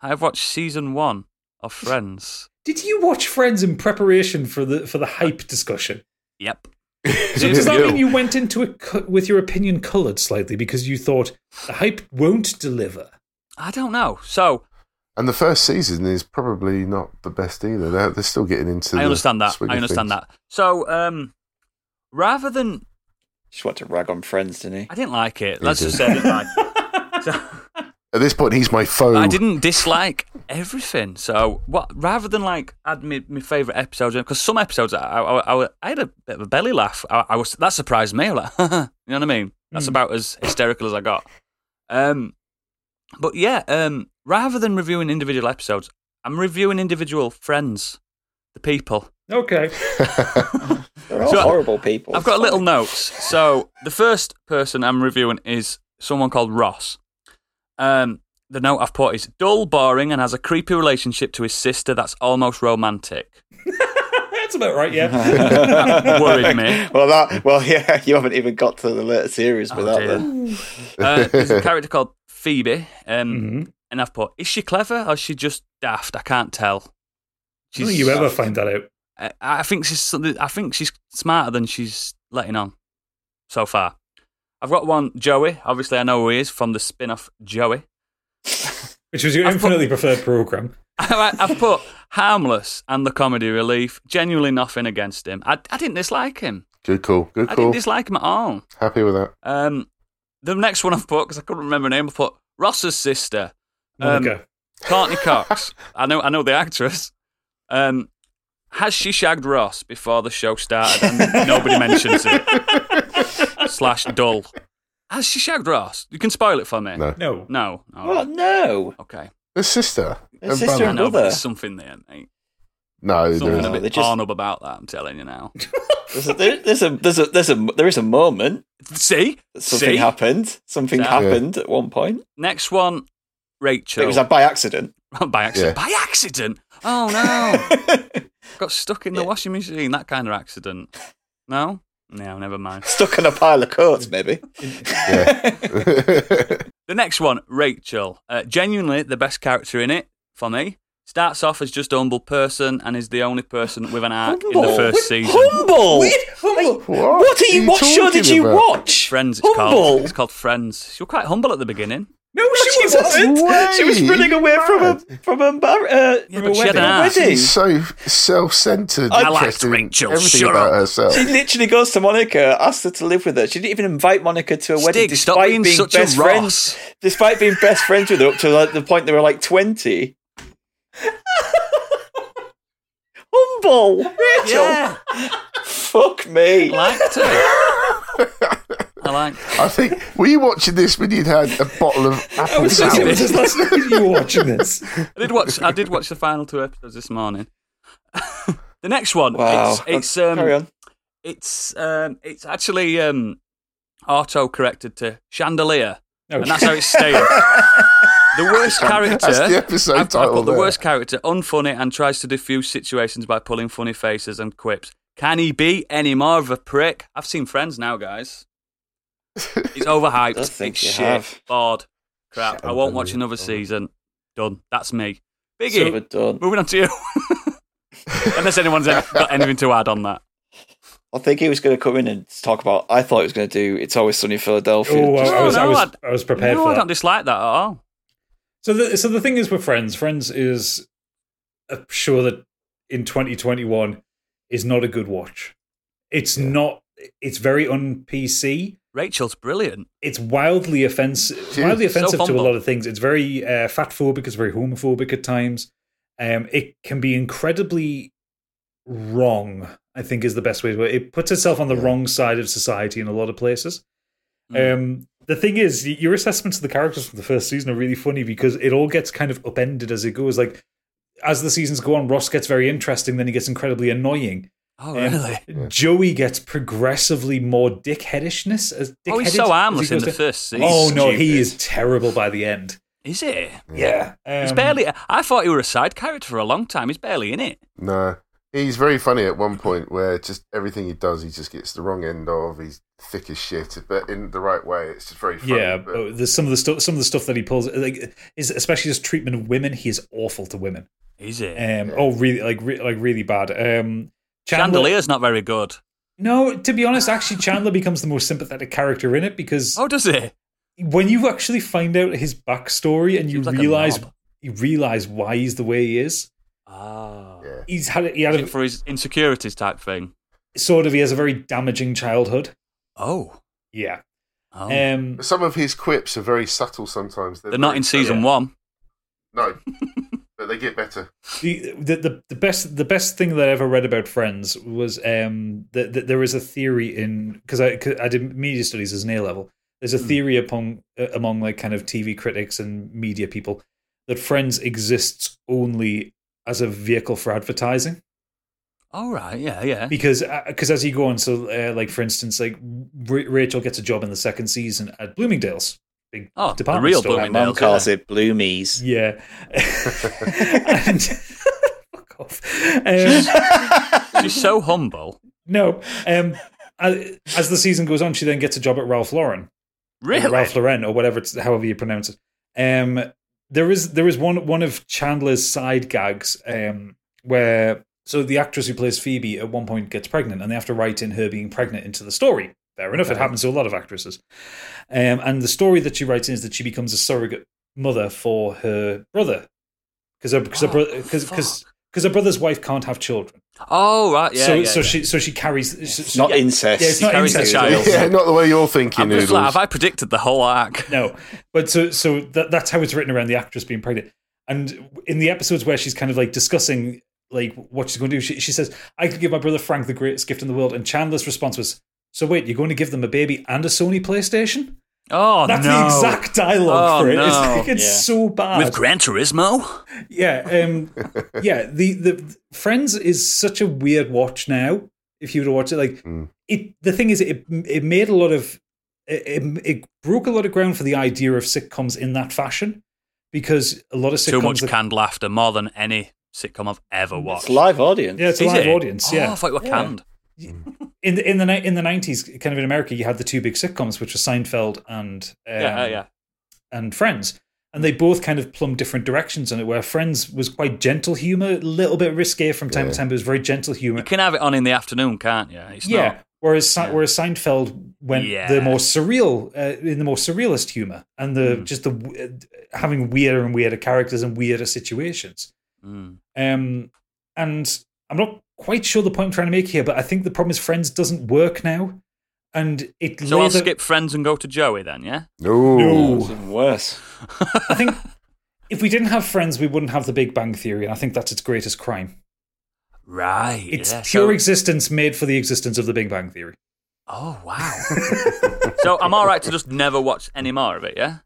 I have watched season one of Friends. Did you watch Friends in preparation for the for the hype discussion? Yep. [LAUGHS] So does that You. mean you went into it cu- with your opinion coloured slightly because you thought the hype won't deliver? I don't know. So and the first season is probably not the best either. They're, they're still getting into. I the understand that. swing I of understand things. that. So um, rather than Just want to rag on friends, didn't he? I didn't like it. Let's did. just say I didn't [LAUGHS] like it. So- At this point, he's my foe. But I didn't dislike everything. So what? Rather than like add my, my favorite episodes, because some episodes I, I, I, I had a bit of a belly laugh. I, I was that surprised me. I was like, [LAUGHS] you know what I mean? Hmm. That's about as hysterical as I got. Um, but yeah, um, rather than reviewing individual episodes, I'm reviewing individual friends, the people. Okay. [LAUGHS] They're all So- horrible people. I've got little notes. So the first person I'm reviewing is someone called Ross. Um, the note I've put is dull, boring, and has a creepy relationship to his sister that's almost romantic. That's about right, [LAUGHS] [LAUGHS] yeah. Worried me. well, that. Well, yeah, [LAUGHS] you haven't even got to the later series Oh, without dear. them. Uh, there's a character called Phoebe, um, Mhm. and I've put is she clever or is she just daft? I can't tell. I don't think you ever find that out. I, I think she's something- I think she's smarter than she's letting on so far. I've got one Joey. Obviously, I know who he is from the spin-off Joey. Which was your I've put- infinitely preferred program. [LAUGHS] I- I've put harmless and the comedy relief. Genuinely nothing against him. I, I didn't dislike him. Good call. Good I didn't call. dislike him at all. Happy with that. Um, the next one I've put because I couldn't remember her name. I put Ross's sister, Um, Monica. [LAUGHS] Courtney Cox. I know, I know the actress. Um, has she shagged Ross before the show started? And nobody mentions it. Slash dull. Has she shagged Ross? You can spoil it for me. No. no. No. no. Well, no. Okay. The sister. The and sister I brother. know Brother. there's something there, mate. No, there Something isn't. a No, they bit just- torn up about that. I'm telling you now. There's a, there- there's a there's a there's a there is a moment See, that something See? happened. Something Yeah. happened at one point. Next one, Rachel. [LAUGHS] It was a by accident. by accident. Yeah. By accident. Oh no! [LAUGHS] Got stuck in the washing machine. That kind of accident. No. No, never mind. Stuck in a pile of coats, maybe. Yeah. [LAUGHS] The next one, Rachel. Uh, genuinely the best character in it for me. Starts off as just a humble person and is the only person with an arc in the Humble? first Wait, season. Humble. Humble. What, What are you? What show did talking you about? watch? Friends, it's called. humble. It's called Friends. She was quite humble at the beginning. No, she she wasn't. wasn't. She was Way running away from a from a mar- uh, Yeah, from a but she had wedding. an A ass. wedding. She's so self-centered. I liked interested in Rachel, Everything shut about up. herself. She literally goes to Monica, asks her to live with her. She didn't even invite Monica to a wedding, Stig, stop despite being, being such a best friends. Ross. Despite being best friends with her up to like, the point they were like twenty. Humble, Rachel. Yeah, Fuck me. I liked her. I liked. I think were you watching this when you'd had a [LAUGHS] bottle of I apple was going to say, sour? was [LAUGHS] this last night you were watching this? I did watch. I did watch the final two episodes this morning. [LAUGHS] the next one. Wow. Uh, It's it's Carry um, on. it's um, it's actually um, auto corrected to chandelier, and that's how it's staying. the worst character. That's the episode I've, I've title. got the there. worst character, unfunny, and tries to diffuse situations by pulling funny faces and quips. Can he be any more of a prick? I've seen Friends now, [LAUGHS] guys. It's overhyped. Don't think it's you shit. have. Bored. Crap. I won't watch Chandelier. another season. Done. That's me. Biggie, Overdone. moving on to [LAUGHS] you. Unless anyone's ever got anything to add on that. I think he was going to come in and talk about. I thought he was going to do "It's Always Sunny in Philadelphia." Oh, I, I was, I No, was, no, I was prepared no, for I don't that. dislike that at all. So the, so the thing is with Friends, Friends is a show that in 2021 is not a good watch. It's not, it's very un PC. Rachel's brilliant. It's wildly offensive, Phew, wildly so offensive to a humble. lot of things. It's very uh, fat phobic. It's very homophobic at times. Um, it can be incredibly wrong. I think is the best way to put it. It puts itself on the wrong side of society in a lot of places. Um, the thing is, y- your assessments of the characters from the first season are really funny because it all gets kind of upended as it goes. Like as the seasons go on, Ross gets very interesting, then he gets incredibly annoying. [LAUGHS] Oh, Um, really? Joey gets progressively more dickheadishness as dickheaded. Oh, he's as so he harmless in goes the down. first season. Oh no, he Stupid. is terrible by the end. Is he? Yeah, He's um, barely. I thought he were a side character for a long time. He's barely in it. No, he's very funny at one point where just everything he does, he just gets the wrong end of. He's thick as shit, but in the right way. It's just very funny. Yeah, but but there's some of the stuff, some of the stuff that he pulls, like is especially his treatment of women. He is awful to women. Is he? Um, oh, really, like re- like really bad. Um, Chandler- Chandelier's not very good. No, to be honest, actually, Chandler becomes the most sympathetic character in it because Oh, does he? when you actually find out his backstory and you Seems like a realize knob. you realize why he's the way he is, Ah. yeah. he's had he had For his insecurities type thing. a, sort of he has a very damaging childhood. Oh. Yeah. oh. Um. But some of his quips are very subtle sometimes. They're not very- in season one. No, but they [LAUGHS] get better. The, the the the best the best thing that I ever read about Friends was um that, that there is a theory in because I 'cause I did media studies as an A level. There's a Hmm. theory upon uh, among like kind of TV critics and media people that Friends exists only as a vehicle for advertising All right. Yeah. [LAUGHS] Yeah. because because as you go on, so uh, like for instance, like Ra- Rachel gets a job in the second season at Bloomingdale's, big Oh, the department real store. My Bloomingdale's. mum Nails, calls yeah. it "Bloomies." Yeah. [LAUGHS] and, fuck off. Um, She's so humble. no. Um, as, as the season goes on, she then gets a job at Ralph Lauren, or Really? Ralph Lauren, or whatever, it's, however you pronounce it. Um, there is there is one one of Chandler's side gags um, where so the actress who plays Phoebe at one point gets pregnant, and they have to write in her being pregnant into the story. Fair enough, it happens to a lot of actresses. Um, and the story that she writes in is that she becomes a surrogate mother for her brother because her because her, Oh, bro- 'cause- 'cause- 'cause her brother's wife can't have children. Oh, right. Yeah. so yeah, so yeah. she so she carries so- so- Not yeah. incest. Yeah, it's not carries the incest. child. Nails. Yeah, not the way you're thinking. I'm just Noodles. like, have I predicted the whole arc? No, but so so that, that's how it's written around the actress being pregnant. And in the episodes where she's kind of like discussing like what she's going to do, she, she says, "I could give my brother Frank the greatest gift in the world." And Chandler's response was, "So wait, you're going to give them a baby and a Sony PlayStation?" Oh That's no. the exact dialogue Oh, for it. It's, no. like, it's Yeah. so bad. With Gran Turismo. yeah, um, yeah. The the Friends is such a weird watch now. If you were to watch it, like Mm. it, the thing is, it it made a lot of it, it, it broke a lot of ground for the idea of sitcoms in that fashion because a lot of sitcoms Too much that- canned laughter, more than any sitcom I've ever watched. It's live audience. yeah, it's a Is live it? audience. Oh, yeah, I thought you were Yeah. canned. in the in the ni- in the nineties, kind uh, of in America, you had the two big sitcoms, which were Seinfeld and um, Yeah. Yeah. and Friends. and they both kind of plumbed different directions on it. Where Friends was quite gentle humor, a little bit risque from time to time, but it was very gentle humor. You can have it on in the afternoon, can't you? It's yeah. not. Whereas, Se- whereas Seinfeld went Yeah. the more surreal, uh, in the more surrealist humor, and the Mm. just the w- uh, having weirder and weirder characters and weirder situations. Mm. Um, and I'm not quite sure the point I'm trying to make here, but I think the problem is Friends doesn't work now, and it. So I'll lays out- skip friends and go to Joey then, yeah? No. No. It's even worse. I think if we didn't have Friends, we wouldn't have The Big Bang Theory, and I think that's its greatest crime. Right. It's yeah, pure so- existence made for the existence of The Big Bang Theory. Oh wow. [LAUGHS] so I'm all right to just never watch any more of it, yeah?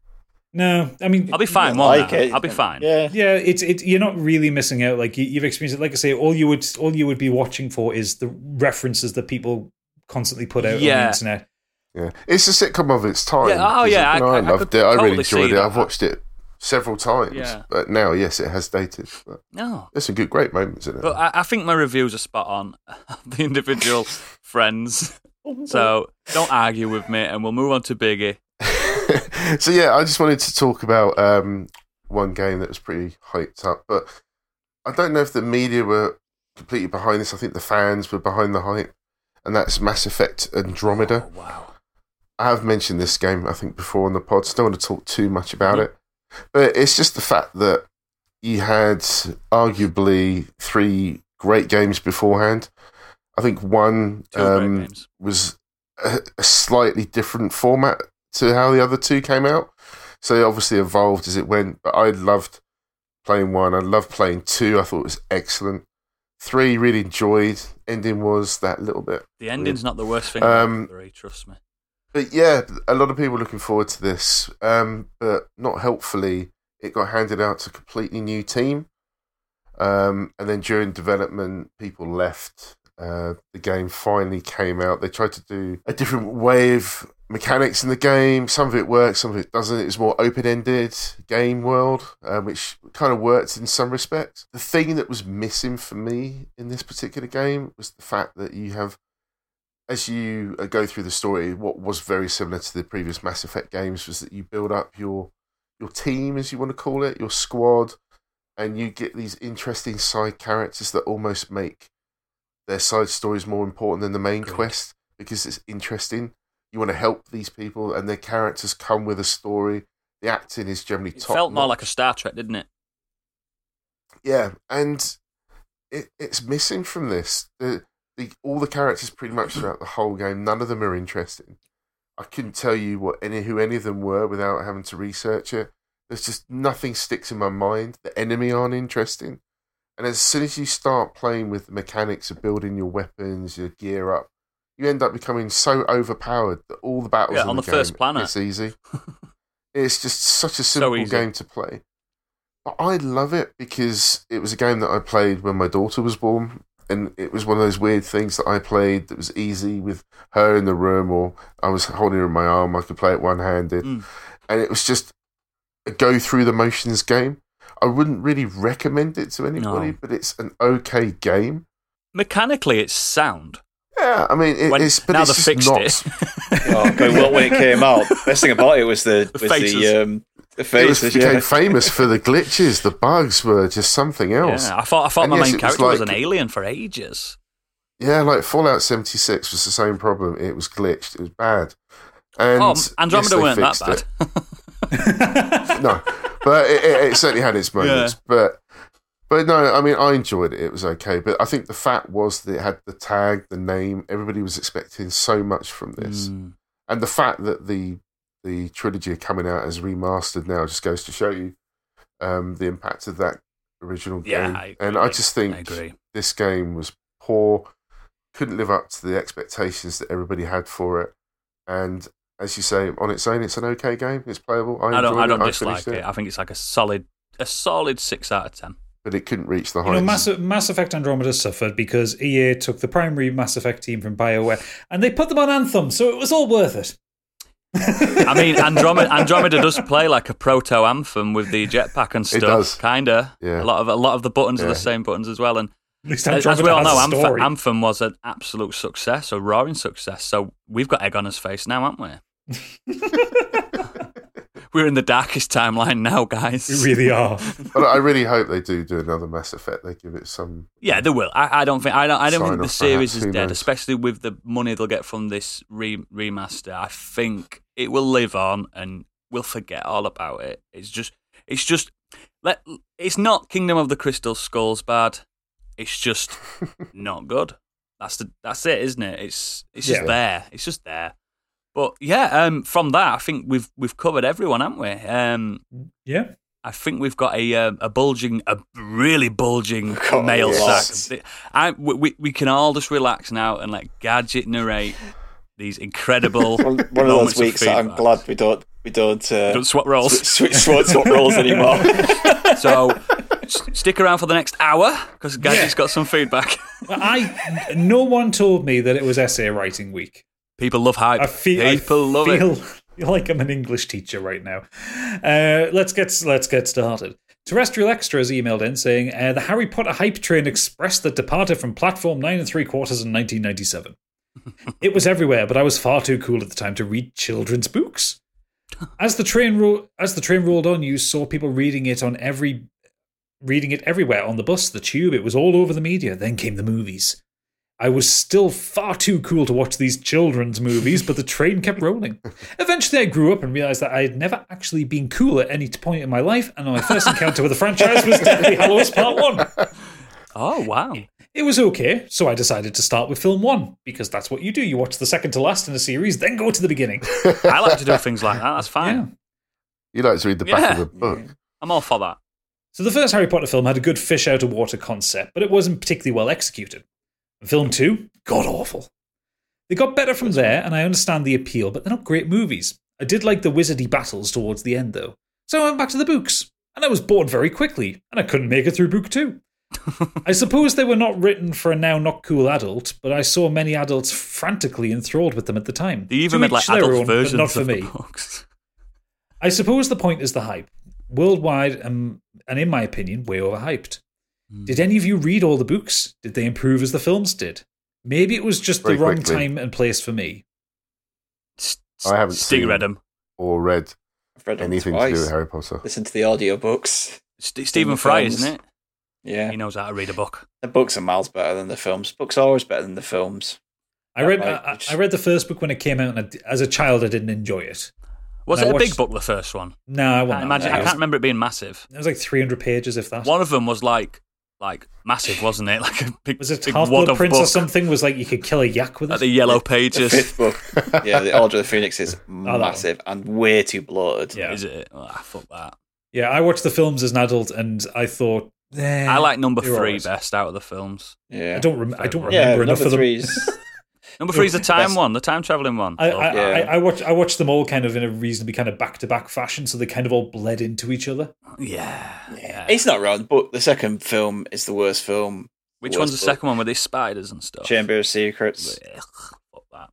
No, I mean, I'll be fine. won't I? I'll be fine. Yeah. yeah it's it you're not really missing out like you, you've experienced it like i say all you would all you would be watching for is the references that people constantly put out on Yeah. the internet Yeah. It's a sitcom of its time. Yeah, oh, It's yeah, like, I- no, I, I- I loved could it. I really totally enjoyed see it. that. I've watched it several times. Yeah. But now, yes, it has dated. But No. there's some good, great moments in it. But I, I think my reviews are spot on. [LAUGHS] the [LAUGHS] individual friends. So don't argue with me and we'll move on to Biggie. [LAUGHS] so yeah, I just wanted to talk about um, one game that was pretty hyped up, but I don't know if the media were completely behind this. I think the fans were behind the hype, and that's Mass Effect Andromeda. Oh, wow. I have mentioned this game, I think, before on the pod, so don't want to talk too much about it. But it's just the fact that you had arguably three great games beforehand. I think one Two great um, games. was a, a slightly different format to how the other two came out. So they obviously evolved as it went. But I loved playing one. I loved playing two. I thought it was excellent. Three really enjoyed. Ending was that little bit The ending's not the worst thing Um, um, three, trust me. but yeah, a lot of people looking forward to this. Um, but not helpfully, it got handed out to a completely new team. Um, and then during development, people left. Uh, the game finally came out. They tried to do a different way of mechanics in the game. Some of it works, some of it doesn't. It was more open ended game world, um, which kind of worked in some respects. The thing that was missing for me in this particular game was the fact that you have as you uh, go through the story, what was very similar to the previous Mass Effect games was that you build up your your team, as you want to call it, your squad, and you get these interesting side characters that almost make their side stories more important than the main Agreed. quest because it's interesting. You want to help these people, and their characters come with a story. The acting is generally It top. felt more notch. like a Star Trek, didn't it? Yeah, and it, it's missing from this. The, the all the characters pretty much throughout the whole game, none of them are interesting. I couldn't tell you what any who any of them were without having to research it. There's just nothing sticks in my mind. The enemy aren't interesting. And as soon as you start playing with the mechanics of building your weapons, your gear up, you end up becoming so overpowered that all the battles Yeah, in on the, the first game, planet. It's easy. it's just such a simple easy. game to play. But I love it because it was a game that I played when my daughter was born, and it was one of those weird things that I played that was easy with her in the room, or I was holding her in my arm. I could play it one handed, Mm. and it was just a go through the motions game. I wouldn't really recommend it to anybody, No. but it's an okay game. Mechanically, it's sound. Yeah, I mean, it, When- it's but now it's they've just fixed not. it. Oh, but well, when it came out, best thing about it was the The was faces. the um the It was, faces. became yeah. famous for the glitches. The bugs were just something else. Yeah, I thought, I thought And my yes, main it was character was like- an alien for ages. Yeah, like Fallout 76 was the same problem. It was glitched. It was bad. And oh, yes, Andromeda they weren't that fixed bad. it. No, but it, it, it certainly [LAUGHS] had its moments. But but no, I mean, I enjoyed it. It was okay. But I think the fact was that it had the tag, the name. Everybody was expecting so much from this, Mm. and the fact that the the trilogy are coming out as remastered now just goes to show you um, the impact of that original Yeah, game. I Um, and I just think I agree. this game was poor, couldn't live up to the expectations that everybody had for it. And as you say, on its own, it's an okay game. It's playable. I, I don't. enjoyed I don't it. dislike finished it. I think it's like a solid, a solid six out of ten. but it couldn't reach the You know, heights. Mass, Mass Effect Andromeda suffered because EA took the primary Mass Effect team from BioWare and they put them on Anthem, so it was all worth it. I mean, [LAUGHS] Andromeda, Andromeda does play like a proto anthem with the jetpack and stuff. does. Kinda. Yeah. A lot of a lot of the buttons are Yeah. the same buttons as well. And At least as, Andromeda as we all has a know, anthem, story. anthem was an absolute success, a [LAUGHS] roaring success. So we've got egg on his face now, haven't we? We're in the darkest timeline now, guys. We [LAUGHS] really are. But I really hope they do do another Mass Effect. They give it some. Yeah, they will. I, I don't think I don't, I don't Sign think the off, series perhaps. is Who dead, knows? especially with the money they'll get from this re- remaster. I think it will live on, and we'll forget all about it. It's just, it's just, let. It's not Kingdom of the Crystal Skulls bad. It's just [LAUGHS] not good. That's the that's it, isn't it? It's it's just Yeah. there. It's just there. But yeah, um, from that, I think we've we've covered everyone, haven't we? Um, Yeah. I think we've got a um, a bulging, a really [LAUGHS] bulging got a mail lot. sack. I, we, we- we can all just relax now and let Gadget narrate these incredible [LAUGHS] One, one of moments those weeks that I'm feedback. glad we don't we don't, uh, Don't swap [LAUGHS] roles. switch swap, swap roles anymore. so s- stick around for the next hour because Gadget's got some feedback. Well, I no one told me that it was essay writing week. People love hype. I feel People I love feel, it. feel [LAUGHS] like I'm an English teacher right now. Uh, let's get let's get started. Terrestrial Extra has emailed in saying uh, the Harry Potter hype train express that departed from platform nine and three quarters in [LAUGHS] 1997. it was everywhere, but I was far too cool at the time to read children's books. As the train ro- as the train rolled on, you saw people reading it on every reading it everywhere on the bus, the tube. It was all over the media. Then came the movies. I was still far too cool to watch these children's movies, but the train kept rolling. Eventually, I grew up and realized that I had never actually been cool at any point in my life, and my first encounter with the franchise was Deathly Hallows Part 1. Oh wow! It was okay, so I decided to start with film 1, because that's what you do. You watch the second to last in a series, then go to the beginning. I like to do things like that. That's fine. Yeah. You like to read the back Yeah. of the book. I'm all for that. So the first Harry Potter film had a good fish out of water concept, but it wasn't particularly well executed. Film two, god awful. They got better from there, and I understand the appeal, but they're not great movies. I did like the wizardy battles towards the end, though. So I went back to the books, and I was bored very quickly, and I couldn't make it through book two. I suppose they were not written for a now not cool adult, but I saw many adults frantically enthralled with them at the time. They even To made each like their adult own, but versions not for of me. the books. I suppose the point is the hype. Worldwide, um, and in my opinion, way overhyped. Hmm. Did any of you read all the books? Did they improve as the films did? Maybe it was just Very the wrong quickly. time and place for me. S- I haven't Sting seen- read 'em. Or read I've read them anything to do twice. with Harry Potter. Listen to the audiobooks. St- Stephen the Fry, films. isn't it? Yeah, He knows how to read a book. the books are miles better than the films. Books are always better than the films. I That read might- I, I read the first book when it came out, and I d as a child, I didn't enjoy it. Was And I it a big watched- book? The first one. No, I I won't. imagine. no, I it can't was- remember it being massive. It was like 300 pages, if that. One of them was like, like massive, wasn't it? [LAUGHS] Like a big, was it big Half wad Blood of Prince book. or something? Was like you could kill a yak with it. Like the yellow The pages. fifth [LAUGHS] book, yeah, the Order of the Phoenix is Oh, one. massive and way too bloated. yeah, Is it? Oh, ah, fuck that. yeah. I watched the films as an adult, and I thought, eh, I like number they're three alright. best out of the films. yeah. I don't. Rem- I don't Yeah, yeah, remember enough number of them. three [LAUGHS] is Number three's the time Best- one, the time traveling one. I, Oh, I, yeah. I, I watch I watched them all kind of in a reasonably kind of back to back fashion, so they kind of all bled into each other. yeah. yeah. It's not wrong, but the second film is the worst film. Which worst one's the book. second one with these spiders and stuff? Chamber of Secrets. Ugh, fuck that.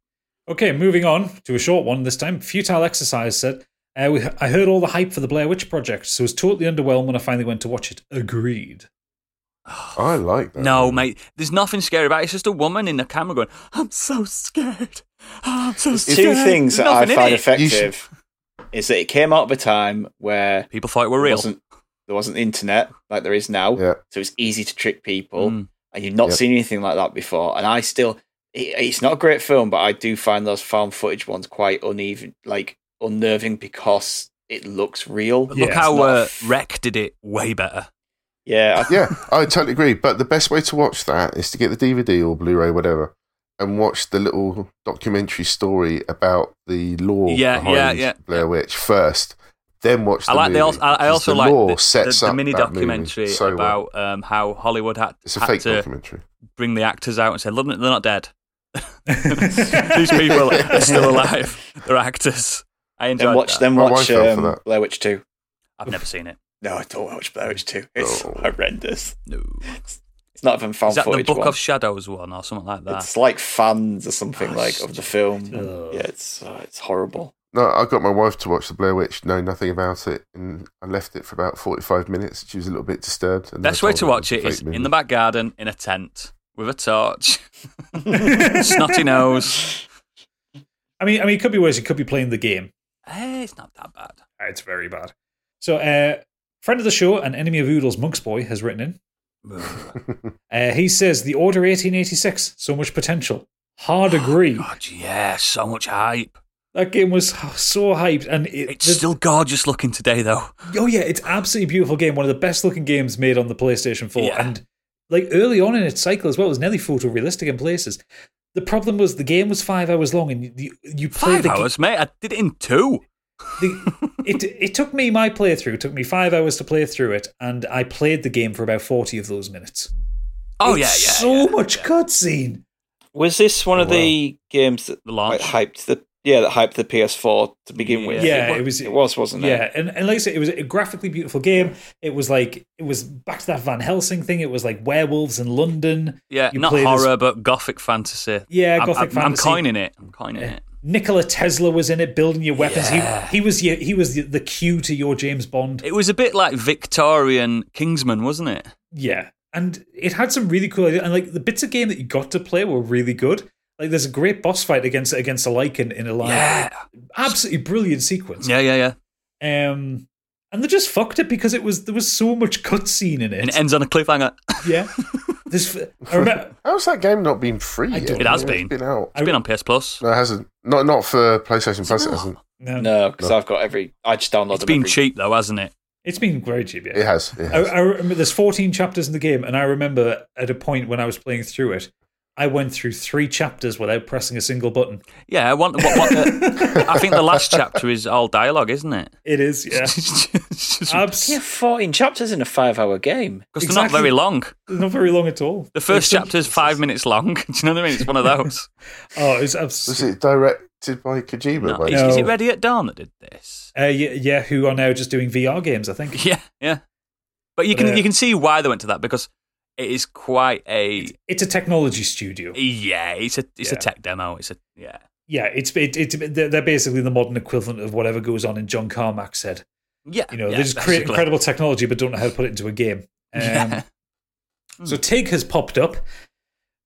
Okay, moving on to a short one this time. Futile Exercise said, uh, we, I heard all the hype for the Blair Witch Project, so was totally underwhelmed when I finally went to watch it. Agreed. I like that. No, Uh-huh. one. mate. There's nothing scary about it. It's just a woman in the camera going, "I'm so scared. I'm so scared." Two things There's that I nothing in find it. You effective is that it came out of a time where People thought it were there real. wasn't, there wasn't the internet like there is now, Yeah. so it's easy to trick people, Mm. and you've not Yep. seen anything like that before. And I still, it, it's not a great film, but I do find those found footage ones quite uneven, like unnerving because it looks real. But Yeah, Look it's how not a uh, f- Wreck did it way better. Yeah, I, Yeah, I totally agree. But the best way to watch that is to get the DVD or Blu ray, whatever, and watch the little documentary story about the law Yeah, behind yeah, yeah. Blair Witch first. Then watch the I like. movie. They also, I, I 'cause also the like law the, sets the, the up mini that movie documentary so well. about um, how Hollywood had, It's a had fake to documentary. bring the actors out and say, "Look, they're not [LAUGHS] dead. These people are [LAUGHS] still alive. They're actors." I enjoyed [LAUGHS] then watch, that. then My wife watch fell for um, that. Blair Witch Two. I've never seen it. No, I don't watch Blair Witch 2. It's No. horrendous. No. It's not even fan Is that the footage. Book one. of Shadows one or something like that? it's like fans or something Oh, like of the film. Ugh. Yeah, it's uh, it's horrible. No, I got my wife to watch The Blair Witch, know nothing about it, and I left it for about 45 minutes. She was a little bit disturbed. And then I Best way told to her watch was it a is fake in the movie. back garden in a tent with a [LAUGHS] torch, snotty nose. I mean, I mean, it could be worse. You could be playing the game. Ah, Eh, it's not that bad. It's very bad. So, uh, friend of the show and enemy of Oodles, Monk's Boy, has written in. Oh, Uh, he says the Order 1886, so much potential. Hard [SIGHS] agree. God, yeah, so much hype. that game was so hyped, and it, It's there's- still gorgeous looking today, though. oh yeah, it's absolutely beautiful game. One of the best looking games made on the PlayStation 4, Yeah. and like early on in its cycle as well, it was nearly photorealistic in places. The problem was the game was five hours long, and you you, you played Five the, hours, mate. I did it in two. the it it took me my playthrough it took me five hours to play through it, and I played the game for about forty of those minutes. Oh It's yeah, yeah. so yeah. much cutscene. Was this one of the games that The launch. like, hyped the yeah that hyped the PS4 to begin with? Yeah, it it was- was. It was, wasn't it? Yeah, and, and like I said, it was a graphically beautiful game. It was like it was back to that Van Helsing thing. It was like werewolves in London. Yeah, You not play this- horror, but gothic fantasy. Yeah, I'm- gothic I'm, I'm fantasy. coining it. I'm coining it. Nikola Tesla was in it, building your weapons. Yeah. He he was your, he was the, the cue to your James Bond. It was a bit like Victorian Kingsman, wasn't it? Yeah, and it had some really cool ideas. And like the bits of game that you got to play were really good. Like there's a great boss fight against against a lycan in a line. Yeah, Absolutely brilliant sequence. yeah, yeah, yeah. Um, and they just fucked it because it was there was so much cutscene in it. And it ends on a cliffhanger. yeah. This I remember How's that game not been free? I yet? don't It has It's been. out. It's been on PS Plus. No, it hasn't. Not not for PlayStation Plus. It not. hasn't. no, No, because No. I've got every. I just download It's them been every- cheap though, hasn't it? It's been very cheap, yeah. It has. It I, has. I remember there's 14 chapters in the game, and I remember at a point when I was playing through it, I went through three chapters without pressing a single button. Yeah, I want. What, what, I think the last chapter is all dialogue, isn't it? It is, yeah. [LAUGHS] Uh, It's just- [LAUGHS] Abs- Yeah, fourteen chapters in a five-hour game. Because they're not Exactly. very long. Not very long at all. The first It's- chapter is five minutes long. [LAUGHS] Do you know what I mean? It's one of those. Oh, it's Was absolutely. it directed by Kojima? No, by the Is, way? is it No. Ready at Dawn that did this? [LAUGHS] Uh, yeah, yeah, who are now just doing VR games, I think. Yeah, yeah. But you can Yeah. you can see why they went to that because it is quite a It's a technology studio. yeah. It's a it's a Yeah. tech demo. It's a yeah. Yeah, it's it, it, they're they're basically the modern equivalent of whatever goes on in John Carmack said. Yeah, You know, yeah, they just create basically. incredible technology but don't know how to put it into a game. Um, [LAUGHS] Yeah. Hmm. So Tig has popped up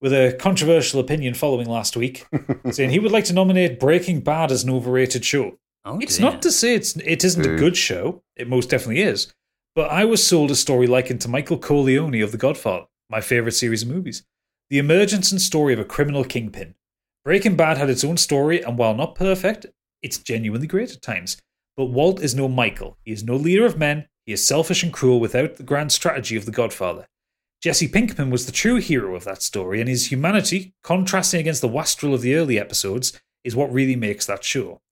with a controversial opinion following last week, saying he would like to nominate Breaking Bad as an overrated show. Oh, It's dear. not to say it's it isn't a Ooh. good show. It most definitely is. But I was sold a story likened to Michael Corleone of The Godfather, my favorite series of movies. The emergence and story of a criminal kingpin. Breaking Bad had its own story, and while not perfect, it's genuinely great at times. But Walt is no Michael. He is no leader of men. He is selfish and cruel without the grand strategy of The Godfather. Jesse Pinkman was the true hero of that story, and his humanity, contrasting against the wastrel of the early episodes, is what really makes that show.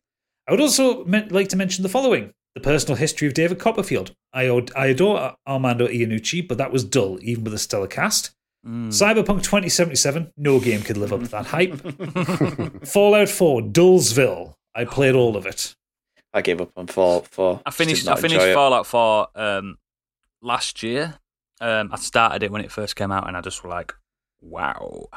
I would also men- like to mention the following the personal history of David Copperfield. I, od- I adore Armando Iannucci, but that was dull, even with a stellar cast. Cyberpunk 2077, no game could live up to that hype. [LAUGHS] Fallout 4, Dullsville. I played all of it. I gave up on Fallout Four. I Just did finished. I not finished enjoy it. Fallout Four um, last year. Um, I started it when it first came out, and I just were like, "Wow, I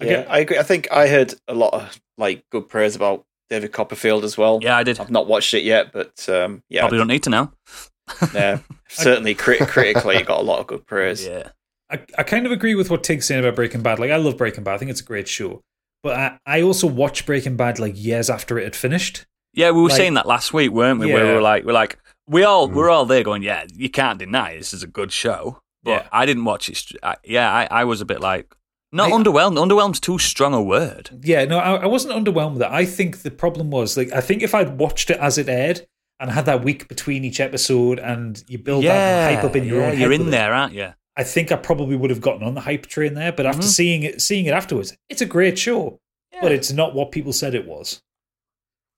Yeah, get- I agree. I think I heard a lot of like good praise about David Copperfield as well. yeah, I did." I've not watched it yet, but um, yeah, Probably don't need to know. [LAUGHS] yeah, certainly crit- critically, it got a lot of good praise. Yeah, I, I kind of agree with what Tig's saying about Breaking Bad. Like, I love Breaking Bad. I think it's a great show. But I, I also watched Breaking Bad like years after it had finished. yeah. We were Like- saying that last week, weren't we? Where we Yeah. Mm. were like, we're like, we all we're all there going, "Yeah, you can't deny this is a good show." But Yeah. I didn't watch it. str- I, yeah, I, I was a bit like, not I- underwhelmed. Underwhelmed's too strong a word. Yeah, no, I, I wasn't underwhelmed with that. I think the problem was like I think if I'd watched it as it aired and had that week between each episode and you build that hype up in your yeah, own You're head in with it, there, aren't you? I think I probably would have gotten on the hype train there, but after Mhm. seeing it seeing it afterwards, it's a great show. But Yeah. it's not what people said it was.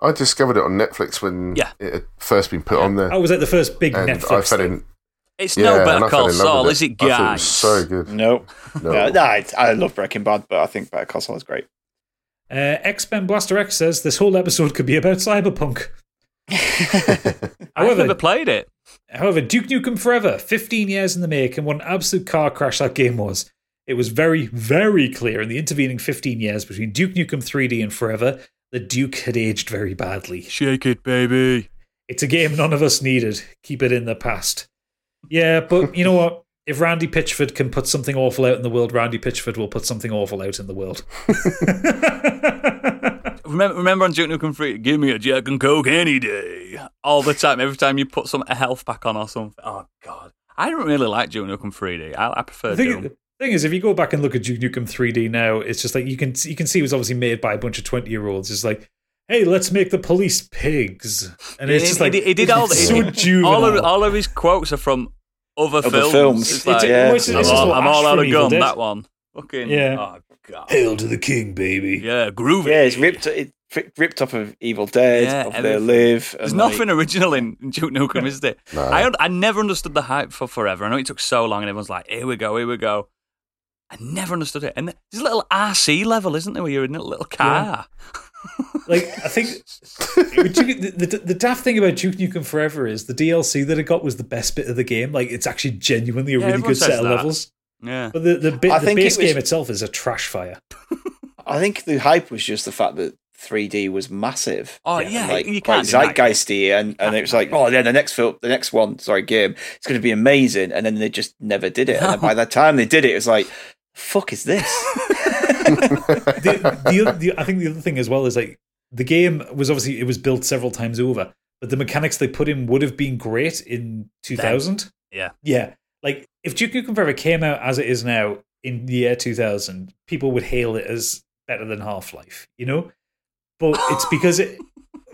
I discovered it on Netflix when Yeah. it had first been put on there, I was at the first Oh, big and Netflix. I fell thing. in. It's yeah, no and Better I fell Call in love Saul, with is it, I thought it guys? was so good. No, No. no, no I, I love Breaking Bad, but I think Better Call Saul is great. Uh, X Men Blaster X says this whole episode could be [LAUGHS] about cyberpunk. [LAUGHS] I've However, never played it. However, Duke Nukem Forever, 15 years in the make, and what an absolute car crash that game was. It was very, very clear in the intervening 15 years between Duke Nukem 3D and Forever that Duke had aged very badly. Shake it, baby. It's a game none of us needed. Keep it in the past. Yeah, but you know what? If Randy Pitchford can put something [LAUGHS] awful out in the world, Randy Pitchford will put something awful out in the world. Remember, remember on Duke Nukem Free, give me a Jack and Coke any day. All the time, every time you put some a health pack on or something. Oh God, I don't really like Duke Nukem 3D. I, I prefer The thing, Doom. the thing is, if you go back and look at Duke Nukem 3D now, it's just like you can you can see it was obviously made by a bunch of 20 year olds. It's like, hey, let's make the police pigs, and it's He- just he like did- he did all the- it's he so did- juvenile. all of, all of his quotes are from other, Other films. films. It's It's- like, yeah. almost- I'm it's just all, little I'm all Ash out from of Evil gum. Dead. That one. Fucking. Yeah. Oh God. Hail to the king, baby. Yeah, groovy. Yeah, it's ripped it fri- ripped off of Evil Dead, Yeah, of and Their it's- Live. There's and, like, nothing original in in Duke Nukem, is [LAUGHS] there? No. I un- I never understood the hype for Forever. I know it took so long, and everyone's like, "Here we go, here we go." I never understood it. And there's a little RC level, isn't there, where you're in a little car? Like I think But Duke- the, the, the daft thing about Duke Nukem Forever is the DLC that it got was the best bit of the game. Like it's actually genuinely a Yeah, really everyone good set says of that. levels. Yeah, But the the, bit, I the think it base was- game itself is a trash fire. I think the hype was just the fact that 3D was massive. Oh, yeah, like, you can't like deny it. zeitgeisty, and, and it was like, oh yeah, the next film, the next one, sorry, game, it's going to be amazing, and then they just never did it. [LAUGHS] And then by the time they did it, it was like, fuck is this? The, the, oth- the, I think the other thing as well is like the game was obviously it was built several times over, but the mechanics they put in would have been great in 2000. yeah. Yeah, like if Duke Nukem Forever came out as it is now in the year 2000, people would hail it as better than Half Life, you know. [GASPS] But it's because it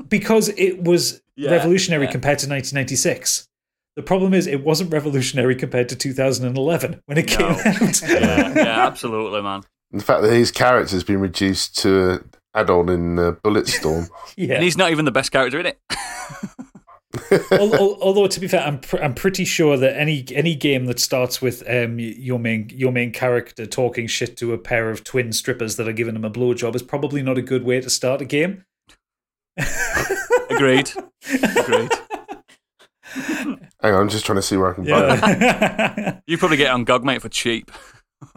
because it was Yeah, revolutionary yeah. compared to 1996. The problem is it wasn't revolutionary compared to 2011 when it No. came out. [LAUGHS] yeah, yeah, absolutely, man. And the fact that his character's been reduced to an add-on in uh, Bulletstorm. [LAUGHS] Yeah. And he's not even the best character in [LAUGHS] it. Al- al- Although to be fair, I'm pr- I'm pretty sure that any any game that starts with um y- your main your main character talking shit to a pair of twin strippers that are giving him a blowjob is probably not a good way to start a game. Agreed. Agreed. Hang on, I'm just trying to see where I can buy [LAUGHS] it. Yeah. You probably get it on Gogmate for cheap. [LAUGHS]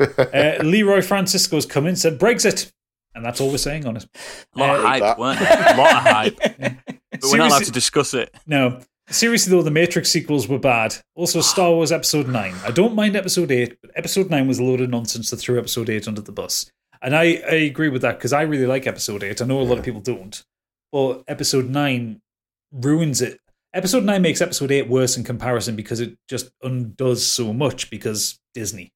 uh, Leroy Francisco's come in said Brexit, and that's all we're saying on it. A lot of Yeah, hype, that- [LAUGHS] weren't there? A lot of [LAUGHS] hype. But we're not allowed Seriously- to discuss it. No. Seriously though, the Matrix sequels were bad. Also, Star Wars Episode Nine. I don't mind Episode Eight, but Episode Nine was a load of nonsense that threw Episode Eight under the bus. And I, I agree with that because I really like Episode Eight. I know a lot of people don't, but Episode Nine ruins it. Episode Nine makes Episode Eight worse in comparison because it just undoes so much because Disney.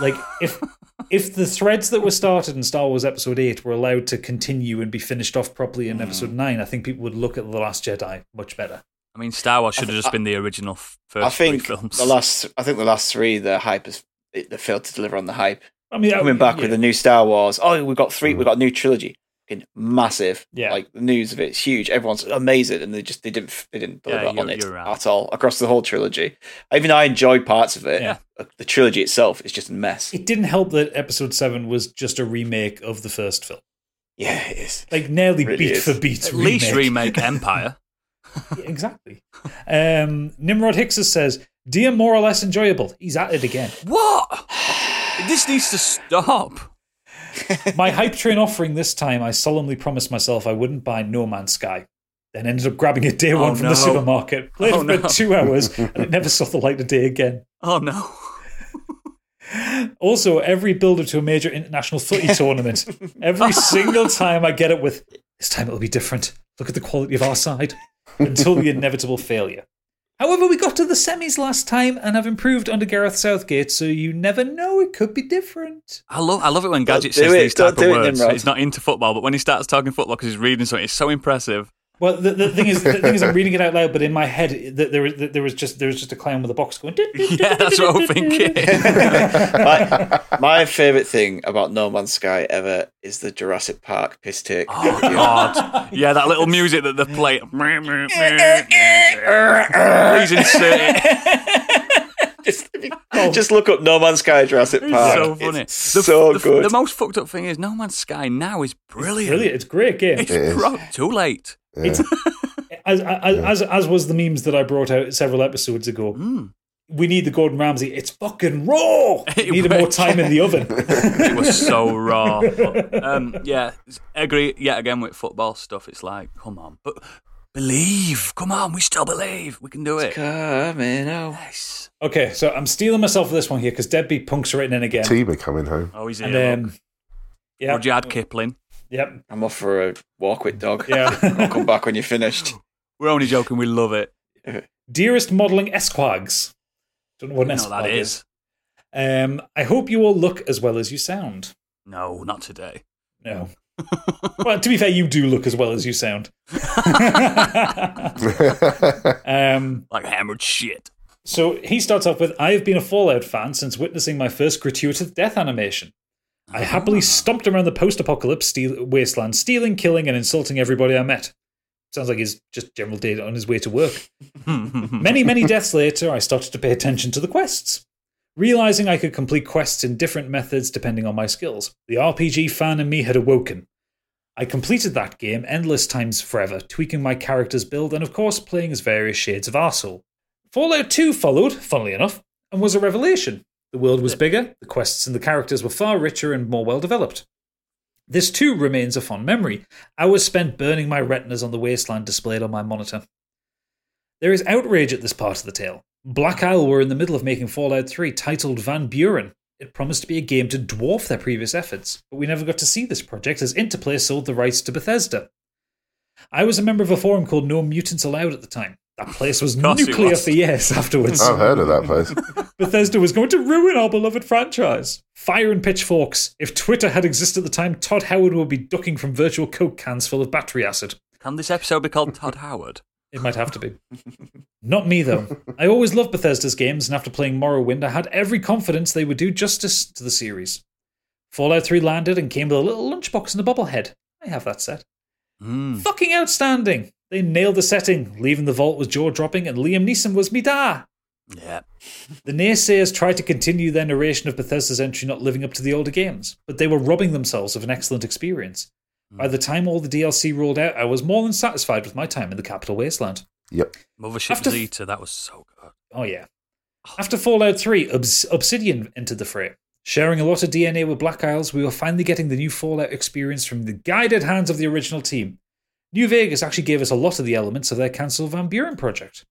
Like if if the threads that were started in Star Wars Episode Eight were allowed to continue and be finished off properly in Episode Nine, I think people would look at the Last Jedi much better. I mean, Star Wars should have just been the original f- first I think three films. the last, I think the last three, the hype is it, they failed to deliver on the hype. I mean, Oh, Coming back with a new Star Wars, oh, we got three, we Mm. got a new trilogy, Fucking massive. Yeah. like the news of it's huge. Everyone's amazing, and they just they didn't they didn't Yeah, deliver on you're- it you're right. at all across the whole trilogy. Even though I enjoy parts of it. Yeah. The trilogy itself is just a [LAUGHS] mess. It didn't help that Episode Seven was just a remake of the first film, Yeah, it is. like nearly Really beat is. for beat. At least remake Empire. Yeah, exactly. Um, Nimrod Hicks says, "Dear, more or less enjoyable." He's at it again. [LAUGHS] What? [SIGHS] This needs to stop. My hype train offering this time, I solemnly promised myself I wouldn't buy No Man's Sky. Then ended up grabbing it day Oh, one from no. the supermarket. Played Oh, it for no. about two hours, and it never saw the light of day again. Oh no. Also, every builder to a major international footy tournament, every single time I get it with, this time it'll be different. Look at the quality of our side. Until the inevitable failure. However, we got to the semis last time and have improved under Gareth Southgate, so you never know, it could be different. I love I love it when Gadget do says it, these don't type of do it, words. Nimrod. He's not into football, but when he starts talking football because he's reading something, it's so impressive. [LAUGHS] Well, the, the thing is, the thing is, I'm reading it out loud, but in my head, th- there was there was just there was just a clown with a box going. [LAUGHS] Yeah, that's what I'm [LAUGHS] thinking. my, my favorite thing about No Man's Sky ever is the Jurassic Park piss take. Oh god. Yeah, that little music that they [LAUGHS] play. Please insert it. just, [LAUGHS] just look up No Man's Sky Jurassic Park. so funny. It's the, so the- good. The most fucked up thing is No Man's Sky now is brilliant. Brilliant! It's a great game. It's It is. pro- too late. Yeah. as as, as as was the memes that I brought out several episodes ago. We need the Gordon Ramsay. It's [LAUGHS] fucking raw. It We needed more was. time in the oven. It was so raw. But, um, yeah, I agree. Yet again with football stuff, it's like, come on, but believe. Come on, we still believe. We can do it. Coming out. Yes. okay, so I'm stealing myself for this one here because Deadbeat Punks are written in again. Tima coming home. [LAUGHS] Oh, he's And, here. um, look. yeah, Rudyard Kipling. Yep. I'm off for a walk with dog. [LAUGHS] I'll Yeah. come back when you're finished. We're only joking. We love it. Dearest modelling Esquags. Don't know what You an know what Esquag that is. is. Um, I hope you all look as well as you sound. No, not today. [LAUGHS] No. well, to be fair, you do look as well as you sound. um, Like hammered shit. so he starts off with I have been a Fallout fan since witnessing my first gratuitous death animation. I happily stomped around the post apocalypse steal- wasteland, stealing, killing, and insulting everybody I met. Sounds like he's just general data on his way to work. Many, many deaths later, I started to pay attention to the quests, realizing I could complete quests in different methods depending on my skills. The RPG fan in me had awoken. I completed that game endless times forever, tweaking my character's build and, of course, playing as various shades of arsehole. Fallout 2 followed, funnily enough, and was a revelation. The world was bigger, the quests and the characters were far richer and more well developed. This too remains a fond memory. Hours spent burning my retinas on the wasteland displayed on my monitor. There is outrage at this part of the tale. Black Isle were in the middle of making Fallout 3 titled Van Buren. It promised to be a game to dwarf their previous efforts, but we never got to see this project as Interplay sold the rights to Bethesda. I was a member of a forum called No Mutants Allowed at the time. That place was course you nuclear was. for years [LAUGHS] afterwards. I've heard of that place. Bethesda was going to ruin our beloved franchise. Fire and pitchforks. If Twitter had existed at the time, Todd Howard would be ducking from virtual Coke cans full of battery acid. Can this episode be called Todd Howard? It might have to be. Not me, though. I always loved Bethesda's games, and after playing Morrowind, I had every confidence they would do justice to the series. Fallout 3 landed and came with a little lunchbox and a bobblehead. I have that set. Mm. Fucking outstanding! They nailed the setting. Leaving the vault was jaw dropping, and Liam Neeson was me da. Yeah. The naysayers tried to continue their narration of Bethesda's entry not living up to the older games, but they were robbing themselves of an excellent experience. By the time all the DLC rolled out, I was more than satisfied with my time in the capital wasteland. Yep. Mothership After- Zeta. That was so good. Oh, yeah. After Fallout 3, Obs- Obsidian entered the fray. Sharing a lot of DNA with Black Isles, we were finally getting the new Fallout experience from the guided hands of the original team. New Vegas actually gave us a lot of the elements of their cancelled Van Buren project.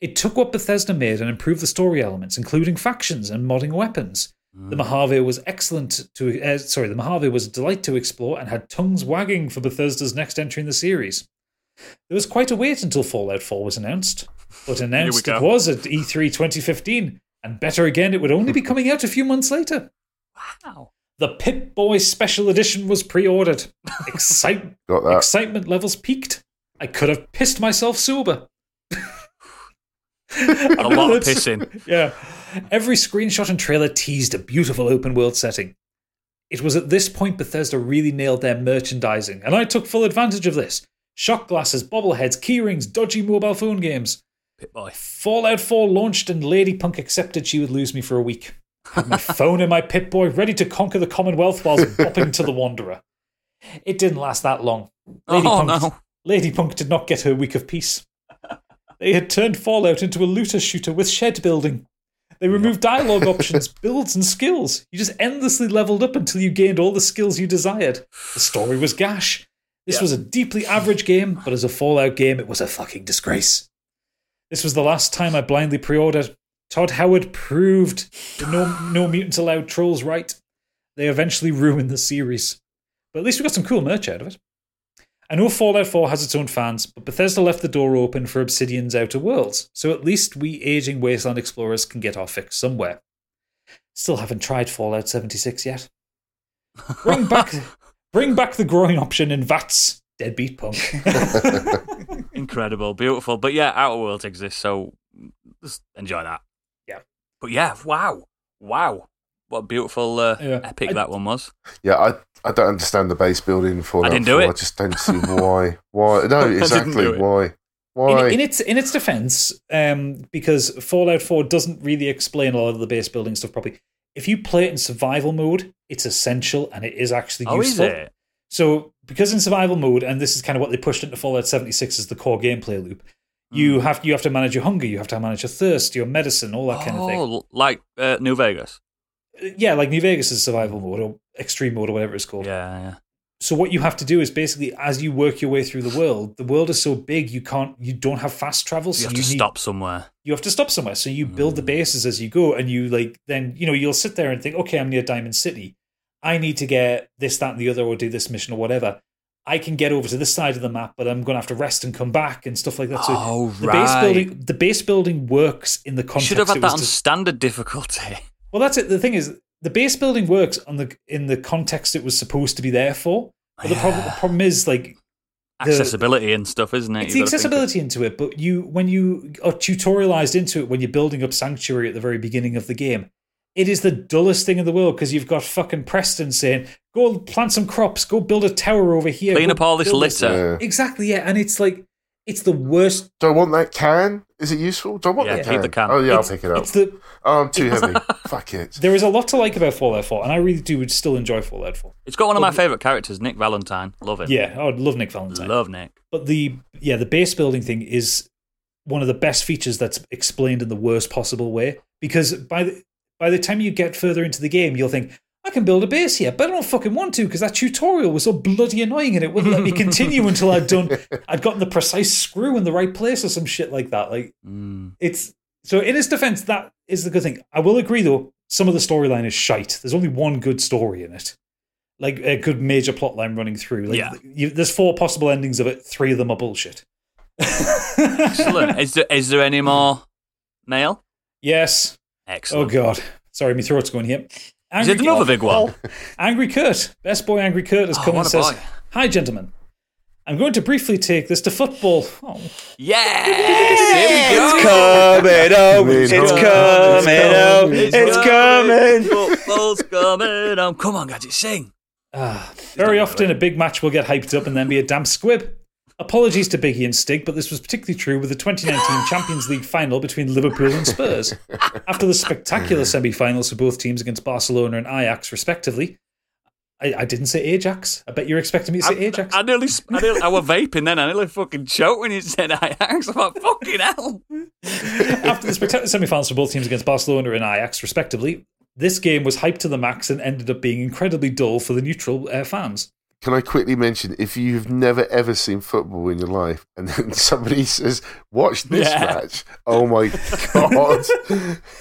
It took what Bethesda made and improved the story elements, including factions and modding weapons. The Mojave was excellent to uh, sorry, the Mojave was a delight to explore and had tongues wagging for Bethesda's next entry in the series. There was quite a wait until Fallout 4 was announced, but announced go. it was at E E3 2015, and better again, it would only be coming out a few months later. Wow. The Pip Boy Special Edition was pre-ordered. Excite- Got that. excitement levels peaked. I could have pissed myself sober. a [LAUGHS] A [LAUGHS] lot of pissing. yeah. Every screenshot and trailer teased a beautiful open world setting. It was at this point Bethesda really nailed their merchandising, and I took full advantage of this. Shot glasses, bobbleheads, keyrings, dodgy mobile phone games. Pit boy. Fallout 4 launched, and Lady Punk accepted she would lose me for a week. Had [LAUGHS] my phone and my Pip Boy ready to conquer the Commonwealth whilst bopping to the Wanderer. It didn't last that long. Lady, Oh, Punk, no. Lady Punk did not get her week of peace. They had turned Fallout into a looter shooter with shed building. They [LAUGHS] removed dialogue options, builds, and skills. You just endlessly leveled up until you gained all the skills you desired. The story was gash. This was a deeply average game, but as a Fallout game, it was a fucking disgrace. This was the last time I blindly pre ordered. Todd Howard proved the no, no Mutants Allowed trolls right. They eventually ruined the series. But at least we got some cool merch out of it. I know Fallout 4 has its own fans, but Bethesda left the door open for Obsidian's Outer Worlds, so at least we aging Wasteland explorers can get our fix somewhere. Still haven't tried Fallout 76 yet. Bring back, bring back the groin option in VATS, deadbeat punk. Incredible. Beautiful. But yeah, Outer Worlds exists, so just enjoy that. Yeah. But yeah, wow. Wow. What a beautiful uh, Yeah. epic I- that one was. Yeah, I I don't understand the base building for I that didn't do for- it. I just don't see why. Why? [LAUGHS] No, didn't exactly. do it. Why? Why? In, in its in its defense, um, because Fallout 4 doesn't really explain a lot of the base building stuff properly. If you play it in survival mode, it's essential and it is actually Oh, is useful. it? So because in survival mode, and this is kind of what they pushed into Fallout 76 as the core gameplay loop, Hmm. you have you have to manage your hunger, you have to manage your thirst, your medicine, all that kind of thing. Uh, Oh, like uh, New Vegas. Yeah, like New Vegas is survival mode or extreme mode or whatever it's Yeah, called. yeah. so what you have to do is basically as you work your way through the world, the world is so big you can't you don't have fast travel, You so you, have to need stop somewhere. you have to stop somewhere. Hmm. So you build the bases as you go, and you like then you know you'll sit there and think, okay, I'm near Diamond City, I need to get this, that, and the other, or do this mission or whatever. I can get over to this side of the map, but I'm going to have to rest and come back and stuff like that. So Oh, the right. base building, the base building works in the You context. should have it had was that on des- standard difficulty. [LAUGHS] well, that's it. The thing is, the base building works on the in the context it was supposed to be there for. But the, problem, the Yeah. problem is, like, The- Accessibility and stuff, isn't it? it's the You've gotta think of- accessibility into it, but you when you are tutorialized into it when you're building up sanctuary at the very beginning of the game, it is the dullest thing in the world because you've got fucking Preston saying, "Go plant some crops, go build a tower over here, Clean go up all this build litter. Exactly, yeah, and it's like it's the worst. Do I want that can? Is it useful? Do I want Yeah, that keep can? the can. Oh yeah, I'll it's- pick it up. It's the Oh, I'm too [LAUGHS] heavy. Fuck it. there is a lot to like about Fallout 4, and I really do would still enjoy Fallout 4. It's got one of my favourite characters, Nick Valentine. Love him. Yeah, I would love Nick Valentine. Love Nick. But the yeah, the base building thing is one of the best features that's explained in the worst possible way because by the by the time you get further into the game, you'll think I can build a base here, but I don't fucking want to because that tutorial was so bloody annoying and it wouldn't let me continue until [LAUGHS] I'd done I'd gotten the precise screw in the right place or some shit like that. Like Mm. it's so in his defense, that is the good thing. I will agree though, some of the storyline is shite. There's only one good story in it, like a good major plot line running through. Like, Yeah. you, there's four possible endings of it. Three of them are bullshit. [LAUGHS] Excellent. is, there, is there any more mail? Yes. Oh Excellent. god, sorry, my throat's going here. Is Angry oh, it another big one? Angry Kurt, best boy Angry Kurt has Oh, come what and a says, boy. "Hi, gentlemen." I'm going to briefly take this to football. Oh, Yes! Here we go! coming home. It's coming home. It's Football's coming home. Come on, Gadget, sing. Ah, very often, a big match will get hyped up and then be a damn squib. Apologies to Biggie and Stig, but this was particularly true with the 2019 Champions League final between Liverpool and Spurs. After the spectacular semi finals for both teams against Barcelona and Ajax, respectively. I, I didn't say Ajax. I bet you're expecting me to say Ajax. I nearly, sp- I nearly, I were vaping then. I nearly fucking choked when you said Ajax. I thought, fucking hell. After the spectacular semi finals for both teams against Barcelona and Ajax, respectively, this game was hyped to the max and ended up being incredibly dull for the neutral uh, fans. Can I quickly mention if you've never ever seen football in your life and then [LAUGHS] somebody says, Watch this Yeah. match? [LAUGHS] Oh my god.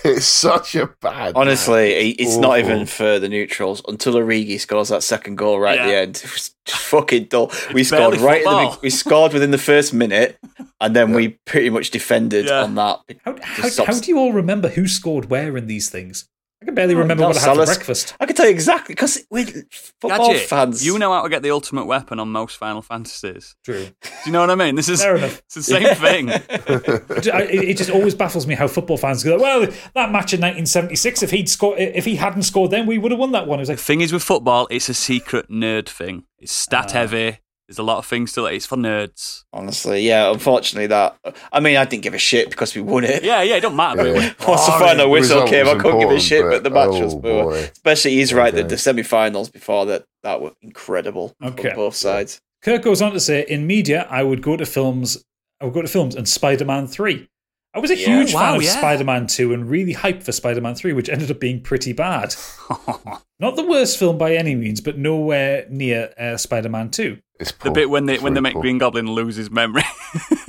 it's such a bad Honestly, i- it's not Awful. even for the neutrals until Origi scores that second goal right at the Yeah. end. It was just fucking dull. We scored barely right. At the, football. be- we scored within the first minute, and then we pretty much defended Yeah. on that. How, how, stops- how do you all remember who scored where in these things? I can barely remember No, what I had for Salah's- breakfast. I can tell you exactly because we football Gadget, fans. you know how to get the ultimate weapon on most Final Fantasies. True. Do you know what I mean? This is Fair enough. it's the same thing. It, it just always baffles me how football fans go, well, that match in 1976, if he'd scored, if he hadn't scored then, we would have won that one. It was like, thing is with football, it's a secret nerd thing. It's Ah. stat heavy. There's a lot of things to it. It's for nerds. Honestly, yeah. Unfortunately, that. I mean, I didn't give a shit because we won it. Yeah, yeah, it don't matter. but Yeah. it- Once the Oh, final the whistle result came, was I couldn't give a important, shit. but- But the match was, oh, poor. boy. especially he's right that Okay. the semi-finals before that that were incredible Okay. on both sides. Kirk goes on to say, in media, I would go to films, I would go to films and Spider Man 3. I was a Yeah. huge fan Wow, of yeah. Spider Man 2 and really hyped for Spider Man 3, which ended up being [LAUGHS] pretty bad. Not the worst film by any means, but nowhere near uh, Spider Man 2. It's the poor. bit when they It's when they really make poor. Green Goblin lose his memory. [LAUGHS]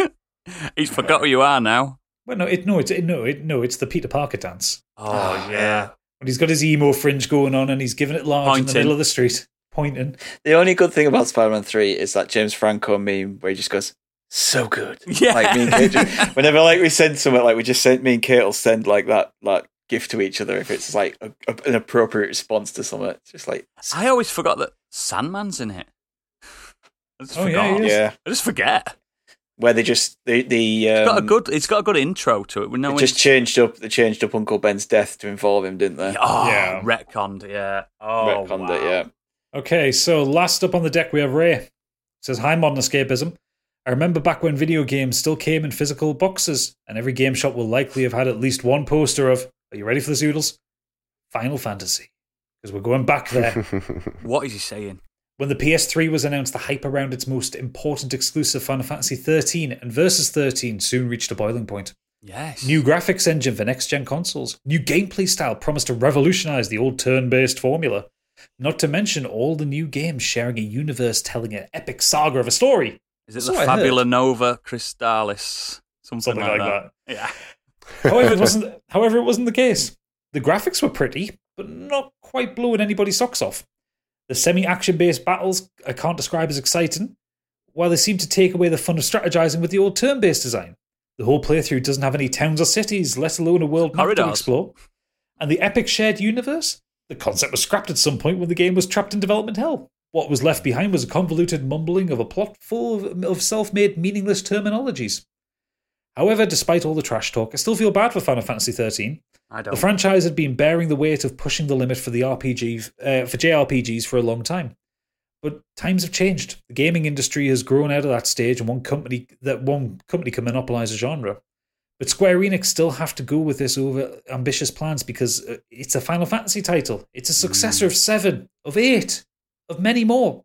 He's forgot who you are now. Well, no, it, no, it's it, no, it, no, it's the Peter Parker dance. Oh yeah. But he's got his emo fringe going on and he's giving it large in the Pointing. middle of the street, pointing. The only good thing about Spider-Man Three is that James Franco meme where he just goes, "So good." [LAUGHS] Yeah. Like me and [LAUGHS] Kate, just- whenever like we send something, like we just send me and Kate will send like that like gift to each other if it's like a, a- an appropriate response to something. It's just like I always forgot that Sandman's in it. [LAUGHS] I just Oh, yeah, forgot. he is. yeah, I just forget. where they just the the um, It's got a good. It's got a good intro to it. We know they just it's- changed up they changed up Uncle Ben's death to involve him, didn't they? Oh, Yeah. retconned. Yeah. Oh, Retconned wow. it, yeah. Okay, so last up on the deck we have Ray. says, Hi, modern escapism. I remember back when video games still came in physical boxes, and every game shop will likely have had at least one poster of, are you ready for this, Oodles? Final Fantasy. Because we're going back [LAUGHS] there. What is he saying? when the PS3 was announced, the hype around its most important exclusive Final Fantasy 13 and Versus 13 soon reached a boiling point. Yes. New graphics engine for next gen consoles. New gameplay style promised to revolutionize the old turn based formula. Not to mention all the new games sharing a universe telling an epic saga of a story. Is it So the I heard. Fabula Nova Crystallis? Something, Something like, like that. Yeah. However, it wasn't, however, it wasn't the case. The graphics were pretty, but not quite blowing anybody's socks off. The semi action based battles I can't describe as exciting, while they seem to take away the fun of strategizing with the old turn based design. The whole playthrough doesn't have any towns or cities, let alone a world map to Corridors. explore. And the epic shared universe? The concept was scrapped at some point when the game was trapped in development hell. What was left behind was a convoluted mumbling of a plot full of, of self made meaningless terminologies. However, despite all the trash talk, I still feel bad for Final Fantasy XIII. I The don't. franchise had been bearing the weight of pushing the limit for the RPG uh, for JRPGs for a long time, but times have changed. The gaming industry has grown out of that stage, and one company that one company can monopolize a genre. But Square Enix still have to go with this over ambitious plans because uh, it's a Final Fantasy title. It's a successor of seven, of eight, of many more.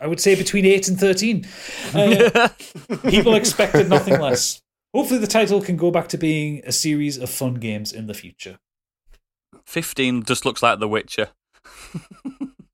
I would say between eight and thirteen. Uh, People expected nothing less. Hopefully, the title can go back to being a series of fun games in the future. 15 just looks like The Witcher.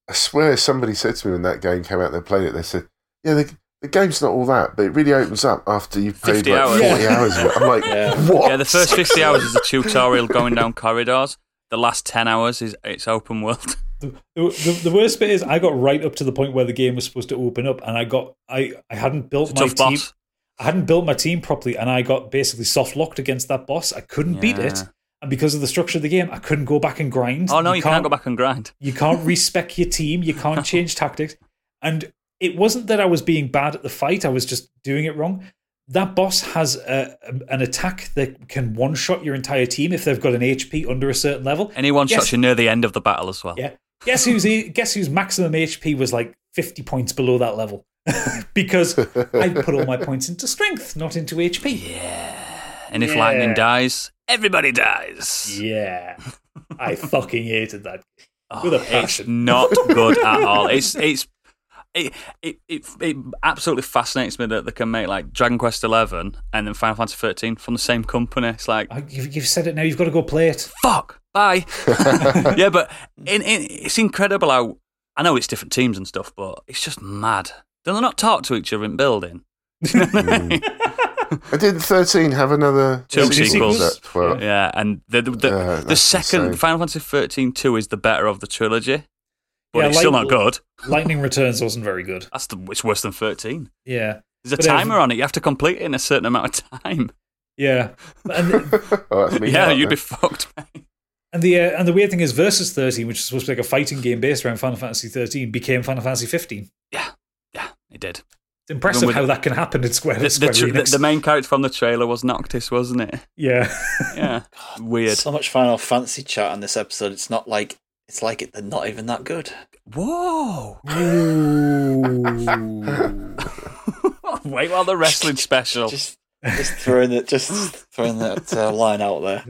I swear somebody said to me when that game came out, they played it, they said, yeah, the, the game's not all that, but it really opens up after you've played 50 like hours. 40 hours of it. I'm like, Yeah. what? Yeah, the first 50 hours [LAUGHS] is a tutorial going down corridors. The last 10 hours is it's open world. The, the, the worst bit is I got right up to the point where the game was supposed to open up, and I got I, I hadn't built my Tough team. boss. I hadn't built my team properly, and I got basically soft locked against that boss. I couldn't beat it, Yeah. and because of the structure of the game, I couldn't go back and grind. Oh, no, you, can't go back and grind. You can't respec your team. You can't change tactics. And it wasn't that I was being bad at the fight. I was just doing it wrong. That boss has a, an attack that can one shot your entire team if they've got an HP under a certain level. Anyone Yes. shots you near the end of the battle as well. Yeah. Guess who's e, guess whose maximum HP was like 50 points below that level. [LAUGHS] because I put all my points into strength, not into HP. And if Yeah. lightning dies, everybody dies. Yeah. I fucking hated that. Oh, with a it's passion. not good at all. It's it's it, it it it absolutely fascinates me that they can make like Dragon Quest Eleven and then Final Fantasy Thirteen from the same company. It's like I- You've, you've said it now. You've got to go play it. fuck bye yeah but in, in, it's incredible how i know it's different teams and stuff but it's just mad do they not talk to each other in building I did 13 have another Two sequel sequels. set for it? yeah and the, the, the, Yeah, the that's second insane. final fantasy 13 2 is the better of the trilogy but Yeah, it's still like- not good Lightning Returns wasn't very good. that's the, it's worse than 13 Yeah. there's a But, um, timer on it you have to complete it in a certain amount of time Yeah, and the, [LAUGHS] Oh, that's me [LAUGHS] yeah now, you'd then. be fucked mate. and the uh, and the weird thing is, versus thirteen, which is supposed to be like a fighting game based around Final Fantasy thirteen, became Final Fantasy fifteen. yeah yeah it did It's Even impressive with- how that can happen in Square, the, the, Square tr- the, Enix. the main character from the trailer was noctis wasn't [LAUGHS] it yeah, [LAUGHS] yeah weird So much Final Fantasy chat on this episode. It's not like it's like it, they're not even that good. Whoa! [LAUGHS] Wait while the wrestling special. Just just throwing that just throwing that uh, line out there.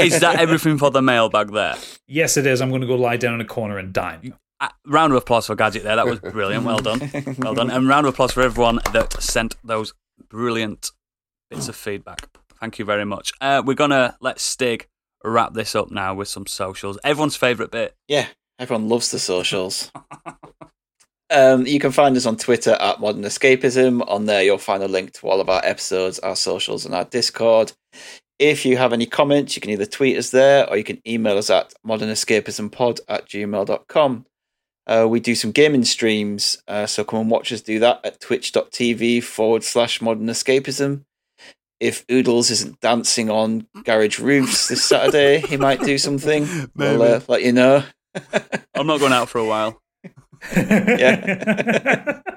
Is that everything for the mailbag there? yes, it is. I'm going to go lie down in a corner and dine. Uh, round of applause for Gadget there. That was brilliant. Well done. Well done. And round of applause for everyone that sent those brilliant bits of feedback. Thank you very much. Uh, we're going to let Stig wrap this up now with some socials. Everyone's favourite bit. Yeah, everyone loves the socials. um, you can find us on Twitter at Modern Escapism. On there, you'll find a link to all of our episodes, our socials, and our Discord. If you have any comments, you can either tweet us there or you can email us at modernescapismpod at gmail.com. Uh, we do some gaming streams, uh, so come and watch us do that at twitch.tv forward slash modern escapism. If Oodles isn't dancing on garage roofs this Saturday, he might do something. We'll uh, Maybe. let you know. I'm not going out for a [LAUGHS] while. Yeah. [LAUGHS]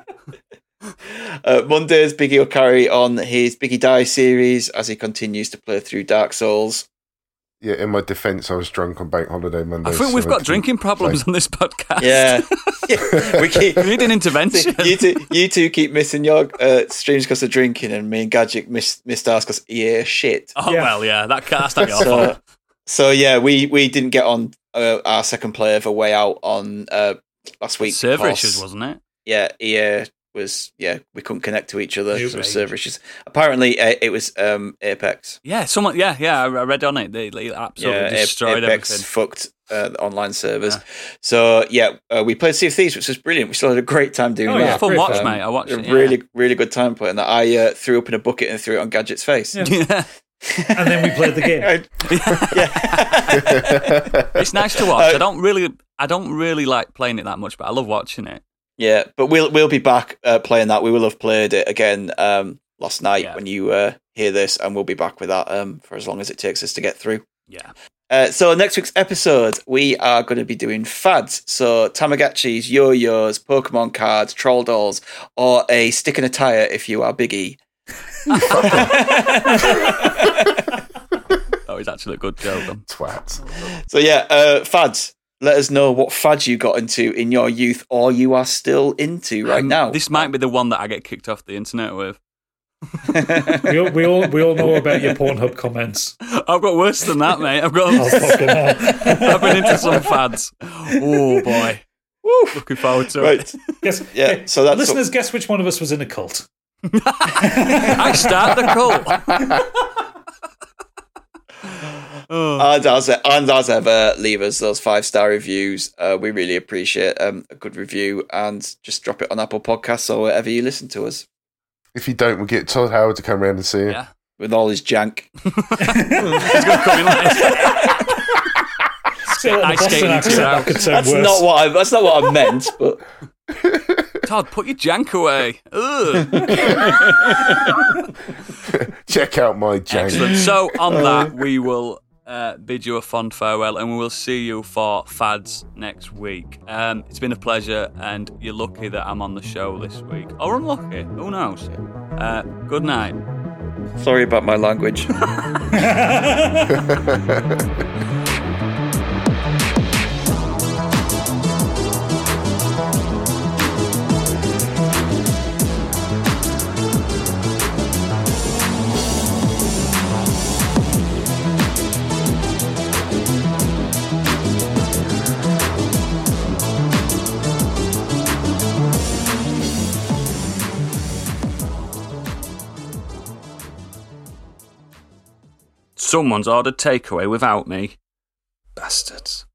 Uh, Mondays, Biggie will carry on his Biggie Die series as he continues to play through Dark Souls. Yeah, in my defense, I was drunk on Bank Holiday Monday. I think so we've got didn't drinking problems play. on this podcast. [LAUGHS] Yeah, Yeah, we keep. We need an intervention. [LAUGHS] You two, you two keep missing your uh, streams because of drinking, and me and Gadget miss, missed ours because yeah, shit. [LAUGHS] Oh, Yeah. well, yeah. That, that's not your fault. So, so yeah, we we didn't get on uh, our second play of a way out on uh, last week. Server because- issues, wasn't it? yeah, EA was yeah, we couldn't connect to each other. It because of was- server issues. Apparently, uh, it was um, Apex. Yeah, someone. Yeah, yeah. I I read on it. They, they absolutely Ape- destroyed Apex everything. fucked uh, the online servers. So yeah, uh, we played Sea of Thieves, which was brilliant. We still had a great time doing Oh, It was yeah, a that. fun great watch, fun. mate. I watched A it. yeah. um, really, really good time playing that. I uh, threw up in a bucket and threw it on Gadget's face. Yeah. [LAUGHS] And [LAUGHS] then we played the game. yeah. [LAUGHS] [LAUGHS] it's nice to watch. I don't really. I don't really like playing it that much, but I love watching it. Yeah, but we'll we'll be back uh, playing that. We will have played it again um, last night Yeah. when you uh, hear this, and we'll be back with that um, for as long as it takes us to get through. Yeah. Uh, so next week's episode, we are going to be doing fads. So Tamagotchis, yo-yos, Pokemon cards, troll dolls, or a stick and a tire if you are Biggie. That was Oh, actually a good joke. um, Twat. So yeah, uh, fads. Let us know what fads you got into in your youth, or you are still into right um, now. This might be the one that I get kicked off the internet with. [LAUGHS] We all, we all, we all know about your Pornhub [LAUGHS] comments. I've got worse than that, mate. I've got. Oh, [LAUGHS] fucking hell. I've been into some fads. Oh boy. Looking forward to it. [LAUGHS] right. Guess, Yeah, so that's- listeners, guess which one of us was in a cult? I start the cult. oh, And as, and as ever, leave us those five star reviews. Uh, we really appreciate um, a good review and just drop it on Apple Podcasts or wherever you listen to us If you don't, we'll get Todd Howard to come round and see you. Yeah. with all his jank. he's gonna come in like- Still on the Ice Boston skating accent, to that that. could sound That's worse. not what I. That's not what I meant. But Todd, put your jank away. Ugh. Check out my jank. Excellent. So on that, we will uh, bid you a fond farewell, and we will see you for fads next week. Um, it's been a pleasure, and you're lucky that I'm on the show this week, or unlucky. Who knows? Uh, good night. sorry about my language. Someone's ordered takeaway without me. Bastards.